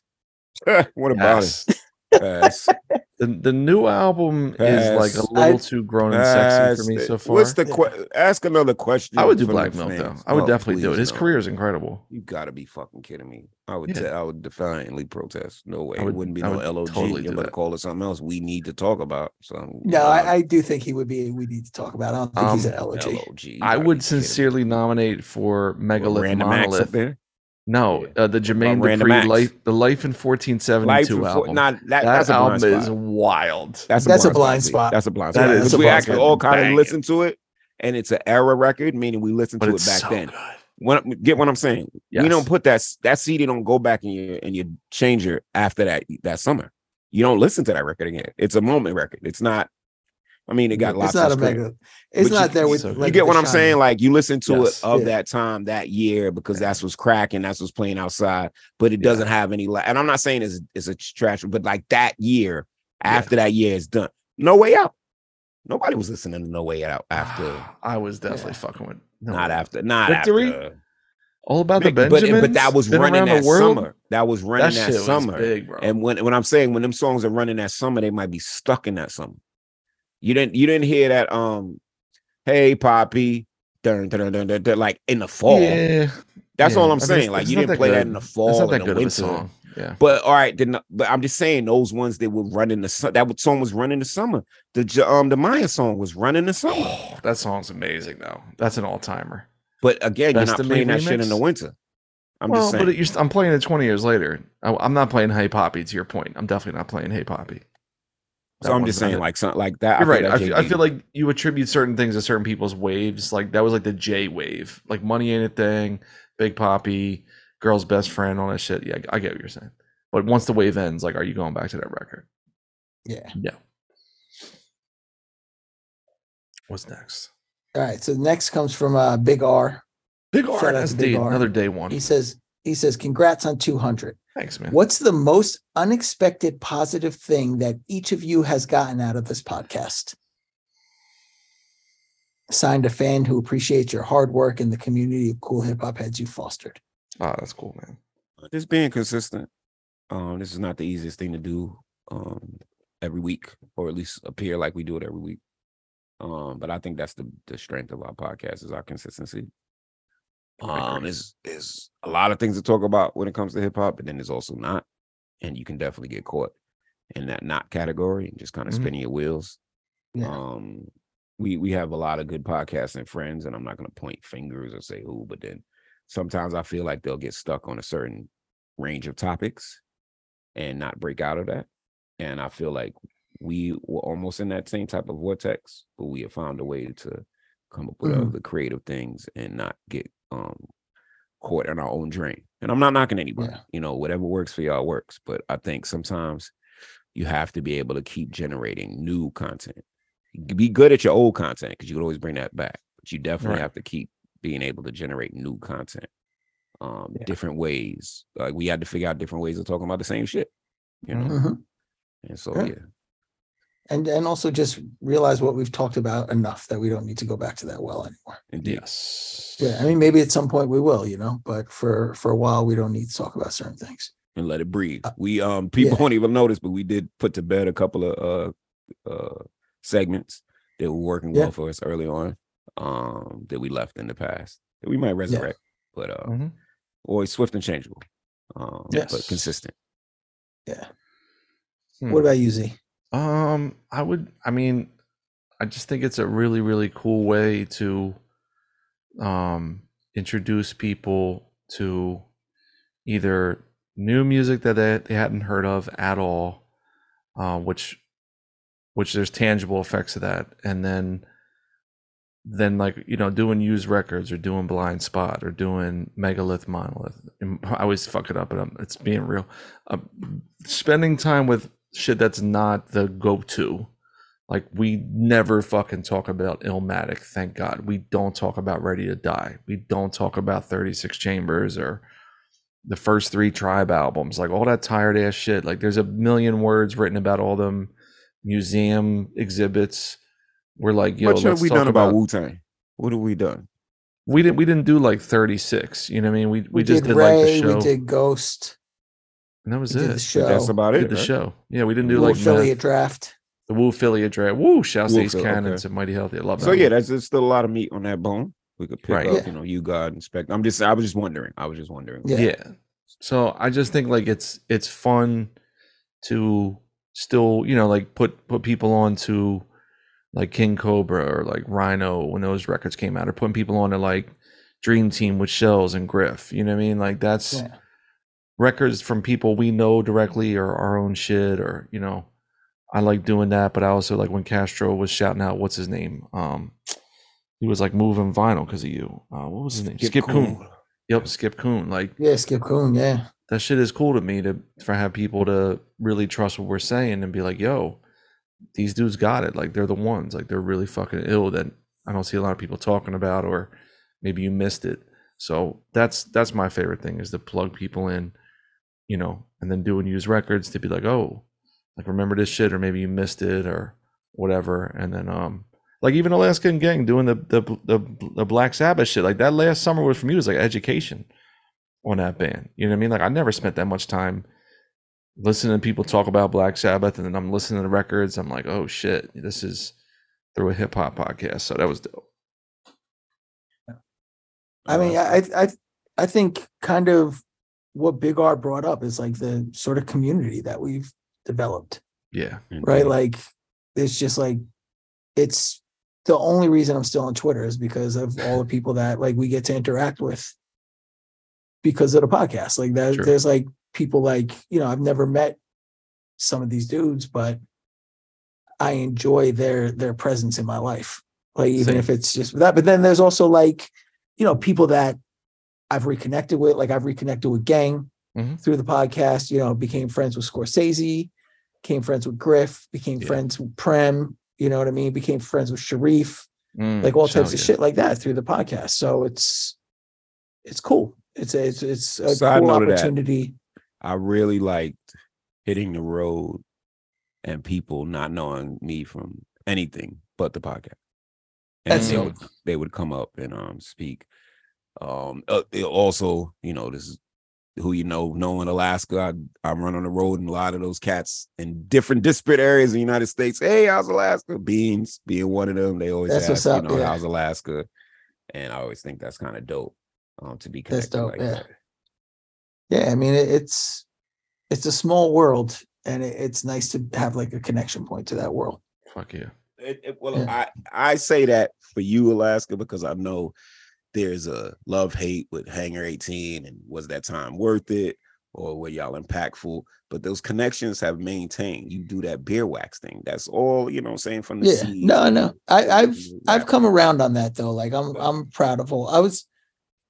Speaker 3: what about it?
Speaker 2: Yes.
Speaker 3: Pass.
Speaker 2: The the new album is like
Speaker 3: Pass.
Speaker 2: a little
Speaker 1: I-
Speaker 2: too grown and sexy
Speaker 3: Ask
Speaker 2: for me
Speaker 3: the-
Speaker 2: so far.
Speaker 3: What's the
Speaker 1: Yeah.
Speaker 3: que- ask another question?
Speaker 2: I would do
Speaker 3: from the
Speaker 2: Black Milk though.
Speaker 3: fans.
Speaker 2: I would
Speaker 3: Oh,
Speaker 2: definitely do
Speaker 3: please
Speaker 2: it. His
Speaker 3: no.
Speaker 2: career is incredible.
Speaker 3: You gotta be fucking kidding me. I would.
Speaker 2: Yeah.
Speaker 3: T- I would defiantly protest. No way.
Speaker 2: I
Speaker 3: it
Speaker 2: would-
Speaker 3: wouldn't be
Speaker 2: I
Speaker 3: no
Speaker 2: would
Speaker 3: LOG.
Speaker 2: totally
Speaker 3: You're
Speaker 2: do
Speaker 3: gonna
Speaker 2: that.
Speaker 3: call it something else. We need to talk about. So
Speaker 1: No, I, I do think he would be. We need to talk about. I don't think he's
Speaker 2: Um,
Speaker 1: an LOG.
Speaker 3: LOG. You
Speaker 2: I
Speaker 3: gotta be kidding me.
Speaker 2: would sincerely nominate for Megalith
Speaker 3: Random Acts up
Speaker 2: Monolith.
Speaker 3: there.
Speaker 2: No, uh, the Jermaine
Speaker 3: Random
Speaker 2: Dupri,
Speaker 3: Acts?
Speaker 2: life, the Life in 1472
Speaker 3: Life in
Speaker 2: album.
Speaker 3: Fort- nah, that,
Speaker 2: that
Speaker 3: that's a blind
Speaker 2: album
Speaker 3: spot.
Speaker 2: is wild.
Speaker 3: That's a
Speaker 1: That's a
Speaker 3: blind,
Speaker 1: blind
Speaker 3: spot.
Speaker 1: spot.
Speaker 3: That's a blind
Speaker 2: That
Speaker 3: spot.
Speaker 2: is
Speaker 3: Because
Speaker 2: a
Speaker 3: we
Speaker 2: blind
Speaker 3: actually
Speaker 2: spot.
Speaker 3: all kind
Speaker 2: Banging.
Speaker 3: of listened to it, and it's an era record, meaning we listened
Speaker 2: But
Speaker 3: to
Speaker 2: it's
Speaker 3: it back
Speaker 2: so
Speaker 3: then.
Speaker 2: good.
Speaker 3: When get what I'm saying?
Speaker 2: Yes.
Speaker 3: We don't put that that CD don't go back in your and your changer after that that summer. You don't listen to that record again. It's a moment record. It's not. I mean, it got
Speaker 1: it's
Speaker 3: lots.
Speaker 1: not a
Speaker 3: of
Speaker 1: mega. It's
Speaker 3: But you-
Speaker 1: not there with.
Speaker 2: so good.
Speaker 1: like
Speaker 3: you get
Speaker 1: The
Speaker 3: what I'm
Speaker 1: Shining.
Speaker 3: saying? Like you listen to
Speaker 2: Yes.
Speaker 3: it of
Speaker 1: Yeah.
Speaker 3: that time, that year, because that's what's cracking, that's what's playing outside. But it doesn't have any. la- And I'm not saying it's it's a trash, but like that year, after that year is done, no way out. Nobody was listening to No Way Out after,
Speaker 2: I was definitely fucking with (sighs) no.
Speaker 3: not after, not
Speaker 2: Victory?
Speaker 3: after.
Speaker 2: all about the
Speaker 3: But-
Speaker 2: Benjamins.
Speaker 3: But, but that was
Speaker 2: Been
Speaker 3: running
Speaker 2: around
Speaker 3: that
Speaker 2: the world?
Speaker 3: summer. That was
Speaker 2: That
Speaker 3: running that,
Speaker 2: shit was
Speaker 3: summer.
Speaker 2: big, bro.
Speaker 3: And when when I'm saying when them songs are running that summer, they might be stuck in that summer. You didn't you didn't hear that um, hey Poppy, dun, dun, dun, dun, dun, dun, like in the fall.
Speaker 2: yeah,
Speaker 3: That's
Speaker 2: yeah.
Speaker 3: all
Speaker 2: I mean,
Speaker 3: I'm saying.
Speaker 2: it's-
Speaker 3: like
Speaker 2: it's
Speaker 3: you
Speaker 2: not
Speaker 3: didn't
Speaker 2: that
Speaker 3: play that
Speaker 2: good.
Speaker 3: in the
Speaker 2: that's
Speaker 3: fall
Speaker 2: not
Speaker 3: and
Speaker 2: that
Speaker 3: the
Speaker 2: good of a
Speaker 3: winter.
Speaker 2: song. Yeah,
Speaker 3: But all right, then. But I'm just saying those ones that would run in the sun. That song was running the summer. The J- um the Maya song was running the summer.
Speaker 2: (gasps) Oh, that song's amazing though. That's an all timer.
Speaker 3: But again,
Speaker 2: Best
Speaker 3: you're
Speaker 2: of
Speaker 3: not
Speaker 2: Me
Speaker 3: playing that shit in the
Speaker 2: remix?
Speaker 3: winter. I'm
Speaker 2: well,
Speaker 3: just saying.
Speaker 2: but it, you're, st- I'm playing it 20 years later. I, I'm not playing Hey Poppy. To your point, I'm definitely not playing Hey Poppy. That
Speaker 3: so I'm
Speaker 2: one's
Speaker 3: just
Speaker 2: not
Speaker 3: saying
Speaker 2: it.
Speaker 3: like something like that.
Speaker 2: You're right.
Speaker 3: think
Speaker 2: I
Speaker 3: that
Speaker 2: f-
Speaker 3: Jay
Speaker 2: I
Speaker 3: Dee-
Speaker 2: feel like you attribute certain things to certain people's waves. Like that was like the J wave, like Money Ain't a Thing, Big Poppy, Girl's Best Friend, all that shit. Yeah, I get what you're saying. But once the wave ends, like, are you going back to that record?
Speaker 1: Yeah.
Speaker 2: No. What's next?
Speaker 1: All right. So next comes from uh, Big R.
Speaker 2: Big
Speaker 1: Shout
Speaker 2: R.
Speaker 1: out to
Speaker 2: That's
Speaker 1: Big
Speaker 2: the-
Speaker 1: R.
Speaker 2: another day one.
Speaker 1: He says. He says, "Congrats on 200."
Speaker 2: Thanks, man.
Speaker 1: What's the most unexpected positive thing that each of you has gotten out of this podcast? Signed a fan who appreciates your hard work and the community of cool hip hop heads you fostered.
Speaker 2: Ah, that's cool, man.
Speaker 3: just being consistent. Um, this is not the easiest thing to do um every week, or at least appear like we do it every week. Um, but I think that's the the strength of our podcast is our consistency. Um,
Speaker 2: agree.
Speaker 3: is is a lot of things to talk about when it comes to hip hop, but then there's also not, and you can definitely get caught in that not category and just kind of
Speaker 2: Mhm.
Speaker 3: spinning your wheels.
Speaker 1: Yeah.
Speaker 3: Um, we we have a lot of good podcasts and friends, and I'm not going to point fingers or say who, but then sometimes I feel like they'll get stuck on a certain range of topics and not break out of that. And I feel like we were almost in that same type of vortex, but we have found a way to come up with
Speaker 1: Mhm.
Speaker 3: other creative things and not get um caught in our own drain. And I'm not knocking anybody,
Speaker 1: Yeah.
Speaker 3: you know, whatever works for y'all works. But I think sometimes you have to be able to keep generating new content. Be good at your old content because you could always bring that back. But you definitely
Speaker 2: Right.
Speaker 3: have to keep being able to generate new content, um,
Speaker 1: Yeah.
Speaker 3: different ways. Like we had to figure out different ways of talking about the same shit, you
Speaker 2: Mm-hmm.
Speaker 3: know.
Speaker 1: Mhm.
Speaker 3: And so
Speaker 1: Yeah.
Speaker 3: yeah,
Speaker 1: And and also just realize what we've talked about enough that we don't need to go back to that well anymore.
Speaker 3: indeed.
Speaker 2: Yes.
Speaker 1: Yeah. I mean, maybe at some point we will, you know, but for for a while we don't need to talk about certain things.
Speaker 3: and let it breathe.
Speaker 1: Uh,
Speaker 3: We um people (laughs)
Speaker 1: yeah.
Speaker 3: won't even notice, but we did put to bed a couple of uh uh segments that were working
Speaker 1: Yeah.
Speaker 3: well for us early on, um that we left in the past that we might resurrect, but uh
Speaker 2: Mhm.
Speaker 3: always swift and changeable, um but
Speaker 2: Yes.
Speaker 3: consistent.
Speaker 2: Hmm.
Speaker 1: What about you, Z?
Speaker 2: Um, I would. I mean, I just think it's a really, really cool way to, um, introduce people to either new music that they, they hadn't heard of at all, uh, which, which there's tangible effects of that, and then, then like you know doing used records or doing blind spot or doing megalith monolith. I always fuck it up, but I'm, it's being real. Um spending time with shit that's not the go-to. Like we never fucking talk about Illmatic, thank God. We don't talk about Ready to Die. We don't talk about 36 Chambers or the first three tribe albums. Like all that tired ass shit. Like there's a million words written about all them museum exhibits. We're like, yo,
Speaker 3: what have
Speaker 2: let's
Speaker 3: we
Speaker 2: talk
Speaker 3: done
Speaker 2: about,
Speaker 3: about Wu Tang? What have we done?
Speaker 2: we didn't we didn't do like 36. You know what I mean? We we, just did, like the
Speaker 1: Ray,
Speaker 2: show.
Speaker 1: we did Ghost,
Speaker 2: and that was
Speaker 1: we
Speaker 2: it.
Speaker 1: did the show,
Speaker 3: That's about
Speaker 2: We
Speaker 3: it.
Speaker 2: did the
Speaker 3: right?
Speaker 2: show. Yeah, we didn't do
Speaker 1: Wolf
Speaker 2: like Matt-
Speaker 1: affiliate draft.
Speaker 2: The Woo Philly address. Woo, shouts to
Speaker 3: Woo
Speaker 2: East
Speaker 3: Philly,
Speaker 2: Cannons
Speaker 3: okay.
Speaker 2: and Mighty Healthy. I love that.
Speaker 3: So yeah,
Speaker 2: one.
Speaker 3: that's there's still a lot of meat on that bone. We could pick
Speaker 2: Right.
Speaker 3: up,
Speaker 1: Yeah.
Speaker 3: you know, you God and Spec. I'm just I was just wondering. I was just wondering.
Speaker 1: Yeah.
Speaker 2: yeah. So I just think like it's it's fun to still, you know, like put put people on to like King Cobra or like Rhino when those records came out, or putting people on to like dream team with shells and griff you know what i mean like that's
Speaker 1: Yeah.
Speaker 2: records from people we know directly or our own shit or you know i like doing that but i also like when castro was shouting out what's his name um he was like moving vinyl because of you uh what was his name skip, coon. yep skip coon like
Speaker 1: Yeah, Skip Coon. Yeah.
Speaker 2: that shit is cool to me to for have people to really trust what we're saying and be like, yo, these dudes got it. Like they're the ones. Like they're really fucking ill that I don't see a lot of people talking about, or maybe you missed it. So that's that's my favorite thing is to plug people in, you know, and then doing used records to be like, oh, like remember this shit, or maybe you missed it, or whatever. And then um, like even Alaskan Gang doing the the the, the Black Sabbath shit, like that last summer was for me was like education on that band. You know what I mean? Like I never spent that much time listening to people talk about Black Sabbath, and then I'm listening to records. I'm like, oh shit, this is through a hip hop podcast. So that was dope.
Speaker 1: I
Speaker 2: Uh,
Speaker 1: mean, I, I- I, I think kind of what Big R brought up is like the sort of community that we've developed,
Speaker 2: Yeah,
Speaker 1: right? Like, it's just like, it's the only reason I'm still on Twitter is because of all the people that like we get to interact with because of the podcast. Like, that,
Speaker 2: Sure.
Speaker 1: there's like people like, you know, I've never met some of these dudes, but I enjoy their their presence in my life. Like even
Speaker 2: Same.
Speaker 1: if it's just that. But then there's also like, you know, people that I've reconnected with, like I've reconnected with Gang
Speaker 2: Mhm.
Speaker 1: through the podcast, you know, became friends with Scorsese, became friends with Griff, became
Speaker 2: Yeah.
Speaker 1: friends with Prem, you know what I mean? Became friends with Sharif,
Speaker 2: Mm,
Speaker 1: like all
Speaker 2: so,
Speaker 1: types of
Speaker 2: yeah.
Speaker 1: shit like that through the podcast. So it's it's cool. It's a, it's it's a
Speaker 3: Side
Speaker 1: cool
Speaker 3: note of that.
Speaker 1: opportunity.
Speaker 3: I really liked hitting the road and people not knowing me from anything but the podcast. And
Speaker 1: That's
Speaker 3: they
Speaker 1: dope.
Speaker 3: would, they would come up and um speak. Um uh, it also, you know, this is who you know, knowing Alaska, I, I run on the road and a lot of those cats in different (laughs) disparate areas of the United States. Hey, how's Alaska? Beans being one of them. They always
Speaker 1: That's
Speaker 3: ask,
Speaker 1: what's up,
Speaker 3: you know,
Speaker 1: yeah.
Speaker 3: how's Alaska? And I always think that's kind of dope um to be
Speaker 1: That's
Speaker 3: connected
Speaker 1: dope,
Speaker 3: like
Speaker 1: yeah.
Speaker 3: that.
Speaker 1: yeah i mean it, it's it's a small world and it, it's nice to have like a connection point to that world
Speaker 2: Fuck yeah.
Speaker 3: it, it- well,
Speaker 1: Yeah.
Speaker 3: I I say that for you, Alaska, because I know there's a love hate with Hanger 18, and was that time worth it, or were y'all impactful? But those connections have maintained. You do that beer wax thing. That's all you know. what I'm saying from the
Speaker 1: yeah
Speaker 3: seed
Speaker 1: no no i
Speaker 3: to
Speaker 1: i've
Speaker 3: the
Speaker 1: i've
Speaker 3: wrap.
Speaker 1: come around on that though like i'm
Speaker 3: Good.
Speaker 1: i'm proud of all i was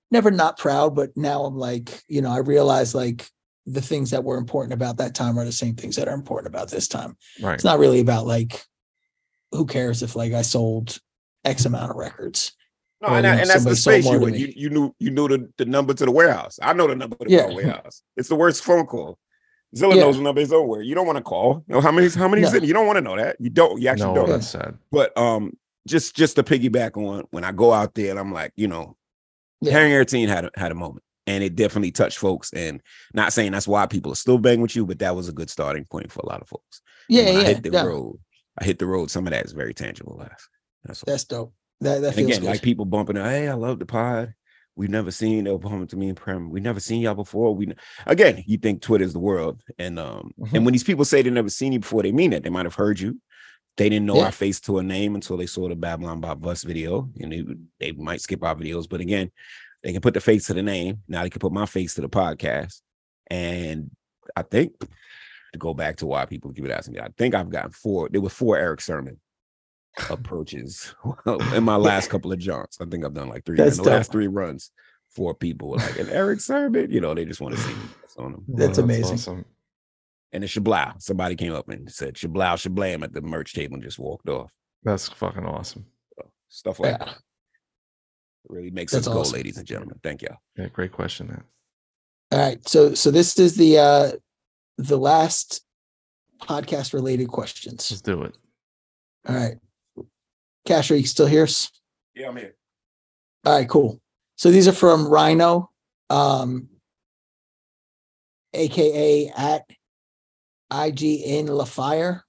Speaker 1: never not proud but now i'm like you know i realize like the things that were important about that time are the same things that are important about this time
Speaker 2: Right.
Speaker 1: it's not really about like who cares if like i sold x amount of records
Speaker 3: No,
Speaker 1: Well,
Speaker 3: and,
Speaker 1: you
Speaker 3: I-
Speaker 1: know,
Speaker 3: and that's the
Speaker 1: somebody sold
Speaker 3: space
Speaker 1: more
Speaker 3: you
Speaker 1: to
Speaker 3: were.
Speaker 1: me.
Speaker 3: You, you knew you knew the, the number to the warehouse. I know the number to the
Speaker 1: Yeah.
Speaker 3: warehouse. It's the worst phone call. Zilla
Speaker 1: Yeah.
Speaker 3: knows the number is over. You don't want to call. You know, how many? How many?
Speaker 1: No.
Speaker 3: You don't want to know that. You don't. You actually
Speaker 2: No,
Speaker 3: don't.
Speaker 2: that's sad.
Speaker 3: but um just just to piggyback on when I go out there and I'm like, you know,
Speaker 1: Yeah.
Speaker 3: Harry and Teen had a, had a moment and it definitely touched folks and not saying that's why people are still banging with you, but that was a good starting point for a lot of folks. And
Speaker 1: yeah
Speaker 3: when
Speaker 1: yeah,
Speaker 3: I hit the
Speaker 1: yeah.
Speaker 3: road. I hit the road. Some of that is very tangible. Last. That's all.
Speaker 1: that's dope that, that
Speaker 3: And
Speaker 1: feels
Speaker 3: again,
Speaker 1: good.
Speaker 3: like people bumping, hey, I love the pod. We've never seen they'll bump to me and Prem. We've never seen y'all before. We again, you think Twitter's the world. And um,
Speaker 2: Mhm.
Speaker 3: and
Speaker 1: Mm-hmm.
Speaker 3: when these people say they never seen you before, they mean it. They might have heard you. They didn't know
Speaker 1: Yeah.
Speaker 3: our face to a name until they saw the Babylon by Bus video. And they, they might skip our videos, but again, they can put the face to the name. Now they can put my face to the podcast. And I think to go back to why people keep asking me, I think I've gotten four. There were four Eric Sermon approaches (laughs) in my last couple of jaunts. I think I've done like three
Speaker 1: That's
Speaker 3: in the last
Speaker 1: dope.
Speaker 3: three runs. Four people were like an Eric Sermon, you know, they just want to see me on them.
Speaker 1: That's amazing.
Speaker 2: awesome.
Speaker 3: And it's Shablow. Somebody came up and said Shablow Shablam at the merch table and just walked off.
Speaker 2: That's fucking awesome.
Speaker 3: Stuff like
Speaker 1: Yeah.
Speaker 3: that really makes
Speaker 1: That's
Speaker 3: us go,
Speaker 1: awesome.
Speaker 3: ladies and gentlemen. Thank y'all.
Speaker 2: Yeah, great question. That
Speaker 1: All right. So so this is the uh the last podcast related questions.
Speaker 2: let's do it.
Speaker 1: All right. Cash, are you still here? S-
Speaker 3: Yeah, I'm here.
Speaker 1: All right, cool. So these are from Rhino, um aka at IGN LaFire.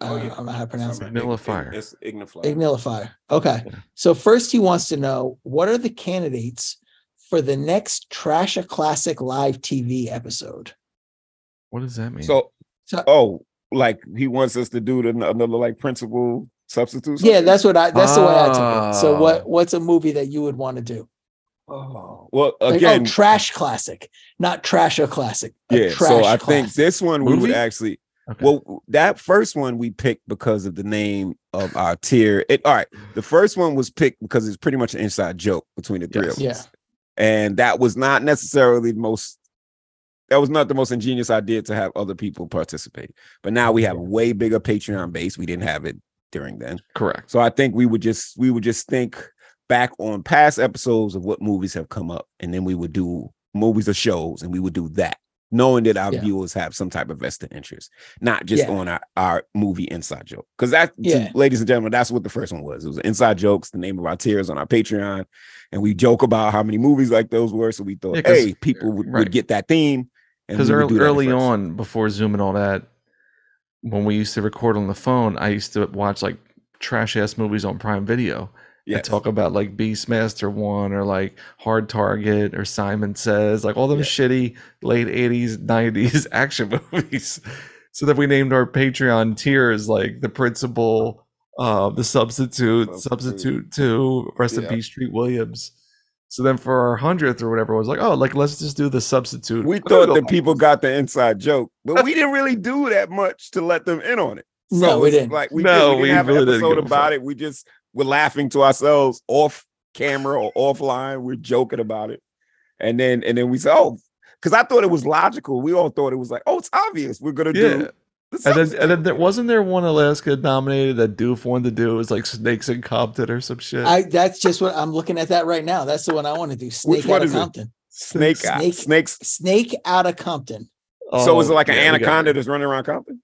Speaker 3: Oh,
Speaker 1: Uh,
Speaker 3: yeah.
Speaker 1: I don't know how to pronounce it.
Speaker 2: Vanilla Fire.
Speaker 3: It's Ignifly.
Speaker 1: Ignilifier. Okay. So first he wants to know what are the candidates for the next Trash a Classic live TV episode?
Speaker 2: What does that mean?
Speaker 3: So,
Speaker 1: So
Speaker 3: oh, like he wants us to do the, another like principal substitute.
Speaker 1: Yeah, that's what I. That's the way I took it. So
Speaker 2: Ah.
Speaker 1: what? What's a movie that you would want to do?
Speaker 3: Oh well, again,
Speaker 1: Like, oh, trash classic, not trash a classic. a
Speaker 3: yeah.
Speaker 1: trash
Speaker 3: So I think
Speaker 1: classic.
Speaker 3: this one we would
Speaker 2: Movie?
Speaker 3: actually.
Speaker 2: Okay.
Speaker 3: Well, that first one we picked because of the name of our tier. It all right. The first one was picked because it's pretty much an inside joke between the three
Speaker 2: Yes.
Speaker 3: of us.
Speaker 1: yeah,
Speaker 3: and that was not necessarily the most that was not the most ingenious idea to have other people participate but now we have a way bigger patreon base we didn't have it during then
Speaker 2: Correct.
Speaker 3: so i think we would just we would just think back on past episodes of what movies have come up and then we would do movies or shows and we would do that knowing that our
Speaker 1: Yeah.
Speaker 3: viewers have some type of vested interest not just
Speaker 1: Yeah.
Speaker 3: on our, our movie inside joke because that to-
Speaker 1: Yeah.
Speaker 3: ladies and gentlemen that's what the first one was it was inside jokes the name of our tiers on our patreon and we joke about how many movies like those were so we thought
Speaker 2: Yeah, 'cause-
Speaker 3: hey people would, would
Speaker 2: right.
Speaker 3: get that theme and
Speaker 2: Because
Speaker 3: we would do
Speaker 2: early,
Speaker 3: that at
Speaker 2: early
Speaker 3: first.
Speaker 2: on, before Zoom and all that, when we used to record on the phone, I used to watch like trash ass movies on Prime Video. Yeah.
Speaker 3: Yes.
Speaker 2: Talk about like Beastmaster One or like Hard Target or Simon Says, like all them
Speaker 3: Yeah.
Speaker 2: shitty late 80s, 90s (laughs) action movies. So that we named our Patreon tiers like the principal, uh, the substitute,
Speaker 3: Substitute.
Speaker 2: substitute two, rest in
Speaker 3: Yeah.
Speaker 2: peace, Street Williams. So then for our hundredth or whatever, I was like, oh, like let's just do the substitute. (laughs)
Speaker 3: we thought that
Speaker 2: Like,
Speaker 3: people got the inside joke but we didn't really do that much to let them in on it
Speaker 1: no, we
Speaker 3: it's
Speaker 1: didn't.
Speaker 3: Like we
Speaker 2: No,
Speaker 3: no, we
Speaker 2: we
Speaker 3: didn't have
Speaker 2: really
Speaker 3: an
Speaker 2: didn't
Speaker 3: episode
Speaker 2: give a
Speaker 3: about
Speaker 2: fuck.
Speaker 3: it. We just were laughing to ourselves off camera or offline. We're joking about it, and then and then we said, "Oh," because I thought it was logical. We all thought it was like, "Oh, it's obvious. We're gonna
Speaker 2: Yeah.
Speaker 3: do." the
Speaker 2: And then,
Speaker 3: substitute."
Speaker 2: and then there, wasn't there one Alaska nominated that Doof wanted to do? It was like Snakes and Compton or some shit.
Speaker 1: I that's just what I'm looking at that right now. That's the one I want to do. Snake
Speaker 3: one
Speaker 1: out of
Speaker 3: is it?
Speaker 1: Compton.
Speaker 3: snake,
Speaker 1: Snake-
Speaker 3: eye- snakes.
Speaker 1: Snake out of Compton.
Speaker 3: so
Speaker 2: Oh,
Speaker 3: is it like an
Speaker 2: yeah, we got-
Speaker 3: anaconda that's running around Compton?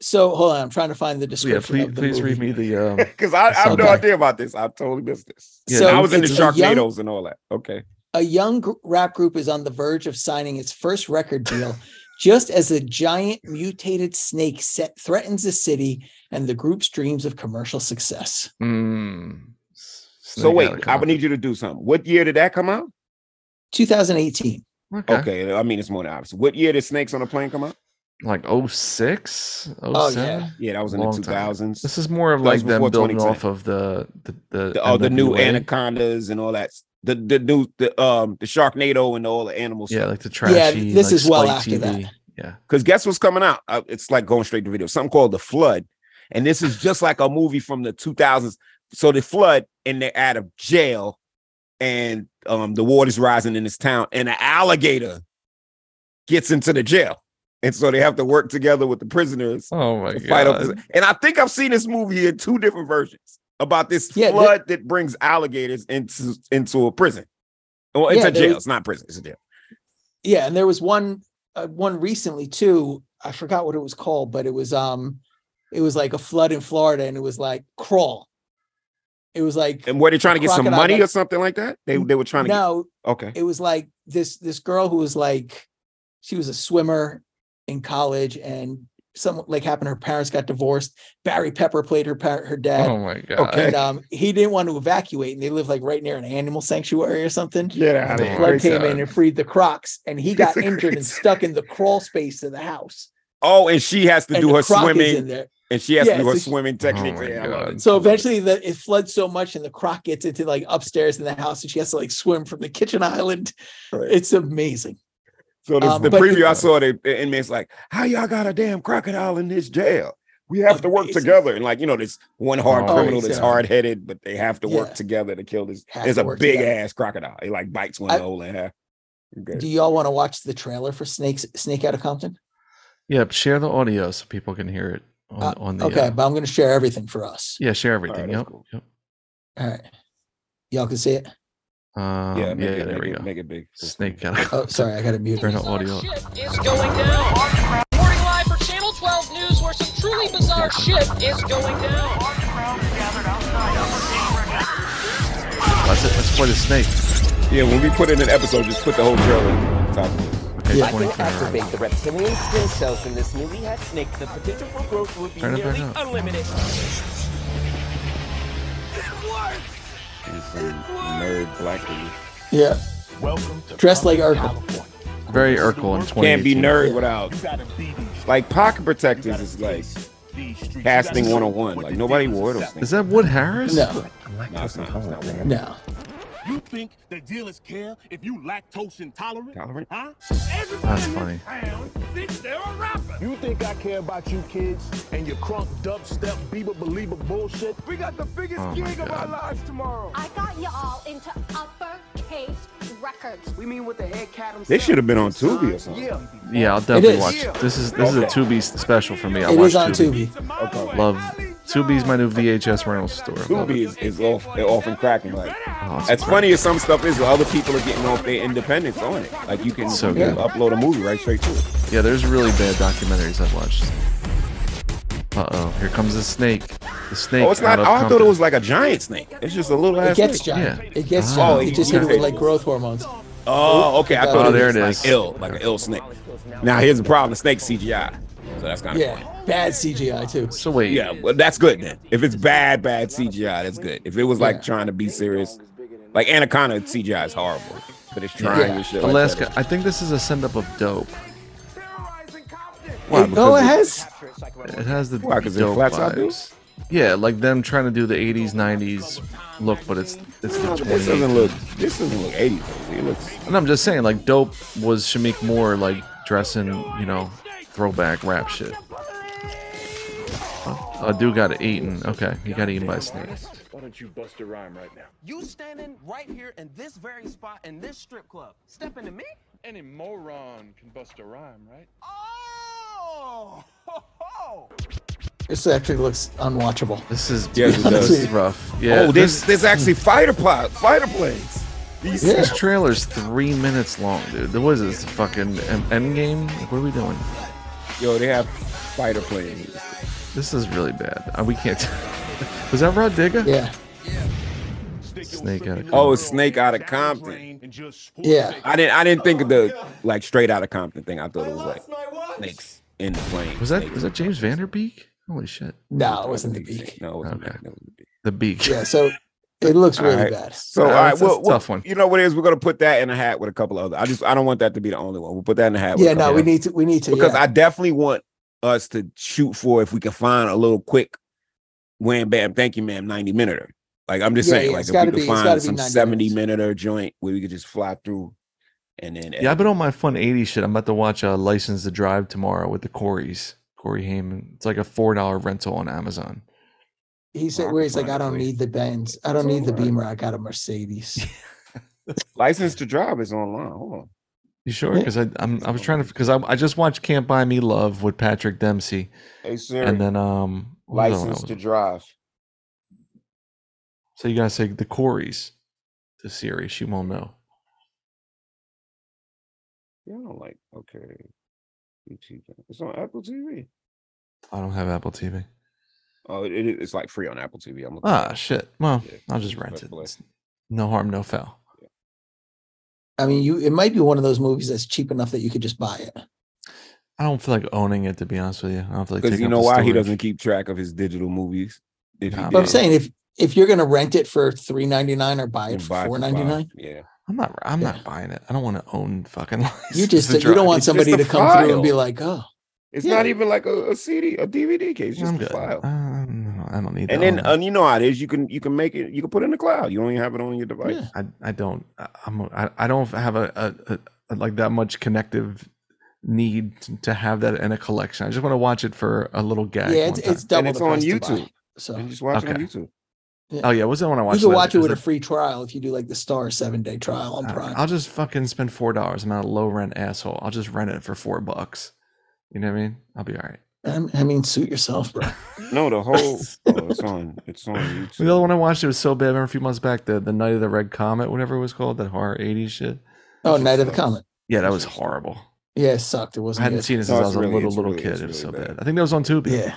Speaker 1: So hold on, I'm trying to find the
Speaker 2: Yeah,
Speaker 1: description.
Speaker 2: please,
Speaker 1: of the
Speaker 2: please
Speaker 1: movie.
Speaker 2: read me the. (laughs)
Speaker 3: (laughs)
Speaker 2: Um,
Speaker 3: Because I, I have no
Speaker 1: Okay.
Speaker 3: idea about this. I totally missed this.
Speaker 2: Yeah,
Speaker 1: So
Speaker 3: I was in the
Speaker 1: it's a young-
Speaker 3: Sharknadoes and all that. Okay,
Speaker 1: a young gr- rap group is on the verge of signing its first record deal just as a giant mutated snake set threatens the city and the group's dreams of commercial success.
Speaker 2: mm,
Speaker 3: so wait, I would need you to do something. What year did that come out?
Speaker 1: 2018.
Speaker 2: Okay.
Speaker 3: Okay, I mean it's more than obvious. What year did Snakes on a Plane come out?
Speaker 2: Like 06, 07?
Speaker 1: Oh,
Speaker 3: Yeah, that was in
Speaker 2: Long
Speaker 3: the
Speaker 2: time.
Speaker 3: two thousands.
Speaker 2: This is more of
Speaker 3: That was
Speaker 2: like them
Speaker 3: before
Speaker 2: building
Speaker 3: 2010.
Speaker 2: off of the the the,
Speaker 3: the, oh, the new
Speaker 2: NWA.
Speaker 3: anacondas and all that. s- The the new the um the Sharknado and all the animals.
Speaker 2: Yeah, like the trashy.
Speaker 1: this
Speaker 2: like,
Speaker 1: is well
Speaker 2: Spike
Speaker 1: after that.
Speaker 2: TV. Yeah.
Speaker 3: Because guess what's coming out? Uh, it's like going straight to video. Something called the Flood, and this is just like a movie from the two thousands. So the flood, and they're out of jail, and um the water's rising in this town, and an alligator gets into the jail, and so they have to work together with the prisoners
Speaker 2: Oh my
Speaker 3: to fight up.
Speaker 2: god.
Speaker 3: this- And I think I've seen this movie in two different versions about this
Speaker 1: Yeah, that-
Speaker 3: flood that brings alligators into into a prison. Well, it's
Speaker 1: Yeah,
Speaker 3: a
Speaker 1: there
Speaker 3: jail.
Speaker 1: was-
Speaker 3: It's not prison. It's a jail.
Speaker 1: Yeah, and there was one uh, one recently too. I forgot what it was called, but it was um it was like a flood in Florida and it was like crawl. It was like
Speaker 3: And were they trying to get some
Speaker 1: Crocodile
Speaker 3: money
Speaker 1: Dundee-
Speaker 3: or something like that? They they were trying to
Speaker 1: no,
Speaker 3: get okay.
Speaker 1: it was like this this girl who was like she was a swimmer in college and some like happened her parents got divorced barry pepper played her par- her dad
Speaker 2: Oh my god.
Speaker 3: Okay.
Speaker 1: and um he didn't want to evacuate and they lived like right near an animal sanctuary or something
Speaker 3: Get out
Speaker 2: outta
Speaker 1: the
Speaker 2: here.
Speaker 1: flood
Speaker 2: Great
Speaker 1: came in
Speaker 2: job.
Speaker 1: and freed the crocs and he got
Speaker 3: Great
Speaker 1: injured and stuck in the crawl space of the house
Speaker 3: Oh, and she has to
Speaker 1: and
Speaker 3: do
Speaker 1: the
Speaker 3: her
Speaker 1: croc is in
Speaker 3: swimming,
Speaker 1: there
Speaker 3: and she has
Speaker 1: Yeah,
Speaker 3: to do her
Speaker 1: so she-
Speaker 3: swimming techniques.
Speaker 2: Oh, my
Speaker 3: yeah, I love
Speaker 2: God.
Speaker 3: it.
Speaker 1: so eventually the, it floods so much and the croc gets into like upstairs in the house and she has to like swim from the kitchen island
Speaker 3: Right.
Speaker 1: it's amazing
Speaker 3: so this,
Speaker 1: um,
Speaker 3: the
Speaker 1: but
Speaker 3: preview
Speaker 1: the-
Speaker 3: I saw, the the inmates like, "How y'all got a damn crocodile in this jail? We have to work
Speaker 1: Amazing.
Speaker 3: together." And like, you know, this one hard
Speaker 2: Oh,
Speaker 3: criminal that's
Speaker 1: yeah.
Speaker 3: hard headed, but they have to
Speaker 1: Yeah.
Speaker 3: work together to kill this
Speaker 1: Have
Speaker 3: It's
Speaker 1: to
Speaker 3: a
Speaker 1: work
Speaker 3: big
Speaker 1: together.
Speaker 3: ass crocodile. He like bites one
Speaker 1: I-
Speaker 3: hole in half. Okay.
Speaker 1: Do y'all want to watch the trailer for Snakes Snake Out of Compton?
Speaker 2: Yeah, but share the audio so people can hear it on,
Speaker 1: Uh,
Speaker 2: on the.
Speaker 1: okay,
Speaker 2: uh,
Speaker 1: but I'm going to share everything for us.
Speaker 2: yeah, share everything.
Speaker 3: Alright, that's
Speaker 2: yep.
Speaker 3: cool.
Speaker 2: yep.
Speaker 1: All right, y'all can see it.
Speaker 2: Um, yeah,
Speaker 3: yeah, make
Speaker 2: yeah,
Speaker 3: it,
Speaker 2: there
Speaker 3: make
Speaker 2: we
Speaker 3: it,
Speaker 2: go.
Speaker 3: Make it big.
Speaker 2: Snake
Speaker 3: (laughs)
Speaker 2: out of
Speaker 1: Oh, sorry, I got to mute.
Speaker 2: Turn the audio.
Speaker 9: It's going down. Reporting live for Channel 12 News, where some truly bizarre shit is going down.
Speaker 2: That's it. Let's play the snake.
Speaker 3: Yeah, when we put in an episode, just put the whole trailer on top of it.
Speaker 2: Okay,
Speaker 1: Yeah.
Speaker 2: 20 camera.
Speaker 10: Activate the reptilian skin cells in this newly hatched snake. The potential for growth will be
Speaker 2: Turn it back
Speaker 10: nearly
Speaker 2: up.
Speaker 10: unlimited.
Speaker 3: And some nerd black dude.
Speaker 1: Yeah,
Speaker 11: Welcome to
Speaker 1: Dressed like
Speaker 11: Compton,
Speaker 1: Urkel.
Speaker 11: California.
Speaker 2: Very Urkel in 20.
Speaker 3: Can't be nerd without
Speaker 11: You gotta be these-
Speaker 3: like pocket
Speaker 11: you
Speaker 3: protectors
Speaker 11: gotta
Speaker 3: is like
Speaker 11: face these streets. You
Speaker 3: casting
Speaker 11: gotta
Speaker 3: one on one.
Speaker 11: what
Speaker 3: Like
Speaker 11: the
Speaker 3: nobody
Speaker 11: deal
Speaker 3: wore those
Speaker 11: is.
Speaker 3: things.
Speaker 2: Is that Wood Harris?
Speaker 1: no,
Speaker 3: No, it's not.
Speaker 1: no.
Speaker 11: You think that dealers care if you lactose intolerant?
Speaker 3: Tolerant?
Speaker 11: Huh?
Speaker 2: That's funny.
Speaker 11: Town thinks they're a rapper. You think I care about you kids and your crunk dubstep Bieber believer bullshit? We got the biggest
Speaker 2: Oh my gig of our God.
Speaker 11: lives tomorrow.
Speaker 12: I got you all into uppercase records.
Speaker 13: We mean with the head cat himself.
Speaker 3: They should have been on Tubi or something.
Speaker 13: Yeah.
Speaker 2: Yeah, I'll definitely
Speaker 1: is.
Speaker 2: watch. This is this is a Tubi special for me. I
Speaker 1: It
Speaker 2: watch
Speaker 1: is on
Speaker 2: Tubi.
Speaker 1: Tubi.
Speaker 2: Love Tubi's my new VHS rental store. Love
Speaker 3: Tubi
Speaker 2: it.
Speaker 3: is, is off, they're often cracking. Like
Speaker 2: Oh, it's
Speaker 3: as
Speaker 2: great.
Speaker 3: funny as some stuff is, other people are getting off their independence on it. Like you can,
Speaker 2: So
Speaker 3: you can
Speaker 2: good.
Speaker 3: upload a movie right straight to it.
Speaker 2: Yeah, there's really bad documentaries I've watched. Uh oh, here comes the snake. The snake.
Speaker 3: Oh, it's
Speaker 2: out
Speaker 3: not. Oh,
Speaker 2: of
Speaker 3: I thought it
Speaker 2: Compton.
Speaker 3: was like a giant snake. It's just a little
Speaker 1: It
Speaker 3: ass.
Speaker 1: gets
Speaker 3: snake.
Speaker 1: giant.
Speaker 2: Yeah.
Speaker 1: It gets
Speaker 2: Ah.
Speaker 1: giant.
Speaker 3: Oh,
Speaker 1: it
Speaker 3: you-
Speaker 1: just
Speaker 3: you
Speaker 1: hit it
Speaker 3: take
Speaker 1: with like
Speaker 3: it.
Speaker 1: growth hormones.
Speaker 3: Oh, okay. I thought
Speaker 2: Oh,
Speaker 3: it was
Speaker 2: there
Speaker 3: just
Speaker 2: it
Speaker 3: like
Speaker 2: is.
Speaker 3: ill, like an ill snake. Now here's the problem: snake CGI. So that's kind of funny.
Speaker 1: Yeah, bad CGI too.
Speaker 2: So wait.
Speaker 3: Yeah, well, that's good then. If it's bad, bad CGI, that's good. If it was like
Speaker 1: Yeah.
Speaker 3: trying to be serious, like Anaconda CGI is horrible, but it's trying
Speaker 1: Yeah.
Speaker 3: and shit. like
Speaker 2: Alaska.
Speaker 3: that.
Speaker 2: I think this is a send up of dope.
Speaker 3: Why?
Speaker 1: It- oh,
Speaker 3: Because
Speaker 1: it
Speaker 3: it-
Speaker 1: has.
Speaker 2: It has the
Speaker 3: Why, 'cause it
Speaker 2: dope
Speaker 3: flats out
Speaker 2: vibes. Yeah, like them trying to do the '80s, '90s look, but it's it's the
Speaker 3: This doesn't
Speaker 2: 20s.
Speaker 3: look. This doesn't look 80s. though. It looks.
Speaker 2: And I'm just saying, like, dope was Shamik Moore, like dressing, you know, throwback rap shit. Oh, dude got eaten. Okay, he got eaten by a snake.
Speaker 11: Why don't you bust a rhyme right now?
Speaker 13: You standing right here in this very spot in this strip club. Stepping to me?
Speaker 11: Any moron can bust a rhyme, right?
Speaker 13: Oh! Ho, ho.
Speaker 1: This actually looks unwatchable.
Speaker 2: This is
Speaker 3: Yes, it
Speaker 2: (laughs) this is
Speaker 1: does.
Speaker 2: rough. Yeah.
Speaker 3: oh, there's there's actually fighter plot fighter planes. These
Speaker 1: Yeah.
Speaker 2: This trailer's three minutes long, dude. What is this fucking M- Endgame? Like, what are we doing?
Speaker 3: yo, they have fighter planes.
Speaker 2: This is really bad. Uh, we can't. (laughs) was that Rod Digga?
Speaker 1: Yeah.
Speaker 2: Snake out of.
Speaker 3: Oh, snake out of Compton.
Speaker 1: Yeah.
Speaker 3: I didn't I didn't think of the like straight out of Compton thing. I thought it was like snakes in the plane.
Speaker 2: Was that
Speaker 3: Snakes.
Speaker 2: was that James Vanderbeek? Holy shit.
Speaker 1: No, it wasn't the beak.
Speaker 3: No, it wasn't
Speaker 2: Okay.
Speaker 3: that. That was the beak.
Speaker 2: The beak.
Speaker 1: Yeah, so it looks really
Speaker 3: Alright.
Speaker 1: bad.
Speaker 3: So
Speaker 2: Uh,
Speaker 3: all right,
Speaker 2: that's- that's
Speaker 3: well,
Speaker 2: a
Speaker 3: well,
Speaker 2: tough one.
Speaker 3: You know what it is? We're gonna put that in a hat with a couple other. I just I don't want that to be the only one. We'll put that in a hat. with
Speaker 1: Yeah,
Speaker 3: a
Speaker 1: no,
Speaker 3: couple
Speaker 1: we
Speaker 3: other-
Speaker 1: need to. We need to
Speaker 3: because
Speaker 1: yeah.
Speaker 3: I definitely want us to shoot for if we can find a little quick wham bam thank you ma'am 90 minuter. Like I'm just
Speaker 1: Yeah,
Speaker 3: saying,
Speaker 1: yeah,
Speaker 3: like
Speaker 1: it's
Speaker 3: if we
Speaker 1: gotta
Speaker 3: could
Speaker 1: be- it's gotta
Speaker 3: find
Speaker 1: be
Speaker 3: some
Speaker 1: 90
Speaker 3: 70
Speaker 1: minutes.
Speaker 3: minuter joint where we could just fly through and then
Speaker 2: Yeah, I've been on my fun 80s shit. I'm about to watch uh, License to Drive tomorrow with the Corey's. Corey Heyman. It's like a four dollar rental on Amazon.
Speaker 1: he said,
Speaker 3: Well, I
Speaker 1: "Where
Speaker 3: can
Speaker 1: he's like,
Speaker 3: find
Speaker 1: I
Speaker 3: it,
Speaker 1: don't
Speaker 3: please.
Speaker 1: need the Benz. I don't
Speaker 3: It's
Speaker 1: need the
Speaker 3: alright.
Speaker 1: Beamer. I got a Mercedes."
Speaker 3: license to drive is online. Hold on.
Speaker 2: You sure?
Speaker 1: Yeah.
Speaker 2: Because I I'm, I was trying to because I, I just watched Can't Buy Me Love with Patrick Dempsey
Speaker 3: Hey Siri,
Speaker 2: and then um what was the other one I
Speaker 3: license
Speaker 2: was-
Speaker 3: to drive.
Speaker 2: So you gotta say the Corey's to Siri. She won't know.
Speaker 3: Yeah, I don't like okay. YouTube. It's on Apple TV.
Speaker 2: I don't have Apple TV.
Speaker 3: Oh, it, it- it's like free on Apple TV. I'm looking at
Speaker 2: Ah
Speaker 3: it.
Speaker 2: shit. Well,
Speaker 3: Yeah,
Speaker 2: I'll just
Speaker 3: it's
Speaker 2: rent
Speaker 3: fair
Speaker 2: it.
Speaker 3: play.
Speaker 2: It's no harm, no foul.
Speaker 1: I mean, you. It might be one of those movies that's cheap enough that you could just buy it.
Speaker 2: I don't feel like owning it to be honest with you. I don't feel like
Speaker 3: Because
Speaker 2: taking
Speaker 3: you
Speaker 2: up
Speaker 3: know
Speaker 2: the
Speaker 3: why he
Speaker 2: storage.
Speaker 3: doesn't keep track of his digital movies. If he
Speaker 2: Nah,
Speaker 1: But I'm
Speaker 3: did,
Speaker 1: saying if if you're gonna rent it for three ninety nine or buy it
Speaker 3: he'd
Speaker 1: for
Speaker 3: buy it
Speaker 1: four
Speaker 3: for
Speaker 1: ninety nine,
Speaker 3: five. Yeah.
Speaker 2: I'm not. I'm
Speaker 1: Yeah.
Speaker 2: not buying it. I don't want to own fucking. (laughs)
Speaker 1: you
Speaker 2: license
Speaker 1: just
Speaker 2: to
Speaker 1: you don't
Speaker 2: drive.
Speaker 1: want
Speaker 2: (laughs)
Speaker 3: It's just
Speaker 1: somebody
Speaker 3: a
Speaker 1: to come through and be
Speaker 3: file.
Speaker 1: like, oh,
Speaker 3: It's
Speaker 1: Yeah.
Speaker 3: not even like a, a CD, a DVD case, just
Speaker 2: I'm
Speaker 3: a
Speaker 2: good.
Speaker 3: file.
Speaker 2: Uh, no, I don't need.
Speaker 3: and
Speaker 2: to
Speaker 3: then
Speaker 2: own
Speaker 3: uh,
Speaker 2: it.
Speaker 3: you know how it is. You can you can make it. You can put it in the cloud. You don't even have it on your device.
Speaker 1: yeah.
Speaker 2: I, I don't. I- I'm. I, I don't have a, a, a, a like that much connective need to- to have that in a collection. I just want to watch it for a little gag.
Speaker 1: yeah,
Speaker 2: one
Speaker 1: it's,
Speaker 2: time.
Speaker 1: it's double
Speaker 3: it's
Speaker 1: the
Speaker 3: on
Speaker 1: price to buy,
Speaker 3: YouTube.
Speaker 1: So
Speaker 3: And just watch it
Speaker 2: Okay.
Speaker 3: on YouTube.
Speaker 2: oh yeah, what's that one I watched?
Speaker 1: you can
Speaker 2: the
Speaker 1: watch it
Speaker 2: other-
Speaker 1: with a
Speaker 2: is
Speaker 1: free trial if you do like the Star seven day trial on
Speaker 2: it-
Speaker 1: Prime.
Speaker 2: uh, I'll just fucking spend four dollars. I'm not a low rent asshole. I'll just rent it for four bucks. You know what I mean? I'll be all right.
Speaker 1: I'm- I mean, suit yourself,
Speaker 3: (laughs)
Speaker 1: bro.
Speaker 3: No,
Speaker 2: (laughs)
Speaker 3: the whole. oh, it's on. It's on YouTube.
Speaker 2: The other one I watched it was so bad. I remember a few months back, the the Night of the Red Comet, whatever it was called, that horror '80s shit.
Speaker 1: Oh, Night of the Comet.
Speaker 2: Yeah, that was horrible.
Speaker 1: Yeah, it sucked. It
Speaker 2: I
Speaker 1: wasn't.
Speaker 2: hadn't
Speaker 1: good.
Speaker 2: seen it
Speaker 3: No,
Speaker 2: since I
Speaker 3: it's
Speaker 2: was a
Speaker 3: really-
Speaker 2: little
Speaker 3: it's
Speaker 2: little
Speaker 3: really-
Speaker 2: kid.
Speaker 3: it's
Speaker 2: It was so
Speaker 3: really
Speaker 2: bad.
Speaker 3: bad.
Speaker 2: I think that was on Tubi.
Speaker 1: Yeah,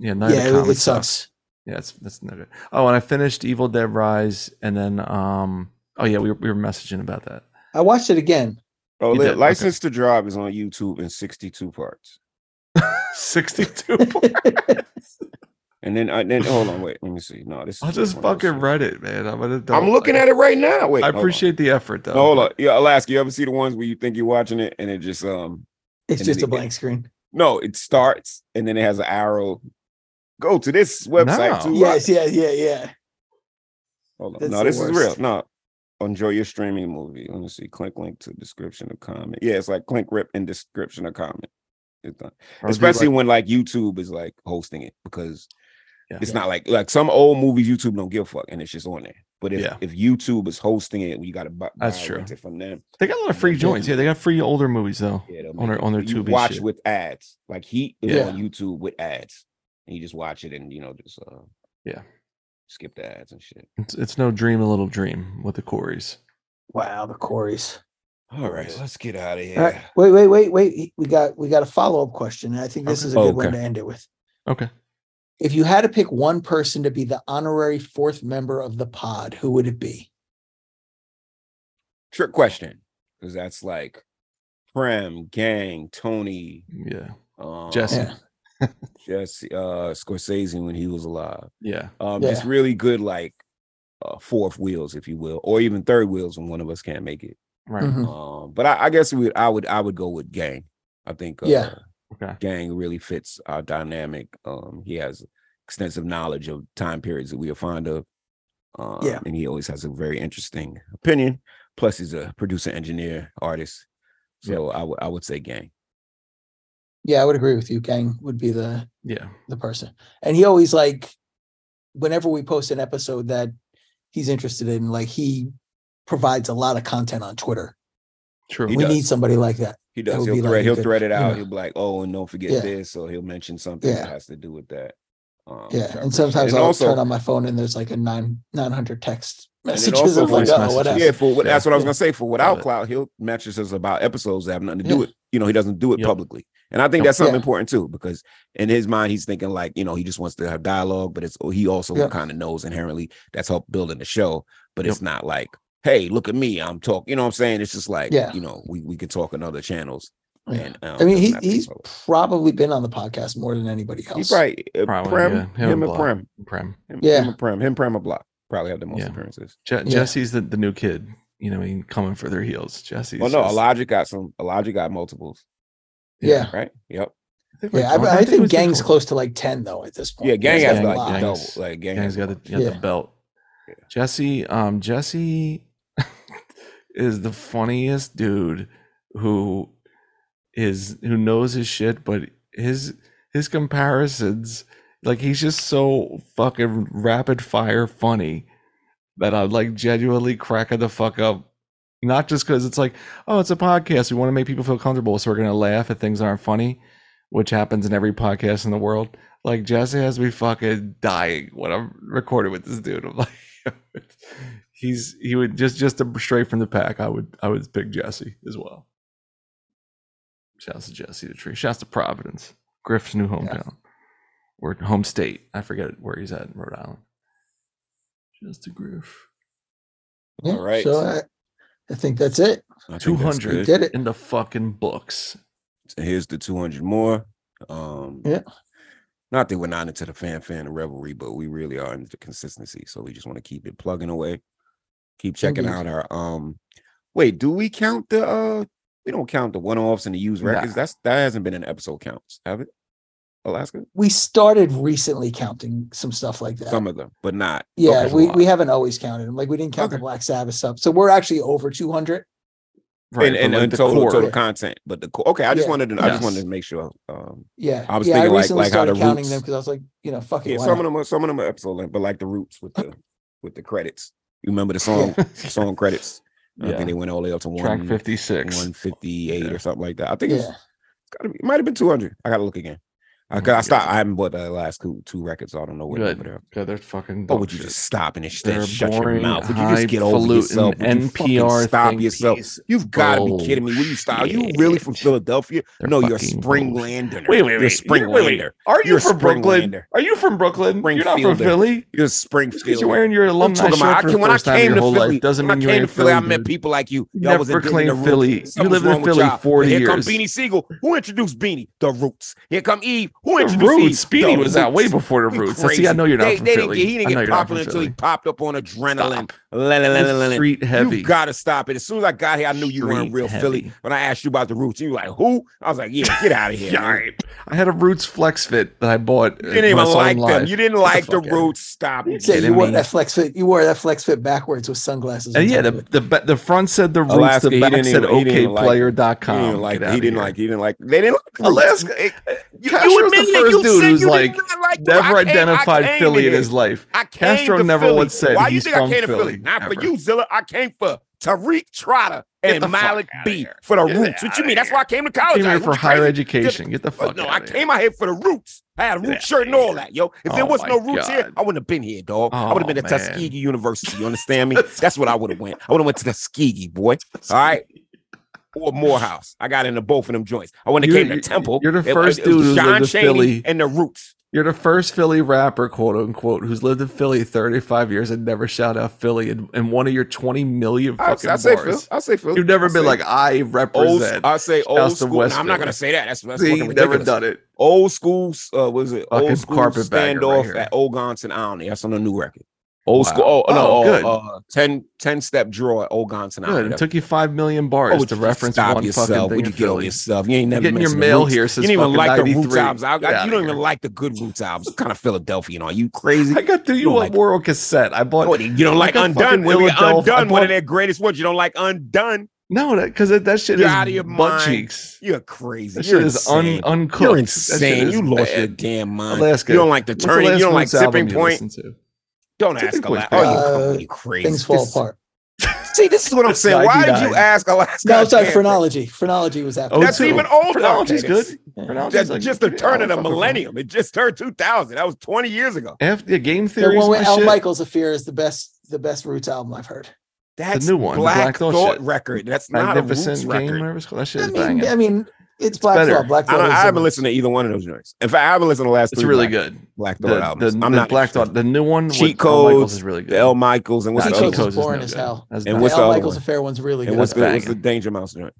Speaker 2: yeah, Night of the
Speaker 1: yeah, it,
Speaker 2: Comet
Speaker 1: it sucks.
Speaker 2: Yeah, it's that's not good. Oh, and I finished Evil Dead Rise, and then um, oh yeah, we were, we were messaging about that. (laughs)
Speaker 1: I watched it again.
Speaker 3: Oh,
Speaker 2: You
Speaker 3: li-
Speaker 2: did, okay.
Speaker 3: License to Drive is on YouTube in sixty-two parts.
Speaker 2: Sixty-two.
Speaker 3: And then I then hold on, wait, let me see. No, this.
Speaker 2: I'll
Speaker 3: is the
Speaker 2: just
Speaker 3: one I was
Speaker 2: fucking
Speaker 3: seeing.
Speaker 2: read it, man. I'm an adult.
Speaker 3: I'm looking at it right now. Wait,
Speaker 2: I
Speaker 3: hold on.
Speaker 2: appreciate the effort though.
Speaker 3: No, hold on. Yeah, Alaska. You ever see the ones where you think you're watching it and it just um
Speaker 1: It's
Speaker 3: And
Speaker 1: just a
Speaker 3: then it-
Speaker 1: blank screen.
Speaker 3: no, it starts and then it has an arrow. Go to this website
Speaker 2: No.
Speaker 3: to
Speaker 1: Yes,
Speaker 3: watch.
Speaker 1: yeah, yeah, yeah.
Speaker 3: Hold on.
Speaker 1: That's
Speaker 3: No,
Speaker 1: the
Speaker 3: this is
Speaker 1: worst.
Speaker 3: real. No, enjoy your streaming movie. Let me see. Click link to description of comment. Yeah, it's like click rip in description of comment. It's not-
Speaker 2: Or do
Speaker 3: Especially
Speaker 2: like-
Speaker 3: when like YouTube is like hosting it because
Speaker 2: Yeah.
Speaker 3: it's not like like some old movies YouTube don't give a fuck and it's just on there. But if
Speaker 2: Yeah.
Speaker 3: if YouTube is hosting it, you got to buy,
Speaker 2: That's
Speaker 3: buy
Speaker 2: true.
Speaker 3: rent it from them.
Speaker 2: They got a lot of free
Speaker 3: Yeah.
Speaker 2: joints. Yeah, they got free older movies though
Speaker 3: Yeah, they'll
Speaker 2: on
Speaker 3: make
Speaker 2: their
Speaker 3: it-
Speaker 2: on their
Speaker 3: you
Speaker 2: tube.
Speaker 3: watch
Speaker 2: shit.
Speaker 3: with ads. Like Heat is
Speaker 2: Yeah.
Speaker 3: on YouTube with ads, and you just watch it and you know just uh
Speaker 2: Yeah.
Speaker 3: skip the ads and shit.
Speaker 2: It's, it's no dream, a little dream with the Corys.
Speaker 1: Wow, the Corys.
Speaker 3: All right, let's get out of here.
Speaker 1: All right. Wait, wait, wait, wait. We got we got a follow up question. and I think this
Speaker 2: Okay.
Speaker 1: is a good one
Speaker 2: Okay.
Speaker 1: to end it with.
Speaker 2: Okay.
Speaker 1: If you had to pick one person to be the honorary fourth member of the pod, who would it be?
Speaker 3: Trick question, because that's like Prem, Gang, Tony,
Speaker 2: Yeah.
Speaker 3: um,
Speaker 2: Jesse.
Speaker 3: (laughs) Jesse, uh, Scorsese when he was alive.
Speaker 2: Yeah.
Speaker 3: Um,
Speaker 2: Yeah.
Speaker 3: just really good, like uh, fourth wheels, if you will, or even third wheels when one of us can't make it.
Speaker 2: Right.
Speaker 1: Mhm.
Speaker 3: Um, but I, I guess we, I would, I would go with Gang. I think, uh,
Speaker 1: Yeah.
Speaker 2: Okay.
Speaker 3: Gang really fits our dynamic. Um, he has extensive knowledge of time periods that we are fond of. Um,
Speaker 1: Yeah.
Speaker 3: and he always has a very interesting opinion. Plus, he's a producer, engineer, artist. So I would, I would say Gang.
Speaker 1: Yeah, I would agree with you. Gang would be the
Speaker 2: Yeah.
Speaker 1: the person. And he always like whenever we post an episode that he's interested in, like he provides a lot of content on Twitter.
Speaker 2: True.
Speaker 1: we need somebody like that.
Speaker 3: He
Speaker 1: That
Speaker 3: does.
Speaker 1: would
Speaker 3: He'll
Speaker 1: be,
Speaker 3: thread.
Speaker 1: like, a
Speaker 3: he'll
Speaker 1: good-
Speaker 3: thread it
Speaker 1: you
Speaker 3: out.
Speaker 1: know.
Speaker 3: He'll be like, "Oh, and don't forget
Speaker 1: Yeah.
Speaker 3: this," or he'll mention something
Speaker 1: Yeah.
Speaker 3: that has to do with that. Um, which I
Speaker 1: Yeah, and
Speaker 3: appreciate.
Speaker 1: sometimes
Speaker 3: And
Speaker 1: I'll
Speaker 3: also-
Speaker 1: turn on my phone and there's like a nine nine hundred text
Speaker 3: and it
Speaker 1: messages.
Speaker 3: also
Speaker 1: I'm like,
Speaker 3: for-
Speaker 1: oh, what
Speaker 3: yeah,
Speaker 1: else?
Speaker 3: for what, that's what I was gonna say. For
Speaker 2: Love
Speaker 3: without
Speaker 2: it.
Speaker 3: cloud, he'll message us about episodes that have nothing to do
Speaker 1: Yeah.
Speaker 3: with. You know, he doesn't do it
Speaker 2: Yep.
Speaker 3: publicly, and I think
Speaker 2: Yep.
Speaker 3: that's something
Speaker 1: Yeah.
Speaker 3: important too, because in his mind, he's thinking like, you know, he just wants to have dialogue, but it's oh, he also
Speaker 1: Yep.
Speaker 3: kind of knows inherently that's help building the show, but it's
Speaker 2: Yep.
Speaker 3: not like, hey, look at me, I'm talking. You know, what I'm saying it's just like,
Speaker 1: Yeah.
Speaker 3: you know, we we could talk on other channels.
Speaker 1: Yeah.
Speaker 3: And um,
Speaker 1: I mean,
Speaker 3: doesn't
Speaker 1: he,
Speaker 3: have to be
Speaker 1: he's
Speaker 3: public.
Speaker 1: probably been on the podcast more than anybody
Speaker 3: He
Speaker 1: else.
Speaker 3: probably, uh,
Speaker 2: Probably,
Speaker 3: Prem,
Speaker 2: yeah.
Speaker 3: him, and
Speaker 2: Block.
Speaker 3: Prem,
Speaker 2: Prem.
Speaker 3: him,
Speaker 1: Yeah.
Speaker 3: him and Prem, him, Prem, and Block probably have the most
Speaker 2: Yeah.
Speaker 3: appearances.
Speaker 2: Je- Jesse's the, the new kid. You know, I mean, coming for their heels. Jesse's.
Speaker 3: Well, no,
Speaker 2: just-
Speaker 3: Elijah got some. Elijah got multiples,
Speaker 1: Yeah,
Speaker 3: right? Yep.
Speaker 2: think
Speaker 1: yeah.
Speaker 2: like
Speaker 1: I,
Speaker 2: Jordan-
Speaker 1: I
Speaker 2: it
Speaker 1: think
Speaker 2: was like
Speaker 1: Gang's
Speaker 2: Jordan.
Speaker 1: close to like ten though at this point.
Speaker 3: Yeah, gang
Speaker 1: He's
Speaker 3: has
Speaker 1: got a
Speaker 3: like
Speaker 1: lot.
Speaker 3: double.
Speaker 2: Gang's-
Speaker 3: Like gang
Speaker 2: Gang's
Speaker 3: has
Speaker 2: got the, got
Speaker 1: Yeah.
Speaker 2: the belt.
Speaker 3: Yeah.
Speaker 2: Jesse, um, Jesse (laughs) is the funniest dude who is who knows his shit, but his his comparisons, like he's just so fucking rapid fire funny that I'm like genuinely cracking the fuck up. Not just because it's like, oh, it's a podcast. We want to make people feel comfortable, so we're gonna laugh at things that aren't funny, which happens in every podcast in the world. Like Jesse has me fucking dying when I'm recording with this dude. I'm like, (laughs) he's he would just just to- straight from the pack. I would I would pick Jesse as well. Shouts to Jesse the tree. Shouts to Providence, Griff's new hometown or home state. I forget where he's at in Rhode Island. Just to Griff.
Speaker 1: Yeah,
Speaker 3: All right.
Speaker 1: So I, I think that's it.
Speaker 3: I
Speaker 2: Two
Speaker 3: think that's
Speaker 2: hundred
Speaker 1: Did it.
Speaker 2: in the fucking books.
Speaker 3: good. Here's the two hundred more. Um,
Speaker 1: Yeah.
Speaker 3: Not that we're not into the fan fan and revelry, but we really are into the consistency. So we just want to keep it plugging away. Keep checking
Speaker 1: Indeed.
Speaker 3: out our um. Wait, do we count the uh? We don't count the one offs and the used
Speaker 2: Nah.
Speaker 3: records. That's that hasn't been in episode counts, have it? Alaska.
Speaker 1: We started recently counting some stuff like that.
Speaker 3: Some of them, but not.
Speaker 1: yeah,
Speaker 3: okay.
Speaker 1: we, we haven't always counted them. Like we didn't count the
Speaker 3: Okay.
Speaker 1: Black Sabbath stuff. So we're actually over two hundred.
Speaker 3: and,
Speaker 2: but,
Speaker 3: and,
Speaker 2: like,
Speaker 3: and
Speaker 2: the
Speaker 3: total,
Speaker 2: core.
Speaker 3: total content, but the core. Okay, I just
Speaker 1: Yeah.
Speaker 3: wanted to. I just
Speaker 2: Yes.
Speaker 3: wanted to make sure. Um,
Speaker 1: Yeah,
Speaker 3: I was
Speaker 1: yeah.
Speaker 3: thinking,
Speaker 1: I
Speaker 3: like-
Speaker 1: recently
Speaker 3: like how
Speaker 1: started
Speaker 3: the
Speaker 1: counting
Speaker 3: Roots-
Speaker 1: them because I was like, you know, fuck it.
Speaker 3: yeah,
Speaker 1: why
Speaker 3: some of
Speaker 1: not?
Speaker 3: them, are, some of them are episode length, but like the roots with the with the credits. You remember
Speaker 2: (laughs)
Speaker 3: the song song credits? I
Speaker 2: Yeah.
Speaker 3: think they went all the way up to
Speaker 2: Track
Speaker 3: one
Speaker 2: fifty six.
Speaker 3: one fifty eight
Speaker 2: Yeah.
Speaker 3: or something like that. I think it's,
Speaker 1: Yeah,
Speaker 3: it's gotta be. It might have been two hundred. I gotta look again. I,
Speaker 2: Oh
Speaker 3: got-
Speaker 2: my
Speaker 3: I stopped. I haven't bought the last two, two records, so I don't know what
Speaker 2: Good.
Speaker 3: number they are.
Speaker 2: God, they're fucking.
Speaker 3: Oh,
Speaker 2: dog
Speaker 3: would you
Speaker 2: shit.
Speaker 3: just stop and just
Speaker 2: They're
Speaker 3: shut your
Speaker 2: boring,
Speaker 3: mouth? Would you just get over
Speaker 2: highfalutin
Speaker 3: yourself? Would you
Speaker 2: NPR
Speaker 3: fucking stop
Speaker 2: think
Speaker 3: yourself?
Speaker 2: piece.
Speaker 3: You've got to be kidding me. Will you stop? You really from
Speaker 2: Bullshit.
Speaker 3: Philadelphia?
Speaker 2: They're
Speaker 3: no, you're a
Speaker 2: fucking
Speaker 3: Springlander.
Speaker 2: Wait, wait,
Speaker 3: You're a
Speaker 2: wait. You're- wait, wait.
Speaker 3: Springlander.
Speaker 2: Are
Speaker 3: You're
Speaker 2: you
Speaker 3: a
Speaker 2: from Brooklyn?
Speaker 3: Springlander.
Speaker 2: Are you from Brooklyn? You're not from
Speaker 3: Springfielder.
Speaker 2: Philly.
Speaker 3: You're
Speaker 2: Just
Speaker 3: Springfield.
Speaker 2: because you're wearing your
Speaker 3: What you
Speaker 2: alumni shirt
Speaker 3: talking about? I
Speaker 2: for the
Speaker 3: can, when I
Speaker 2: first time in
Speaker 3: came
Speaker 2: your
Speaker 3: to
Speaker 2: whole
Speaker 3: Philly,
Speaker 2: life doesn't
Speaker 3: when
Speaker 2: mean
Speaker 3: I
Speaker 2: you're
Speaker 3: came
Speaker 2: in
Speaker 3: to Philly, I
Speaker 2: Philly.
Speaker 3: met
Speaker 2: dude.
Speaker 3: people like you.
Speaker 2: You
Speaker 3: Y'all was
Speaker 2: never
Speaker 3: addicted to
Speaker 2: claimed
Speaker 3: the roots.
Speaker 2: Philly. You
Speaker 3: Something's
Speaker 2: lived in
Speaker 3: wrong with
Speaker 2: Philly
Speaker 3: y'all.
Speaker 2: 40
Speaker 3: Here comes
Speaker 2: years.
Speaker 3: Beanie Siegel. Who introduced Beanie? The Roots. Here come Eve. Who
Speaker 2: The
Speaker 3: introduced
Speaker 2: Roots.
Speaker 3: Eve?
Speaker 2: Beanie
Speaker 3: The
Speaker 2: was out way before the
Speaker 3: You
Speaker 2: Roots. I see.
Speaker 3: crazy.
Speaker 2: I know you're not
Speaker 3: They-
Speaker 2: from
Speaker 3: they didn't
Speaker 2: Philly.
Speaker 3: get- He
Speaker 2: I
Speaker 3: didn't
Speaker 2: know you're not
Speaker 3: get
Speaker 2: from
Speaker 3: popular until
Speaker 2: Philly.
Speaker 3: he popped up on adrenaline.
Speaker 2: Stop.
Speaker 3: La, la, la, la, la, la.
Speaker 2: Street heavy.
Speaker 3: You gotta stop it. As soon as I got here, I knew you weren't
Speaker 2: Street
Speaker 3: real
Speaker 2: heavy.
Speaker 3: Philly. When I asked you about the roots, you were like, "Who?" I was like, "Yeah, get out of here."
Speaker 2: (laughs)
Speaker 3: man.
Speaker 2: I had a Roots Flex Fit that I bought. uh,
Speaker 3: You didn't even like them. You didn't like the roots. Stop.
Speaker 1: You
Speaker 3: it.
Speaker 1: said you
Speaker 2: kidding
Speaker 1: wore
Speaker 2: me?
Speaker 1: that flex fit. You wore that flex fit backwards with sunglasses. on
Speaker 2: And Uh, yeah,
Speaker 1: top
Speaker 2: the,
Speaker 1: of it.
Speaker 2: the ba- the front said the roots,
Speaker 3: Alaska,
Speaker 2: the
Speaker 3: he
Speaker 2: back
Speaker 3: didn't
Speaker 2: said
Speaker 3: even, he didn't even like-
Speaker 2: OKPlayer.com.
Speaker 3: He didn't like.
Speaker 2: Get
Speaker 3: He
Speaker 2: outta
Speaker 3: didn't
Speaker 2: here.
Speaker 3: like. He didn't like. They didn't like the roots.
Speaker 2: Alaska.
Speaker 3: It- You,
Speaker 2: Castro's the
Speaker 3: admitted it.
Speaker 2: first
Speaker 3: You
Speaker 2: dude
Speaker 3: said
Speaker 2: who's
Speaker 3: you did
Speaker 2: like,
Speaker 3: not like the- I
Speaker 2: never
Speaker 3: came- I
Speaker 2: identified
Speaker 3: came
Speaker 2: Philly
Speaker 3: to
Speaker 2: in
Speaker 3: this.
Speaker 2: his life.
Speaker 3: I came
Speaker 2: Castro
Speaker 3: to
Speaker 2: never
Speaker 3: Philly.
Speaker 2: once said
Speaker 3: Why
Speaker 2: he's
Speaker 3: you think
Speaker 2: from
Speaker 3: I came
Speaker 2: Philly.
Speaker 3: to Philly? Not for
Speaker 2: ever.
Speaker 3: you, Zilla. I came for Tariq Trotter
Speaker 2: Get
Speaker 3: and
Speaker 2: the fuck
Speaker 3: Malik
Speaker 2: outta
Speaker 3: B for the roots. What you mean? That's why I came to college.
Speaker 2: Came
Speaker 3: I-
Speaker 2: here
Speaker 3: you
Speaker 2: for
Speaker 3: crazy?
Speaker 2: higher education. Get the fuck
Speaker 3: No,
Speaker 2: out
Speaker 3: I
Speaker 2: here.
Speaker 3: came out here for the roots. I had a root shirt and all that, yo. If there
Speaker 2: Oh
Speaker 3: was no
Speaker 2: my
Speaker 3: roots here,
Speaker 2: God.
Speaker 3: I wouldn't have been here, dog. I
Speaker 2: Oh,
Speaker 3: would have been at
Speaker 2: man.
Speaker 3: Tuskegee University. You understand me? That's what I would have went. I would have went to Tuskegee, boy. All
Speaker 2: (laughs)
Speaker 3: right. Or Morehouse. I got into both of them joints. I went and
Speaker 2: You-
Speaker 3: came to
Speaker 2: you-
Speaker 3: Temple.
Speaker 2: you're the
Speaker 3: It- it-
Speaker 2: first
Speaker 3: it was
Speaker 2: dude who's
Speaker 3: John
Speaker 2: lived in Philly.
Speaker 3: Chaney and the Roots.
Speaker 2: You're the first Philly rapper, quote unquote, who's lived in Philly 35 years and never shout out Philly in, in one of your 20 million
Speaker 3: I, I
Speaker 2: fucking
Speaker 3: say Phil.
Speaker 2: bars.
Speaker 3: I say Phil.
Speaker 2: You've never
Speaker 3: I
Speaker 2: been
Speaker 3: say-
Speaker 2: like I
Speaker 3: old.
Speaker 2: represent.
Speaker 3: I say
Speaker 2: Shouts
Speaker 3: old
Speaker 2: to
Speaker 3: school.
Speaker 2: West
Speaker 3: Nah, I'm not
Speaker 2: Philly.
Speaker 3: gonna say that. That's that's
Speaker 2: See,
Speaker 3: fucking
Speaker 2: you've never
Speaker 3: ridiculous.
Speaker 2: done it.
Speaker 3: Old school. Uh, what is it?
Speaker 2: Fucking
Speaker 3: old school
Speaker 2: carpetbagger right
Speaker 3: standoff
Speaker 2: here.
Speaker 3: at Old Gonson Island. That's on the new record. Old
Speaker 2: Wow.
Speaker 3: school. Oh, no.
Speaker 2: Oh,
Speaker 3: oh,
Speaker 2: good.
Speaker 3: Uh, 10, 10 step draw at Old Gonson
Speaker 2: Good.
Speaker 3: Island.
Speaker 2: It took you 5 million bars
Speaker 3: Oh,
Speaker 2: to
Speaker 3: just
Speaker 2: reference
Speaker 3: stop
Speaker 2: one
Speaker 3: yourself.
Speaker 2: fucking thing.
Speaker 3: Where'd
Speaker 2: in
Speaker 3: you get all
Speaker 2: Philly.
Speaker 3: your stuff? You ain't never
Speaker 2: getting your
Speaker 3: mentioned the
Speaker 2: mail
Speaker 3: Roots.
Speaker 2: here since
Speaker 3: You didn't even
Speaker 2: fucking
Speaker 3: like the
Speaker 2: 93.
Speaker 3: Roots albums. I, I-
Speaker 2: Get outta
Speaker 3: you don't
Speaker 2: here.
Speaker 3: even like the good Roots albums. It's kind of Philadelphia and all. You crazy?
Speaker 2: I got through you
Speaker 3: don't
Speaker 2: a
Speaker 3: like- Oh,
Speaker 2: world cassette. I bought.
Speaker 3: You don't like
Speaker 2: a
Speaker 3: Undone?
Speaker 2: fucking
Speaker 3: When we
Speaker 2: Illadelph- I
Speaker 3: Undone, one
Speaker 2: bought-
Speaker 3: of their greatest ones. You don't like Undone?
Speaker 2: No, that because that, that shit
Speaker 3: You're
Speaker 2: is
Speaker 3: out of your
Speaker 2: butt
Speaker 3: mind.
Speaker 2: cheeks.
Speaker 3: You're crazy.
Speaker 2: That
Speaker 3: You're
Speaker 2: shit is un-
Speaker 3: insane.
Speaker 2: uncooked.
Speaker 3: You're
Speaker 2: That shit
Speaker 3: insane.
Speaker 2: is
Speaker 3: You lost your
Speaker 2: bad.
Speaker 3: damn mind.
Speaker 2: Alaska.
Speaker 3: You don't like the
Speaker 2: What's
Speaker 3: turning.
Speaker 2: last
Speaker 3: You don't like
Speaker 2: Roots album
Speaker 3: Tipping
Speaker 2: you
Speaker 3: Point.
Speaker 2: listening to?
Speaker 3: Don't
Speaker 2: Tipping
Speaker 3: ask
Speaker 2: Point's
Speaker 3: Alaska. Oh,
Speaker 1: bad.
Speaker 3: you
Speaker 1: Uh,
Speaker 3: come on, you crazy.
Speaker 1: Things fall
Speaker 3: This-
Speaker 1: apart.
Speaker 3: See, this is what I'm saying.
Speaker 2: Like
Speaker 3: Why
Speaker 2: you
Speaker 3: did you
Speaker 2: died.
Speaker 3: ask Alaska?
Speaker 1: No, I'm sorry.
Speaker 3: Damn, bro.
Speaker 1: Phrenology. Phrenology was after.
Speaker 2: Oh,
Speaker 3: That's
Speaker 2: too.
Speaker 3: even older.
Speaker 2: Phrenology's good. Phrenology's
Speaker 3: That's
Speaker 2: like-
Speaker 3: just the turn of
Speaker 2: I
Speaker 3: the
Speaker 2: fuck with
Speaker 3: millennium. It just turned 2000. That was 20 years ago.
Speaker 2: F- yeah, game
Speaker 1: The
Speaker 2: theory.
Speaker 1: one with Al
Speaker 2: shit.
Speaker 1: Michaels, "A Fear," is the best. The best Roots album I've heard.
Speaker 3: That's
Speaker 2: new one, the
Speaker 3: Black
Speaker 2: Black Thought
Speaker 3: Thought
Speaker 2: shit.
Speaker 3: record. That's not a
Speaker 2: Magnificent
Speaker 3: Roots
Speaker 2: game,
Speaker 3: record.
Speaker 2: whatever it's called. That shit
Speaker 1: I
Speaker 2: is
Speaker 1: mean,
Speaker 2: banging.
Speaker 1: I mean, it's Black
Speaker 2: better.
Speaker 1: Thought. Black
Speaker 3: I,
Speaker 1: Thought.
Speaker 3: don't, I
Speaker 1: is
Speaker 3: haven't
Speaker 1: a-
Speaker 3: listened to either one of those joints. In fact, I haven't listened to the last
Speaker 2: It's
Speaker 3: three
Speaker 2: really
Speaker 3: Black,
Speaker 2: good.
Speaker 3: Black Thought
Speaker 2: The, the,
Speaker 3: albums. I'm
Speaker 2: the
Speaker 3: not
Speaker 2: Black
Speaker 3: interested.
Speaker 2: Thought, the new one with
Speaker 3: Cheat
Speaker 2: Al Michaels
Speaker 3: Codes,
Speaker 2: is really
Speaker 3: the
Speaker 2: good.
Speaker 3: L. Michaels, and what's
Speaker 1: Cheat
Speaker 3: the
Speaker 2: Cheat
Speaker 3: other
Speaker 1: Codes
Speaker 3: one?
Speaker 1: is
Speaker 2: Codes is
Speaker 1: boring
Speaker 2: no
Speaker 1: as
Speaker 2: good.
Speaker 1: hell.
Speaker 2: That's
Speaker 1: The
Speaker 3: not- What's the
Speaker 1: Al
Speaker 3: other
Speaker 1: Michaels
Speaker 3: one?
Speaker 1: Affair one's really good.
Speaker 3: And what's
Speaker 2: That's
Speaker 3: the, what's the
Speaker 2: banging.
Speaker 3: Danger Mouse joint?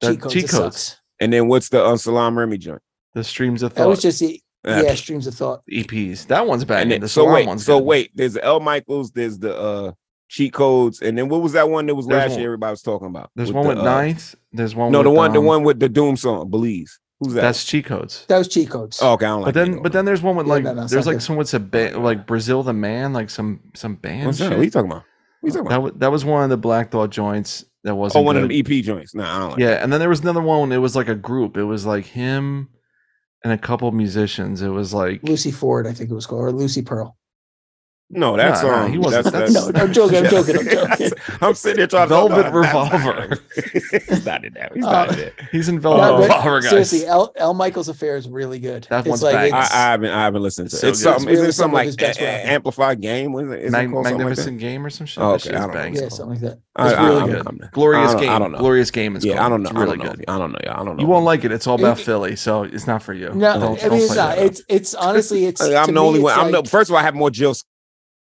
Speaker 2: Uh,
Speaker 1: Cheat Codes,
Speaker 2: cheat
Speaker 1: it
Speaker 2: codes.
Speaker 1: sucks.
Speaker 3: And then what's the uh, Salam Remy joint? Uh,
Speaker 2: The streams of
Speaker 1: That was
Speaker 2: thought
Speaker 1: just the
Speaker 3: Yeah.
Speaker 1: yeah streams of thought.
Speaker 2: EPs. That one's
Speaker 3: And
Speaker 2: banging.
Speaker 3: then-
Speaker 2: The
Speaker 3: so
Speaker 2: Salon
Speaker 3: wait,
Speaker 2: one's
Speaker 3: so
Speaker 2: good.
Speaker 3: wait, there's the L Michaels, there's the uh cheat codes, and then what was that one that was
Speaker 2: There's
Speaker 3: last
Speaker 2: one-
Speaker 3: year everybody was talking about?
Speaker 2: There's one with
Speaker 3: the, uh,
Speaker 2: ninth. There's one.
Speaker 3: No,
Speaker 2: with,
Speaker 3: the one, the
Speaker 2: um,
Speaker 3: one with the Doom song, Belize. Who's that?
Speaker 2: That's cheat codes.
Speaker 1: That was cheat codes.
Speaker 3: oh, okay, I don't
Speaker 2: But
Speaker 3: like
Speaker 2: then, but then there's one with
Speaker 1: Yeah,
Speaker 2: like
Speaker 1: no, no, it's
Speaker 2: there's
Speaker 1: not
Speaker 2: like
Speaker 1: good.
Speaker 2: someone said ba- like Brazil the man like some some band.
Speaker 3: what's that? Oh, What are you
Speaker 2: shit.
Speaker 3: talking about? What you talking
Speaker 2: That
Speaker 3: about?
Speaker 2: was that was one of the Black Thought joints that
Speaker 3: Oh,
Speaker 2: wasn't.
Speaker 3: one of
Speaker 2: good.
Speaker 3: them EP joints. Nah, I don't like
Speaker 2: Yeah, and then there was another one. It was like a group. It was like him and a couple musicians. It was like
Speaker 1: Lucy Ford, I think it was called, or Lucy Pearl.
Speaker 3: No, that
Speaker 2: Nah, nah,
Speaker 3: song.
Speaker 2: he wasn't-
Speaker 3: Oh, That's,
Speaker 1: No, no, I'm joking, I'm joking, I'm
Speaker 3: (laughs)
Speaker 1: joking.
Speaker 3: I'm sitting there trying
Speaker 2: Velvet
Speaker 3: to No, that's not
Speaker 2: Revolver. Uh,
Speaker 3: it. (laughs) He's not in that. He's not in that.
Speaker 2: (laughs) he's in
Speaker 1: No,
Speaker 2: Velvet
Speaker 1: but
Speaker 2: Revolver, guys.
Speaker 1: Seriously, L, L. Michael's Affair is really good.
Speaker 2: That
Speaker 1: it's
Speaker 2: one's
Speaker 1: like
Speaker 2: bad.
Speaker 1: it's,
Speaker 3: I, I haven't. I haven't listened to.
Speaker 2: It's
Speaker 3: It's,
Speaker 2: so good.
Speaker 3: it's something.
Speaker 1: It's
Speaker 3: Is
Speaker 1: really
Speaker 3: it something
Speaker 1: some of his
Speaker 3: like
Speaker 1: best
Speaker 3: a- a-
Speaker 1: rapping.
Speaker 3: amplified game? What Is it, is
Speaker 2: Mag-
Speaker 3: it called something like
Speaker 2: Magnificent
Speaker 3: that?
Speaker 2: Game or some shit.
Speaker 3: Oh,
Speaker 2: That
Speaker 3: okay,
Speaker 2: shit
Speaker 3: I
Speaker 2: is
Speaker 3: don't know.
Speaker 2: banging.
Speaker 1: yeah, something like that.
Speaker 3: I-
Speaker 1: It's
Speaker 3: I-
Speaker 1: really
Speaker 3: I'm-
Speaker 1: good.
Speaker 3: I'm-
Speaker 2: Glorious
Speaker 3: I don't-
Speaker 2: game.
Speaker 3: I don't know.
Speaker 2: Glorious game is
Speaker 3: Yeah,
Speaker 2: called.
Speaker 3: I don't know.
Speaker 2: It's really
Speaker 3: I don't know.
Speaker 2: good.
Speaker 3: I don't know. y'all. I don't know.
Speaker 2: You won't like it. It's all about Philly, so it's not for you.
Speaker 1: No,
Speaker 2: Don't-
Speaker 1: I mean
Speaker 2: don't
Speaker 1: it's
Speaker 2: play
Speaker 1: not.
Speaker 2: that.
Speaker 1: It's it's honestly it's.
Speaker 3: I'm
Speaker 1: to
Speaker 3: the only
Speaker 1: me,
Speaker 3: one.
Speaker 1: it's
Speaker 3: I'm the
Speaker 1: like-
Speaker 3: first of all. I have more Jill. Scott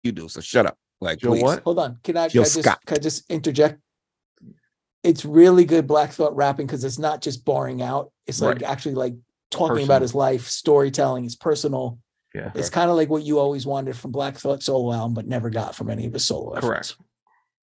Speaker 3: than You do so. Shut up. Like
Speaker 2: Jill
Speaker 3: please.
Speaker 2: what?
Speaker 1: Hold on, can I, can
Speaker 3: Jill
Speaker 1: I just
Speaker 3: Scott.
Speaker 1: can I just interject? It's really good Black Thought rapping because it's not just barring out. It's like
Speaker 2: Right.
Speaker 1: actually like talking
Speaker 2: Personal.
Speaker 1: about his life, storytelling. It's personal.
Speaker 2: Yeah.
Speaker 1: It's kind of like what you always wanted from Black Thought solo album, but never got from any of his solo. efforts.
Speaker 2: Correct.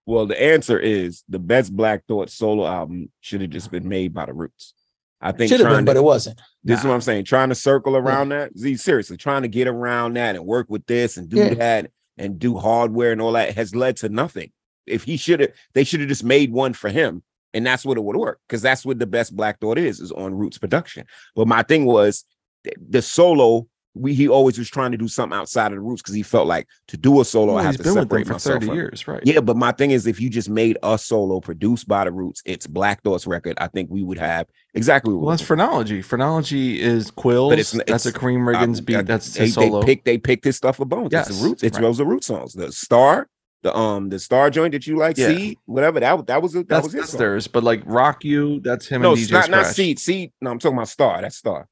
Speaker 3: Well, the answer is the best Black Thought solo album should have just been made by the Roots. I think
Speaker 1: Should have been,
Speaker 3: trying to-
Speaker 1: but it wasn't.
Speaker 3: This is what I'm saying. Trying to circle around that. Z, seriously, trying to get around that and work with this and do
Speaker 1: Yeah.
Speaker 3: that and do hardware and all that has led to nothing. If he should have, they should have just made one for him. And that's what it would work. Because that's what the best Black Thought is, is on Roots production. But my thing was th- the solo. We, he always was trying to do something outside of the roots because he felt like to do a solo,
Speaker 2: Well,
Speaker 3: I have
Speaker 2: he's
Speaker 3: to
Speaker 2: been with them
Speaker 3: separate
Speaker 2: for
Speaker 3: myself.
Speaker 2: thirty
Speaker 3: from it.
Speaker 2: years, right?
Speaker 3: Yeah, but my thing is, if you just made a solo produced by the Roots, it's Black Thought's record. I think we would have exactly what
Speaker 2: Well, that's phrenology. Phrenology is quills.
Speaker 3: But it's-
Speaker 2: that's a
Speaker 3: it's-
Speaker 2: Kareem Riggins
Speaker 3: I-
Speaker 2: beat.
Speaker 3: I-
Speaker 2: that's
Speaker 3: they,
Speaker 2: his solo.
Speaker 3: They picked they picked his stuff for Bones. it's
Speaker 2: Yes,
Speaker 3: the roots. It's
Speaker 2: right.
Speaker 3: those are root songs. The star, the um, the star joint that you like,
Speaker 2: Yeah.
Speaker 3: see whatever that that was. That
Speaker 2: that's
Speaker 3: was his
Speaker 2: that's
Speaker 3: song.
Speaker 2: theirs. But like rock you, that's him
Speaker 3: No,
Speaker 2: and
Speaker 3: it's
Speaker 2: DJ
Speaker 3: not not
Speaker 2: Scratch.
Speaker 3: seed seed. No, I'm talking about star. That's star.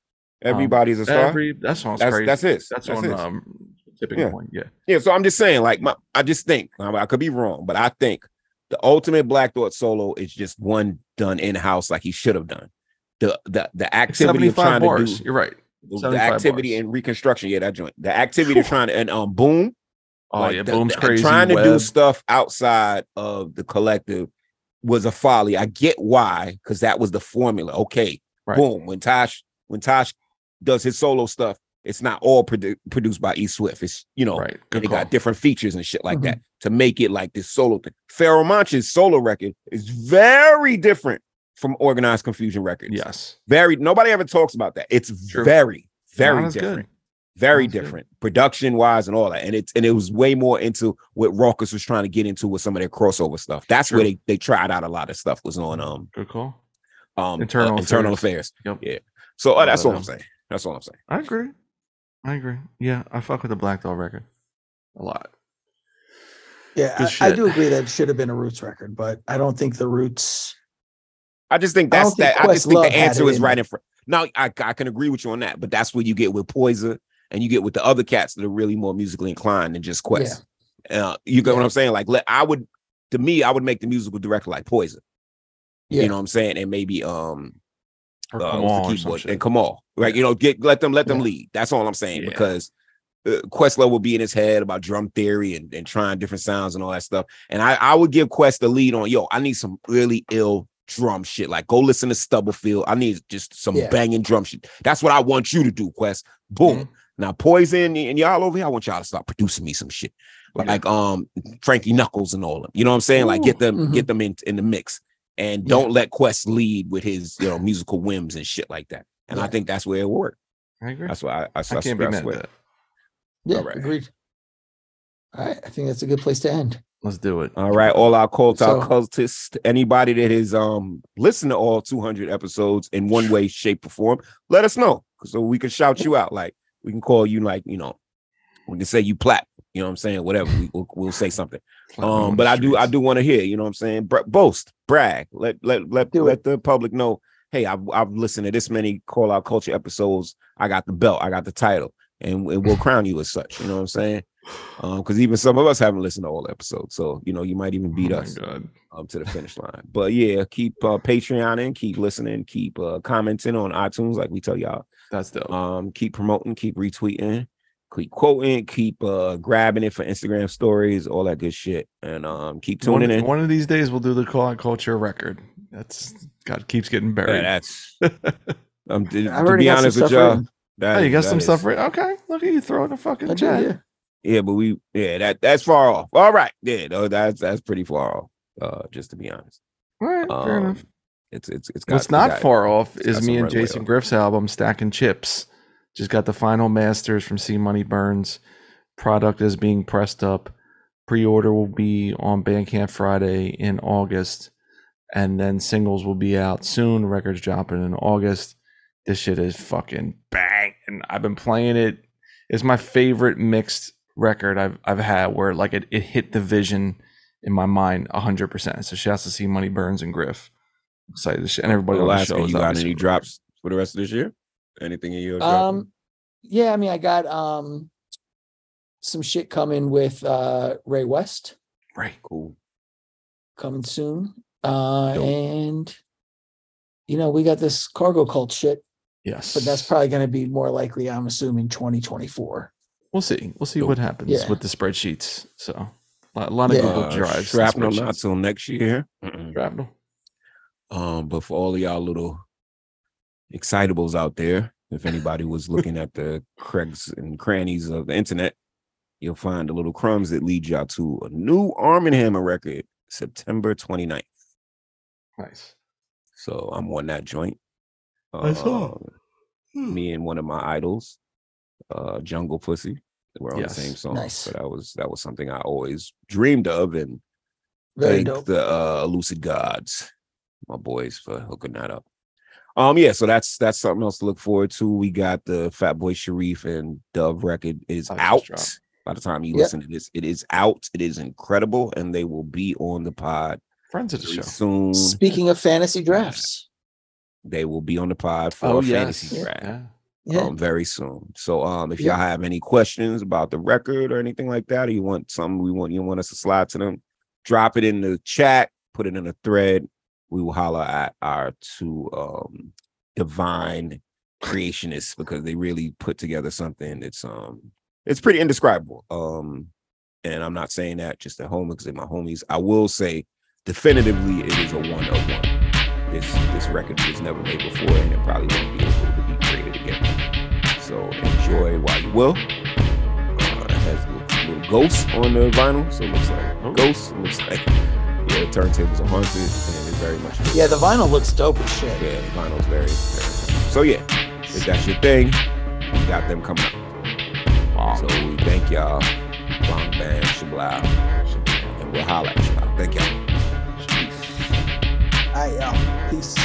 Speaker 2: Um,
Speaker 3: Everybody's a star.
Speaker 2: Every, that sounds
Speaker 3: That's-
Speaker 2: crazy.
Speaker 3: that's his.
Speaker 2: That's,
Speaker 3: That's
Speaker 2: on
Speaker 3: his.
Speaker 2: um tipping
Speaker 3: Yeah.
Speaker 2: point. Yeah.
Speaker 3: yeah. So I'm just saying, like, my I just think I, I could be wrong, but I think the ultimate Black Thought solo is just one done in house, like he should have done. The the the activity
Speaker 2: Seventy
Speaker 3: of trying
Speaker 2: five
Speaker 3: to
Speaker 2: bars.
Speaker 3: do
Speaker 2: You're right.
Speaker 3: the
Speaker 2: 75
Speaker 3: activity
Speaker 2: bars. (laughs)
Speaker 3: and reconstruction. Yeah, that joint. The activity of trying to and um boom.
Speaker 2: Oh
Speaker 3: Like,
Speaker 2: yeah,
Speaker 3: the-
Speaker 2: Boom's
Speaker 3: the-
Speaker 2: crazy.
Speaker 3: Trying to do
Speaker 2: Webb.
Speaker 3: stuff outside of the collective was a folly. I get why, because that was the formula. Okay,
Speaker 2: Right.
Speaker 3: boom. When Tosh when Tosh does his solo stuff, it's not all produ- produced by E Swift. It's you know,
Speaker 2: Right.
Speaker 3: and
Speaker 2: Good
Speaker 3: it got
Speaker 2: call.
Speaker 3: different features and shit like
Speaker 2: Mhm.
Speaker 3: that to make it like this solo thing. Pharaoh Monch's solo record is very different from Organized Confusion records.
Speaker 2: Yes,
Speaker 3: very. Nobody ever talks about that. It's
Speaker 2: True.
Speaker 3: very, very
Speaker 2: Not as good.
Speaker 3: different very
Speaker 2: Sounds good.
Speaker 3: different production wise and all that and it's and it was way more into what Raucus was trying to get into with some of their crossover stuff that's where
Speaker 2: True.
Speaker 3: they, they tried out a lot of stuff was on um
Speaker 2: Good call.
Speaker 3: um
Speaker 2: Internal
Speaker 3: internal internal
Speaker 2: Affairs.
Speaker 3: affairs,
Speaker 2: Yep.
Speaker 3: yeah so uh, that's
Speaker 2: Love
Speaker 3: all i'm
Speaker 2: them.
Speaker 3: saying that's all i'm saying
Speaker 2: I agree. I agree. Yeah, I fuck with the Black Doll record a lot.
Speaker 1: Yeah,
Speaker 2: Good
Speaker 1: I, I
Speaker 2: shit.
Speaker 1: do agree that it should have been a Roots record, but I don't think the Roots.
Speaker 3: i just think
Speaker 1: I don't
Speaker 3: that's
Speaker 1: think
Speaker 3: that i just think
Speaker 1: Questlove
Speaker 3: the
Speaker 1: had
Speaker 3: answer
Speaker 1: it
Speaker 3: is
Speaker 1: in
Speaker 3: right
Speaker 1: it.
Speaker 3: in front now I, I can agree with you on that but that's what you get with Poiser and you get with the other cats that are really more musically inclined than just quest uh you get what i'm saying like let i would to me i would make the musical director like Poiser.
Speaker 1: Yeah.
Speaker 3: you know what i'm saying and maybe um
Speaker 2: Or
Speaker 3: uh,
Speaker 2: Kamal
Speaker 3: what's
Speaker 2: or
Speaker 3: the
Speaker 2: some
Speaker 3: keyboard
Speaker 2: shit.
Speaker 3: and Kamal, right? You know, get let them let them lead. That's all I'm saying
Speaker 2: Yeah.
Speaker 3: because uh, Questlove will be in his head about drum theory and, and trying different sounds and all that stuff. And I, I would give Quest the lead on yo. I need some really ill drum shit. Like go listen to Stubblefield. I need just some
Speaker 1: Yeah.
Speaker 3: banging drum shit. That's what I want you to do, Quest. Boom.
Speaker 2: Mm-hmm.
Speaker 3: Now Poison and y'all over here, I want y'all to start producing me some shit like um Frankie Knuckles and all of them. You know what I'm saying? Like get them
Speaker 1: Mhm.
Speaker 2: Mm-hmm.
Speaker 3: get them in in the mix and don't let Quest lead with his you know musical whims and shit like that. And I
Speaker 1: Yeah.
Speaker 3: think that's where it worked.
Speaker 2: I agree.
Speaker 3: That's why I, I, I,
Speaker 2: I can't be
Speaker 3: swear- I
Speaker 2: mad at
Speaker 3: swear.
Speaker 2: that.
Speaker 1: Yeah,
Speaker 3: All right.
Speaker 1: agreed. All right, I think that's a good place to end.
Speaker 2: Let's do it.
Speaker 3: All right, all our cult, our
Speaker 1: So-
Speaker 3: cultists, anybody that has um listened to all 200 episodes in one way, shape, or form, let us know so we can shout you out. Like we can call you, like you know, we can say you plat. You know what I'm saying? Whatever, we, we'll, we'll say something.
Speaker 2: Platinum on
Speaker 3: Um,
Speaker 2: the
Speaker 3: but I do, I
Speaker 2: streets.
Speaker 3: do want to hear. You know what I'm saying? Bra- boast, brag. Let let let
Speaker 1: Do
Speaker 3: let the public know. Hey, I've I've listened to this many call out culture episodes. I got the belt. I got the title, and,
Speaker 2: (laughs)
Speaker 3: and we'll crown you as such. You know what I'm saying? Um, because even some of us haven't listened to all episodes, so you know you might even beat
Speaker 2: Oh my
Speaker 3: us
Speaker 2: God.
Speaker 3: um to the finish line. But yeah, keep uh, Patreoning, keep listening, keep uh, commenting on iTunes, like we tell y'all.
Speaker 2: That's dope.
Speaker 3: Um, keep promoting, keep retweeting, keep quoting, keep uh grabbing it for Instagram stories, all that good shit, and um keep
Speaker 2: one,
Speaker 3: tuning in.
Speaker 2: One of these days, we'll do the call out culture record. That's God keeps getting
Speaker 3: Yeah,
Speaker 2: buried.
Speaker 3: that's
Speaker 2: (laughs)
Speaker 3: um, to,
Speaker 1: I
Speaker 3: to
Speaker 1: already
Speaker 3: be
Speaker 1: got some
Speaker 3: honest with
Speaker 1: stuff
Speaker 3: y'all.
Speaker 1: written.
Speaker 3: that
Speaker 2: Oh, you got
Speaker 3: that
Speaker 2: some
Speaker 3: is-
Speaker 2: stuff right? Okay, look at you throwing the fucking
Speaker 1: I do,
Speaker 2: chat.
Speaker 1: yeah.
Speaker 3: Yeah, but we yeah that that's far off. All right, yeah, no, that's that's pretty far off. Uh, just to be honest,
Speaker 2: All right, fair
Speaker 3: Um,
Speaker 2: enough.
Speaker 3: it's it's it's got,
Speaker 2: What's
Speaker 3: it
Speaker 2: not
Speaker 3: got-
Speaker 2: far off
Speaker 3: it's
Speaker 2: is
Speaker 3: got
Speaker 2: me
Speaker 3: some
Speaker 2: and
Speaker 3: runway
Speaker 2: Jason
Speaker 3: left.
Speaker 2: Griff's album Stacking Chips. Just got the final masters from C Money Burns. Product is being pressed up. Pre-order will be on Bandcamp Friday in August, and then singles will be out soon. Records dropping in August. This shit is fucking bang, and I've been playing it. It's my favorite mixed record I've I've had where like it, it hit the vision in my mind hundred percent. So shouts to C Money Burns and Griff. Excited to sh- and everybody on the
Speaker 3: Alaska,
Speaker 2: show. is
Speaker 3: you got
Speaker 2: obviously-
Speaker 3: any drops for the rest of this year? Anything in your
Speaker 1: Um, yeah, I mean, I got um some shit coming with uh Ray West
Speaker 2: Right.
Speaker 3: cool?
Speaker 1: coming soon, uh,
Speaker 3: Dope.
Speaker 1: and you know we got this cargo cult shit,
Speaker 2: Yes.
Speaker 1: but that's probably going to be more likely. I'm assuming 2024.
Speaker 2: we'll see. We'll see what happens
Speaker 1: Yeah.
Speaker 2: with the spreadsheets. So a lot, lot of
Speaker 1: Yeah.
Speaker 2: Google Drives. and
Speaker 3: Shrapnel
Speaker 2: spreadsheets.
Speaker 3: Uh, not till next year. Mm-mm.
Speaker 2: Shrapnel.
Speaker 3: Um, but for all of y'all little excitables out there, if anybody was looking at the cracks and crannies of the internet, you'll find the little crumbs that lead y'all to a new Arm and Hammer record, September 29th.
Speaker 2: Nice.
Speaker 3: So I'm on that joint.
Speaker 2: I saw.
Speaker 3: Um, me and one of my idols, uh, Jungle Pussy. We're on
Speaker 2: Yes.
Speaker 3: the same song.
Speaker 1: Nice.
Speaker 3: So that was that was something I always dreamed of and
Speaker 1: Very
Speaker 3: thank
Speaker 1: dope.
Speaker 3: the uh, elusive gods, my boys, for hooking that up. Um, yeah, so that's that's something else to look forward to. We got the Fat Boy Sharif and Dove record is
Speaker 2: Oh,
Speaker 3: out.
Speaker 2: just dropped.
Speaker 3: By the time you
Speaker 1: Yep.
Speaker 3: listen to this, it is out. It is incredible, and they will be on the pod
Speaker 2: Friends of the
Speaker 3: very
Speaker 2: show.
Speaker 3: soon.
Speaker 1: Speaking of fantasy drafts,
Speaker 3: They will be on the pod for
Speaker 2: Oh
Speaker 3: a
Speaker 2: yes.
Speaker 3: fantasy draft
Speaker 2: Yeah.
Speaker 1: yeah,
Speaker 3: um, very soon. So um, if
Speaker 1: Yeah.
Speaker 3: y'all have any questions about the record or anything like that, or you want something we want you want us to slide to them, drop it in the chat, put it in a thread. We will holler at our two um divine creationists because they really put together something that's um it's pretty indescribable. Um And I'm not saying that just at home because they're my homies. I will say definitively it is a one of one. This this record was never made before and it probably won't be able to be created again. So enjoy while you will. Uh, it has little, little ghosts on the vinyl, so it looks like ghosts. It looks like yeah, the turntables are haunted and it very much
Speaker 1: Yeah, the vinyl looks dope as shit.
Speaker 3: Yeah, the vinyl's very, very so yeah, if that's your thing, we got them coming up. So we thank y'all. Bang bang, shablow. And we'll holla at y'all. Thank y'all.
Speaker 1: All right, y'all. um, Peace.